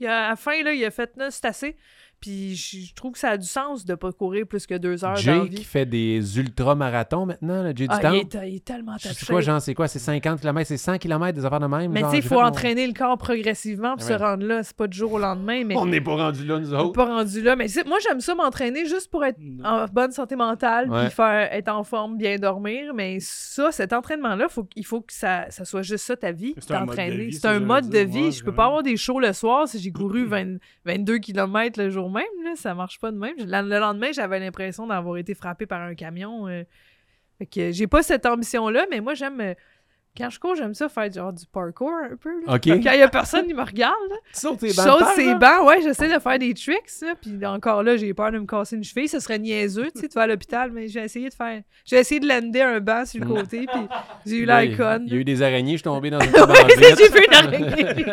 Il a, à la fin, là, il a fait, non, c'est assez. Puis je, je trouve que ça a du sens de pas courir plus que deux heures dans la Jay qui vie. fait des ultra-marathons maintenant, là, Jay du Ah, temps. il, est, il est tellement Je sais taché. quoi, genre, c'est quoi? C'est 50 km, c'est 100 km des affaires de même. Mais tu genre, sais, il j'ai faut fait mon- entraîner le corps progressivement pour Ah ouais. Oh se rendre là. C'est pas du jour au lendemain, mais On n'est pas rendu là, nous on est autres. pas rendu là. Mais tu sais, moi, j'aime ça m'entraîner juste pour être Non. en bonne santé mentale, Ouais. puis faire, être en forme, bien dormir. Mais ça, cet entraînement-là, faut, il faut que ça, ça soit juste ça ta vie, C'est un mode de t'entraîner. vie, C'est ça, un j'allais mode de dire, vie. ouais, je peux vraiment. pas avoir des shows le soir si j'ai couru 20 22 km le jour même. Là, ça marche pas de même. Je- Le lendemain, j'avais l'impression d'avoir été frappé par un camion. euh. Fait que j'ai pas cette ambition-là, mais moi, j'aime... euh, Quand je cours, j'aime ça faire du- genre du parkour un peu. là. OK. Quand il y a personne qui me regarde, là, Tu sautes tes je bandes saute par ses terre, bancs, ouais, j'essaie de faire des tricks, là, puis encore là, j'ai peur de me casser une cheville, ce serait niaiseux, tu sais, tu vas à l'hôpital, mais j'ai essayé de faire, j'ai essayé de lander un banc sur le Mm. côté, puis j'ai eu là? l'air Ben, conne. Il y a eu des araignées, je suis tombé dans une Ouais, banquette. j'ai vu une araignée.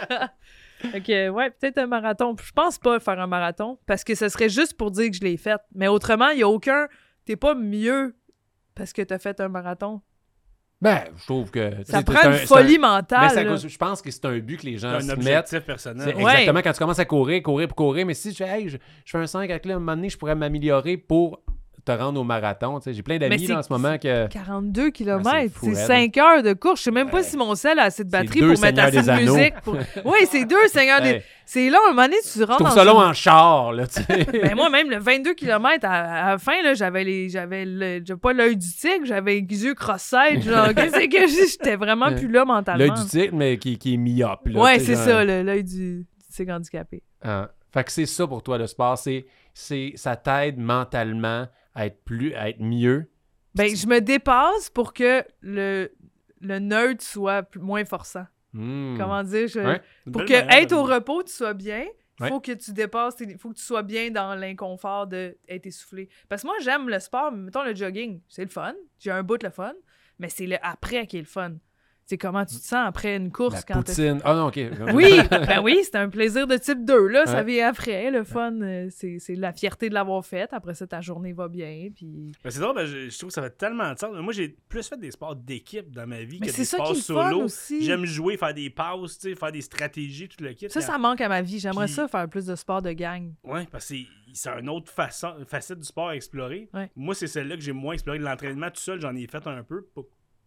Fait que, ouais, peut-être un marathon. Je pense pas faire un marathon, parce que ce serait juste pour dire que je l'ai fait, mais autrement, il y a aucun, t'es pas mieux parce que t'as fait un marathon. Ben, je trouve que... Ça c'est- prend c'est un- une c'est un- folie Mais mentale, ça là. cause- je pense que c'est un but que les C'est gens un se mettent. objectif C'est personnel. Ouais. Exactement, quand tu commences à courir, courir pour courir, mais si tu fais, hey, je, je fais un 5 à clé, à un moment donné, je pourrais m'améliorer pour te rendre au marathon. tu sais. J'ai plein d'amis c'est- là, en ce moment que. 42 Ah, c'est km, fou, c'est raide. 5 heures de course. Je sais même Ouais. pas si mon sel a assez de C'est batterie deux pour mettre Seigneurs assez de des Anneaux. musique. Pour... Oui, c'est deux Seigneurs Hey, des... C'est là, un moment donné, tu je rentres trouve dans ça long hein. une- en char, là, tu sais. Ben, moi, même le 22 km, à, à la fin, là, j'avais les... J'avais le- j'avais pas l'œil du tigre, j'avais les yeux cross-eyed. Genre, qu'est-ce que j'ai- J'étais vraiment plus là mentalement. L'œil du tigre, mais qui, qui est myope. Là, ouais, tu sais, c'est genre. ça, le- l'œil du... du tigre handicapé. Hein. Fait que c'est ça pour toi, le sport. C'est, c'est, ça t'aide mentalement à être, plus, à être mieux. Ben, je me dépasse pour que le, le neutre soit plus- moins forçant. Hmm. Comment dire? Je... Ouais. Pour que être être au repos, tu sois bien, il Ouais. faut que tu dépasses, tes- faut que tu sois bien dans l'inconfort d'être essoufflé. Parce que moi, j'aime le sport, mais mettons le jogging, c'est le fun, j'ai un bout de le fun, mais c'est le après qui est le fun. C'est comment tu te sens après une La course quand t'as- poutine. Ah non, OK. Oui, ben oui, c'est un plaisir de type 2, là, ça Ouais. vient après, le fun, euh, c'est c'est la fierté de l'avoir faite, après ça, ta journée va bien, puis... Ben, c'est drôle, ben, je, je trouve que ça fait tellement de sens. Moi, j'ai plus fait des sports d'équipe dans ma vie Mais que c'est des ça sports qui est le fun solo. aussi. J'aime jouer, faire des passes, tu sais, faire des stratégies, tout le kit. Ça, Puis, ça manque à ma vie, j'aimerais Puis- ça faire plus de sport de gang. Ouais, parce que c'est- c'est une autre façon, facette du sport à explorer. Ouais. Moi, c'est celle-là que j'ai moins explorée. de L'entraînement tout seul, j'en ai fait un peu. pas-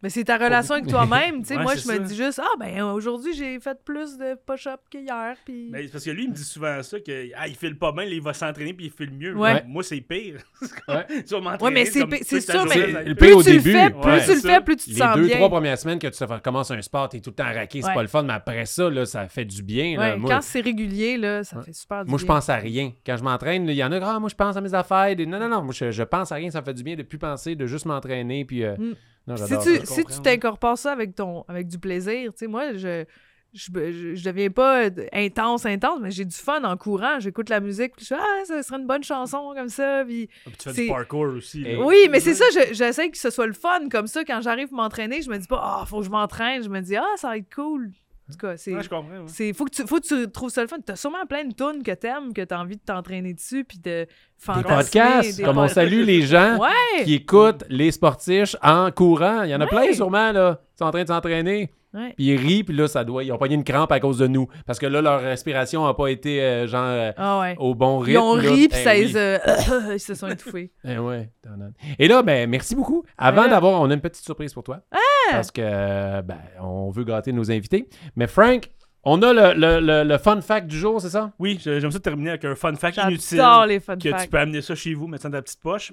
Mais c'est ta relation avec toi-même. tu sais, Ouais, moi, je c'est me ça. dis juste, ah, ben aujourd'hui, j'ai fait plus de push-up qu'hier. Puis... Mais Ben, c'est parce que lui, il me dit souvent ça, que ah, il file pas bien, là, il va s'entraîner puis il file mieux. Ouais. Moi, c'est pire. Ouais. tu vas m'entraîner. Ouais, mais c'est comme pi- toute c'est ta sûr, journée, mais ça va être le pire. pire plus au tu le début, fais, plus ouais, tu le ça. fais, plus tu te Les sens deux, bien. trois premières semaines que tu te fais- commences un sport, t'es tout le temps raqué, c'est Ouais. pas le fun, mais après ça, là, ça fait du bien. là. Ouais, Moi, Quand c'est régulier, là, ça Ouais. fait super du Moi, je bien. pense à rien. Quand je m'entraîne, là, il y en a, ah, moi, je pense à mes affaires. Des... Non, non, non, moi, je, je pense à rien. Ça me fait du bien de plus penser, de juste m'entraîner. Puis, euh, Mm. non, Puis j'adore Si ça. tu, si tu t'incorpores ça avec, ton, avec du plaisir, tu sais, moi, je. Je, je, je deviens pas euh, intense, intense, mais j'ai du fun en courant. J'écoute la musique, puis je fais Ah, ça serait une bonne chanson comme ça. Puis Puis tu fais c'est- du parkour aussi. là. Et- Oui, mais c'est ça, je- j'essaie que ce soit le fun. Comme ça, quand j'arrive pour m'entraîner, je me dis pas, ah, faut que je m'entraîne. Je me dis, ah, ça va être cool. En tout cas, c'est. Ouais, je comprends. ouais. c'est faut que tu faut que tu trouves ça le fun t'as sûrement plein de tunes que t'aimes que t'as envie de t'entraîner dessus puis de Des fantasmer podcasts, des comme on pod- salue les gens ouais qui écoutent les sportifs en courant. Il y en a Ouais. plein, sûrement, là, qui sont en train de s'entraîner. Ouais. Puis ils rient, puis là, ça doit. Ils ont pogné une crampe à cause de nous. Parce que là, leur respiration n'a pas été, euh, genre, euh, ah ouais au bon rythme. ils ont là. ri puis Eh ça oui. les a- ils se sont étouffés Eh ouais, t'en as- Et là, ben, merci beaucoup. Avant Ouais. d'avoir, on a une petite surprise pour toi. Ah! Parce que, euh, ben, on veut gâter nos invités. Mais Frank, on a le, le- le- le fun fact du jour, c'est ça? Oui, je- j'aime ça terminer avec un fun fact inutile. j'adore les fun que tu facts peux amener ça chez vous, mettre ça dans ta petite poche.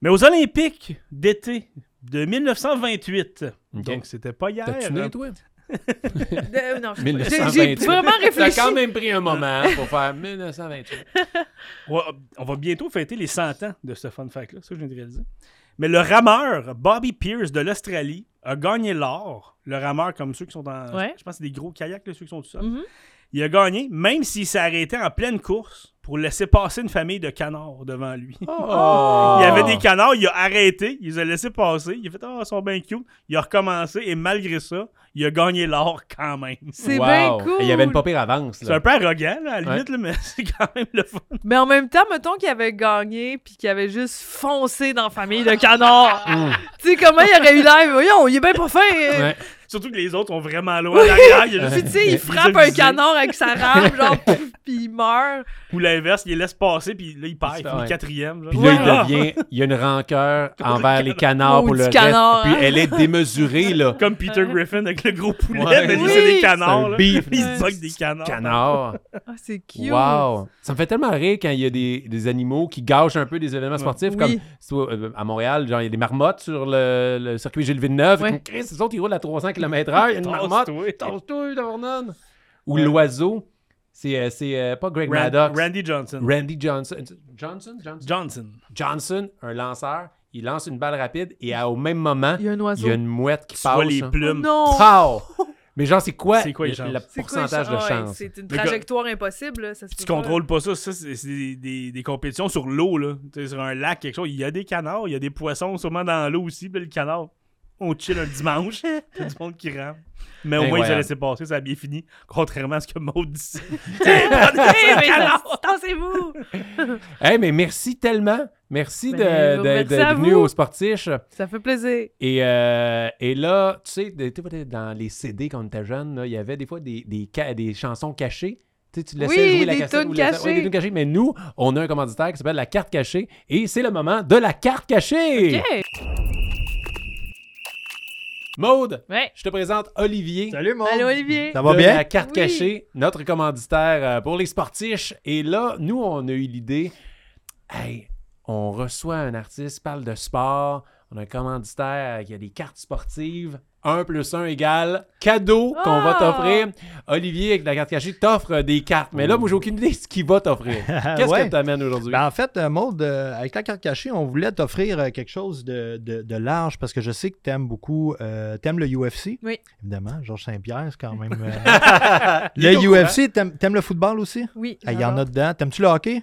Mais aux Olympiques d'été de 1928, Ok. donc c'était pas hier. T'as tuné, toi? De- euh, non, je sais pas. J'ai- 1928. j'ai vraiment Ça réfléchi. a quand même pris un moment pour faire 1928. Ouais, on va bientôt fêter les 100 ans de ce fun fact-là, ça je viens de réaliser. Mais le rameur Bobby Pierce de l'Australie a gagné l'or. Le rameur, comme ceux qui sont dans. Ouais. Je pense que c'est des gros kayaks, là, ceux qui sont tout seuls. Mhm. Il a gagné, même s'il s'est arrêté en pleine course pour laisser passer une famille de canards devant lui. Oh! Il y avait des canards, il a arrêté, il les a laissés passer, il a fait « Ah, ils sont bien cute », il a recommencé et malgré ça, il a gagné l'or quand même. C'est Wow. bien cool. Et Il y avait une pas pire avance. C'est Là. un peu arrogant, là, à la limite, là, mais c'est quand même le fun. Mais en même temps, mettons qu'il avait gagné puis qu'il avait juste foncé dans Famille de Canard. Mm. tu sais, comment il aurait eu l'air? Voyons, il est bien pas fin. euh. Ouais. Surtout que les autres sont vraiment loin derrière. Il y a Puis juste- tu sais, il frappe un Visualisé. canard avec sa rame, genre, pff, puis il meurt. Ou l'inverse, il les laisse passer, puis là, il perd. Il C'est finit vrai. quatrième. genre. Puis là, Ah! il devient. Il y a une rancœur envers les canards pour Maudit le canard, reste. hein. Puis elle est démesurée, là. Comme Peter Griffin avec le gros poulet, Ouais. mais lui, Oui. c'est des C'est un canards. là. beef, Il Ouais. se bug des canards. canard. Ah, c'est cute. Wow! Ça me fait tellement rire quand il y a des, des animaux qui gâchent un peu des événements sportifs. Oui. Comme tu vois, euh, à Montréal, genre, il y a des marmottes sur le, le circuit Gilles Villeneuve. Ouais. Comme, Chris, les autres, ils roulent à 300 km/h. Il y a une marmotte. Tasse-toi. Tasse-toi, Tavernon! Ou Ouais. l'oiseau. C'est euh, c'est, euh, pas Greg Rand- Maddox. Randy Johnson. Randy Johnson. Johnson? Johnson? Johnson. Johnson, un lanceur. Il lance une balle rapide et à- au même moment, Il y a un il oiseau. y a une mouette qui Tu passe. vois les hein. Oh plumes. non! Pow! Mais genre, c'est quoi, C'est quoi les le- chances? le C'est quoi, pourcentage ça? de Ouais, chance? C'est une Mais gars- trajectoire impossible. là, ça se Tu peut pas. contrôles pas ça. Ça, c'est c'est des, des- des compétitions sur l'eau, là. Tu sais, sur un lac, quelque chose. Il y a des canards, il y a des poissons sûrement dans l'eau aussi. Puis là, le canard, on chill un dimanche. T'as du monde qui rampe. Mais au moins, ils ont Incroyable. laissé passer, ça a bien fini. Contrairement à ce que Maud dit. Eh, mais Tassez-vous! Hey, mais merci tellement. Merci de, Ben, de, merci d'être à venu vous. aux sportifs. Ça fait plaisir. Et, euh, et là, tu sais, tu sais, dans les CD quand on était jeune, là, il y avait des fois des, des, ca- des chansons cachées. Tu sais, tu laissais Oui, jouer la des cassette. tunes ou laissais- ouais, cachées. des tunes cachées. Mais nous, on a un commanditaire qui s'appelle La Carte Cachée. Et c'est le moment de la carte cachée. OK! Maude, Ouais. je te présente Olivier. Salut, mon. Allô, Olivier! Ça va de bien? La carte Oui. cachée, notre commanditaire euh, pour les sportifs. Et là, nous, on a eu l'idée, hey, on reçoit un artiste, parle de sport, on a un commanditaire qui a des cartes sportives. 1 plus 1 égale cadeau qu'on va Ah! t'offrir. Olivier, avec la carte cachée, t'offre des cartes. Mais là, moi, j'ai aucune idée de ce qu'il va t'offrir. Qu'est-ce Ouais. que t'amènes aujourd'hui? Ben, en fait, euh, Maud, euh, avec la carte cachée, on voulait t'offrir euh, quelque chose de, de- de large parce que je sais que tu aimes beaucoup, tu aimes le UFC. Oui. Évidemment, Georges Saint-Pierre, c'est quand même. euh, Il est au le UFC, t'aimes t'aimes le football aussi? Oui. Ah, Il y en j'adore. a dedans. T'aimes-tu le hockey?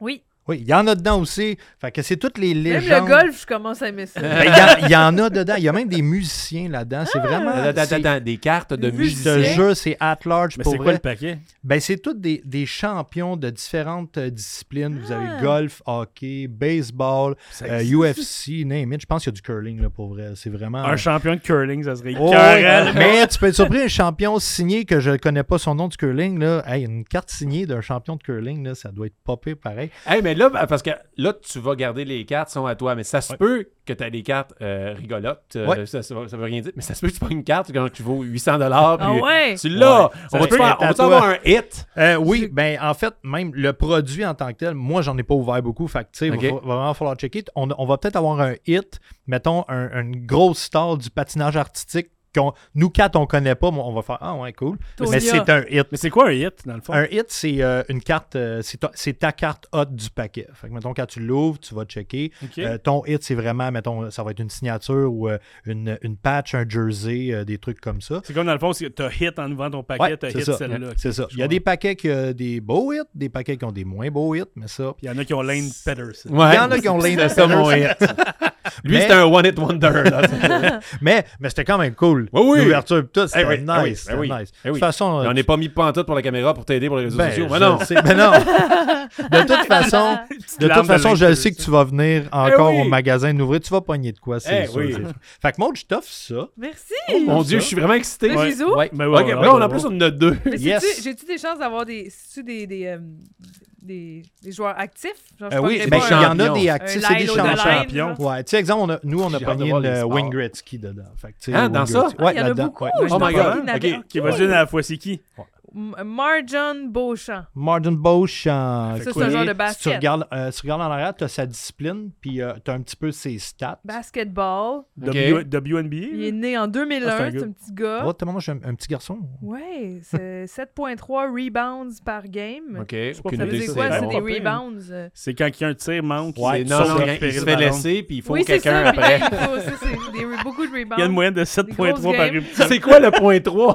Oui. Oui, il y en a dedans aussi. Fait que c'est toutes les Même le légendes. golf, je commence à aimer ça. Ben, Il y a- il y, en a dedans. Il y a même des musiciens là-dedans. Ah. C'est vraiment. Attends, attends, c'est- attends, des cartes de Des musique. Ce musiciens. jeu, c'est at large Mais pour c'est quoi vrai. le paquet? Ben, c'est tous des, des champions de différentes euh, disciplines. Vous Ah. avez golf, hockey, baseball, Ça euh, existe. UFC, name it. Je pense qu'il y a du curling là, pour vrai. C'est vraiment. Un champion de curling, ça serait Oh, écœurant, là. mais tu peux être surpris, un champion signé que je ne connais pas son nom du curling. Là. Hey, une carte signée d'un champion de curling, là, ça doit être popé pareil. Hey, mais là, parce que là, tu vas garder les cartes, sont à toi, mais ça se peut que tu as des cartes euh, rigolotes. euh, Ouais. ça, ça, veut- ça veut rien dire. Mais ça se peut que tu pognes une carte, genre, qui vaut 800 dollars. Ah ouais? Tu l'as. Ouais. On Ça va se te peut faire- être on à va toi. avoir un hit. Euh, oui, ben en fait, même le produit en tant que tel, moi j'en ai pas ouvert beaucoup, fait que tu sais, Ok. va, va vraiment falloir checker. On, on va peut-être avoir un hit, mettons un- une grosse star du patinage artistique qu'on nous quatre on connaît pas, mais on va faire ah ouais cool, Tonya. mais c'est un hit. ah. Mais c'est quoi un hit, dans le fond? Un hit, c'est euh, une carte, euh, c'est ta, c'est ta carte hot du paquet. Fait que mettons quand tu l'ouvres, tu vas checker. Ok. Euh, ton hit, c'est vraiment, mettons, ça va être une signature ou euh, une, une patch, un jersey, euh, des trucs comme ça. C'est comme dans le fond, c'est que t'as hit en ouvrant ton paquet, Ouais, t'as c'est euh, hit ça. celle-là. C'est ça. Il y a des paquets qui ont des beaux hits, des paquets qui ont des moins beaux hits, mais ça. Puis il y en a qui ont Lane Pedersen. Il y en a qui ont Lane C'était ça mon hit. Lui, Mais- c'était un one-hit wonder. Là. Mais, mais c'était quand même cool. Oui, oui. L'ouverture pis tout, c'était Eh oui, nice. eh oui, c'était eh oui, nice. eh De oui. toute façon, on n'est pas mis pantoute pour la caméra pour t'aider pour les réseaux ben, sociaux. je Mais non. le sais. Ben non. De toute façon, de Larme toute de façon, je le l'inclus. sais que tu vas venir encore Eh oui. au magasin d'ouvrir. Tu vas pogner de quoi, c'est Eh sûr. oui. c'est sûr. Fait que Maud, je t'offre ça. Merci! oh, Mon Dieu, je suis vraiment excité. Le Ouais. bisou? Ouais. Ben ouais, Ok, ouais, ben on- ouais, en plus, on en a deux. Mais Yes. c'est-tu- J'ai-tu des chances d'avoir des, c'est-tu des, des, euh, des, des joueurs actifs? Genre, Eh je Euh, oui, pognerais ben, pas il y en a champion. des un actifs, c'est des Lyle O'Donovan, champions. champions. genre. champions. Ouais, tu sais, exemple, on a- nous, on a J'ai hâte de pogné voir une les euh, sports. Wayne Gretzky dedans. Fait que, tu sais, Ah, Wayne dans ça? Gretzky. Ah, Ouais, il y en a là-dedans. beaucoup. ouais. Moi, je Oh pensais my God. qu'il y en avait Ok. un. Qui va jouer dans la fois, c'est qui? M- Marjon Beauchamp. Martin Beauchamp. Ça, c'est qui un genre est- de Si tu basket. regardes, euh, si tu regardes en arrière, tu as sa discipline, puis tu as un petit peu ses stats. Basketball. Ok. W- Il est WNBA? né en 2001, Ah, c'est un c'est gars. un petit gars. Oh, t'as mon âge, un, un petit garçon. Ouais, c'est 7.3 rebounds par game. Ok, pas aucune Ça Une idée. veut idée, dire C'est quoi? c'est C'est bon. des pas pire. rebounds. euh. C'est quand il y a un tir, manque. Ouais, il non, sort non, pour il- il récupérer se le fait ballon. laisser, puis il faut Oui, que c'est quelqu'un ça. après. puis Il faut, ça, c'est des re- beaucoup de rebounds. Il y a une moyenne de Des 7.3 grosses par games. rupture. C'est quoi le point 3?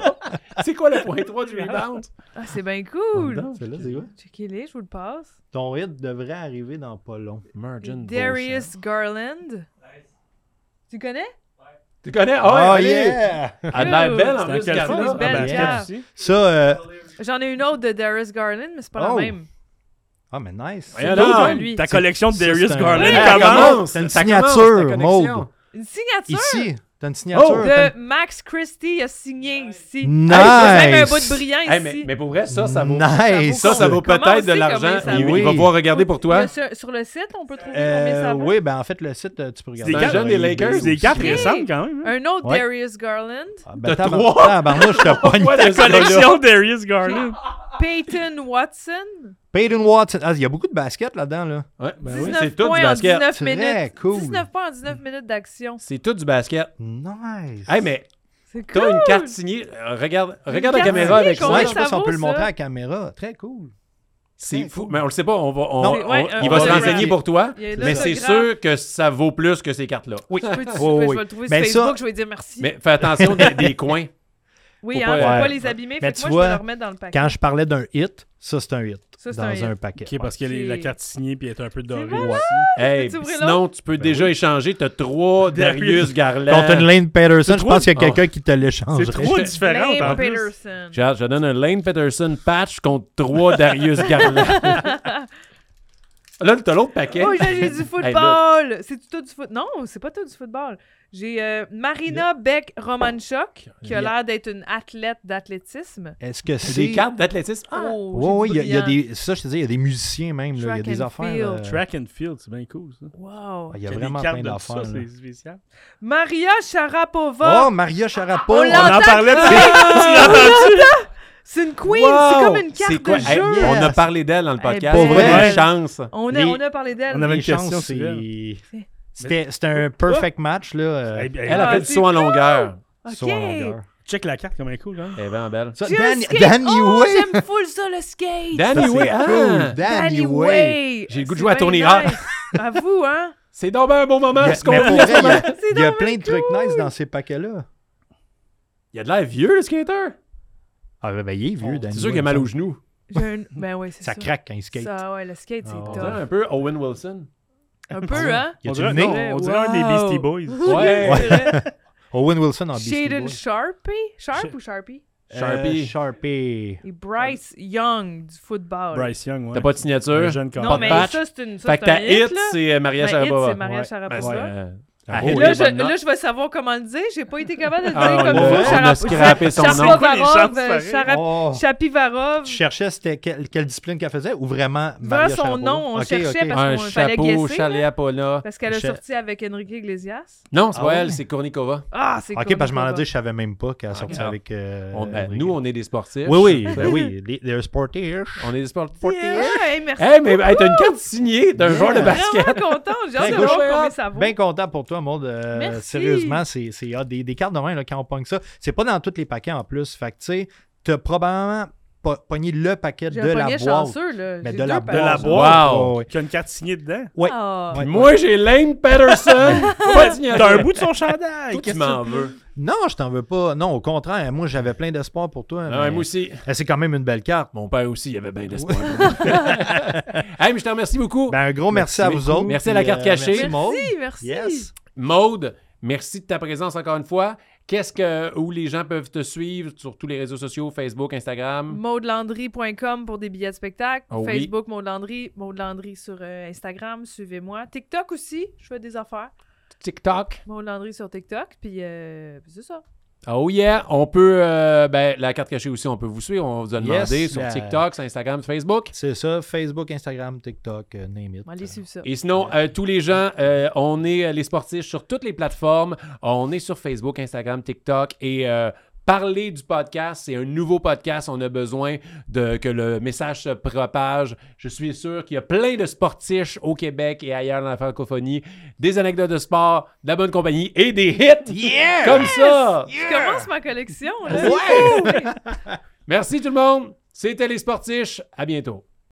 c'est quoi le point 3 du rebound? Ah, c'est bien cool. Ah, celle-là, c'est quoi? Checkez-les, je vous le passe. Ton hit devrait arriver dans pas long. Margin Darius Garland. Nice. Tu connais? Tu connais? Oh, Ah, allez! yeah! Elle a l'air belle en Dans plus, quel regarde-là. fond? c'est belle, Ah, ben, Pierre. regarde. aussi. Ça, euh, J'en ai une autre de Darius Garland, mais c'est pas Oh. la même. ah, mais nice. Voyons d'autres, donc. hein, lui. Ta collection de Ça, Darius c'est un- Garland Ouais, Ça commence. commence, C'est une ça commence, signature, ta Maude. connexion. Une signature Ici, t'as une signature. Oh! t'as de une- Max Christie a signé ici. Ah, Nice! Hey, j'ai même un bout de brillant Hey, ici. mais, mais pour vrai, ça, ça vaut. Nice! Ça, ça vaut Comment on peut-être de sait l'argent. combien ça Il, vaut? il va pouvoir regarder pour toi. Le- sur, sur le site, on peut trouver combien Euh, ça vaut. oui, ben en fait, le site, euh, tu peux regarder. C'est un jeune sur des eBay Lakers, aussi. Des quatre Hey! récentes, quand même. hein. Un autre Ouais. Darius Garland. Ah, T'as ben, t'as trois? Tabarnouche, je te pogne. Ouais, La ce gars-là. collection Darius Garland. Peyton Watson. Peyton Watson. Ah, il y a beaucoup de basket là-dedans, là. Ouais, ben oui, 19 c'est tout points du en basket. 19 C'est minutes. vrai, cool. 19 points en 19 minutes d'action. C'est tout du basket. Nice! Hey, mais C'est t'as cool. une carte signée. euh, regarde Une regarde la carte caméra signée, avec combien moi. Ouais, je sais pas ça si on vaut, peut le ça? montrer à la caméra. Très cool. C'est fou. Mais on le sait pas. On va, on- Non. on- Ouais, il euh, va on se va renseigner le- pour toi. Il y a Mais c'est l'autographe. sûr que ça vaut plus que ces cartes-là. Oui. Je, peux, tu- Oh, je oui. vais le trouver Ben, sur Facebook, ça- je vais dire merci. Mais fais attention des, des coins. oui, faut hein, pas- faut pas ouais. les abîmer. Mais fait que tu moi, vois, je vais le remettre dans le paquet. Quand je parlais d'un hit, ça, c'est un hit. Ça, c'est dans un hit. paquet. Ok, parce que les- la carte signée puis elle est un peu dorée. malade. Hey, Peux-tu ouvrir sinon, tu Ben peux déjà échanger. T'as trois Darius Darius. Garland. Quand t'as une Lane Patterson, je trois- pense qu'il y a quelqu'un qui te Ah. C'est l'échangerait. trop différent, en Lane plus. Peterson. Regarde, je donne un Lane Peterson patch contre trois Darius Garland. là, t'as l'autre paquet. Oh, j'ai j'ai du Hey, là, football! c'est tout du foot. Non, c'est pas tout du football. J'ai euh, Marina Beck Oh, Romanchuk, qui a Yeah. l'air d'être une athlète d'athlétisme. Est-ce que c'est c'est. des cartes d'athlétisme. Ah, Oh, Oui, oui, j'ai il y, a- il y a brillant. des. Ça, je te dis, il y a des musiciens même. là, Il y a Track des and affaires. field. euh, Track and field, c'est bien cool, ça. Wow. Il y Qu'il a des vraiment cartes plein de d'affaires. ça, là. C'est spécial. Maria Sharapova. Oh, Maria On Sharapova! On l'a- en Attaque- parlait de C'est une queen, c'est wow! comme une carte C'est quoi? de Hey, jeu. Eh ben, On a Yes. parlé d'elle dans le Elle est podcast. belle. Pas de Ouais. chance. On, a, Les- on a parlé d'elle. On avait Les une question chances, sur elle. c'est- C'était c'était Oh. un perfect match, là. euh, Hey, hey, Elle a Ah, fait du c'est saut en longueur. Ok. sur la longueur. Eh Check la carte, comme elle est cool, hein? Elle est vraiment belle. Ça, J'ai un Dan, skate. Dan oh, Huey. j'aime full ça, le skate. Danny Ça, Way, c'est ah! cool. Dan Danny Huey. Way. J'ai le goût de C'est jouer à bien Tony Hawk. nice. À vous, hein? C'est donc ben un bon moment. Il y a- ce qu'on mais vit pour en vrai, ce moment. il y a- C'est Il y a donc plein de bien trucs cool. nice dans ces paquets-là. Il a de l'air vieux, le skater. Ah ben, ben, il est vieux, Dan. C'est sûr Huey, qu'il a mal ça. aux genoux. J'ai un- Ben oui, c'est ça. Ça craque quand il skate. Ça, ouais, le skate, c'est Ah, On top. dirait un peu Owen Wilson. Un peu, hein? Il On a dirait, du nez. non, on dirait un des Wow. Beastie Boys. Ouais. C'est vrai. Owen Wilson en Shaden Beastie Sharpie? Sharp Sh- ou Sharpie? Boy. Sharpie. Euh, Sharpie. Et Bryce Young du football. Bryce Young, ouais. Euh, T'as pas de signature. Un jeune Non, pas de mais patch. ça, c'est une. Ça, Fait que c'est un ta hit, là. c'est euh, Maria Ma hit, Sharapova. c'est Maria Ouais. Sharapova. Ben, c'est, euh, Ah, la oui. hit, Là les je, bonnes notes. là, je vais savoir comment le dire. J'ai pas été capable de le Ah, dire comme on il a- faut. on a scrappé son nom. C'est Sharapovarov, quoi les chances, Sharap- Oh. Shapivarov. Tu cherchais c'était quelle, quelle discipline qu'elle faisait ou vraiment Devant Maria son Sharapova? nom, on Ok, cherchait ok. parce- Un qu'on fallait chapeau, guesser, chalet Apollo. Parce qu'elle a Je- sorti avec Enrique Iglesias. Non, c'est Ah pas elle, ouais? c'est Kournikova. Ah, c'est Ok, parce que je m'en ai Kournikova. dit, je savais même pas qu'elle sortait Ah. avec. euh, On- ben, Enrique. nous, on est des sportifs. Oui, oui, ben oui. les- Les sportifs. On est des sportifs. Yeah, hey, merci. Hey, mais beaucoup. hey, t'as une carte signée d'un Yeah. joueur de basket. vraiment content. J'ai hâte Ben, de voir gauche, combien hop, ça vaut. Bien content pour toi, Maud. Euh, Merci. Sérieusement, c'est c'est hot. des, des cartes de main là, quand on pogne ça. C'est pas dans tous les paquets en plus. Fait que tu sais, t'as probablement po- pogné le paquet J'ai de un la poignet boîte. chanceux, là. Mais J'ai de la deux boîte. paires. De la boîte. Wow. Ouais, ouais. Qui a une carte signée dedans. Ouais. Ah. Ouais. Moi, j'ai Lane Patterson. pas de signature. T'as un bout de son chandail. Toi, tu qu'est-ce m'en que tu- veux. Non, je t'en veux pas. Non, au contraire, moi j'avais plein d'espoir pour toi. Ah, mais- Moi aussi. Eh, C'est quand même une belle carte. Mon père aussi, il avait bien d'espoir. hey, mais je te remercie beaucoup. Ben, un gros merci, à Merci vous beaucoup. autres. Merci à la Puis, euh, carte cachée. Merci, Maud. Merci, merci. Yes. Maude, merci de ta présence encore une fois. Qu'est-ce que où les gens peuvent te suivre sur tous les réseaux sociaux, Facebook, Instagram? Maudelandry.com pour des billets de spectacle. Ah oui. Facebook, Maud Landry. Maud Landry sur euh, Instagram. Suivez-moi. TikTok aussi. Je fais des affaires. TikTok. Maud Landry sur TikTok. Puis euh, c'est ça. Oh yeah! On peut euh, ben, la carte cachée aussi, on peut vous suivre. On vous a demandé Yes, sur la- TikTok, sur Instagram, sur Facebook. C'est ça, Facebook, Instagram, TikTok, euh, name it. On va aller suivre ça. Et sinon, euh, tous les gens, euh, on est euh, les sportifs sur toutes les plateformes. On est sur Facebook, Instagram, TikTok et euh, parler du podcast. C'est un nouveau podcast. On a besoin de, que le message se propage. Je suis sûr qu'il y a plein de sportifs au Québec et ailleurs dans la francophonie. Des anecdotes de sport, de la bonne compagnie et des hits Yeah! comme ça. Je commence ma collection, là. Ouais! Merci tout le monde. C'était les sportiches. À bientôt.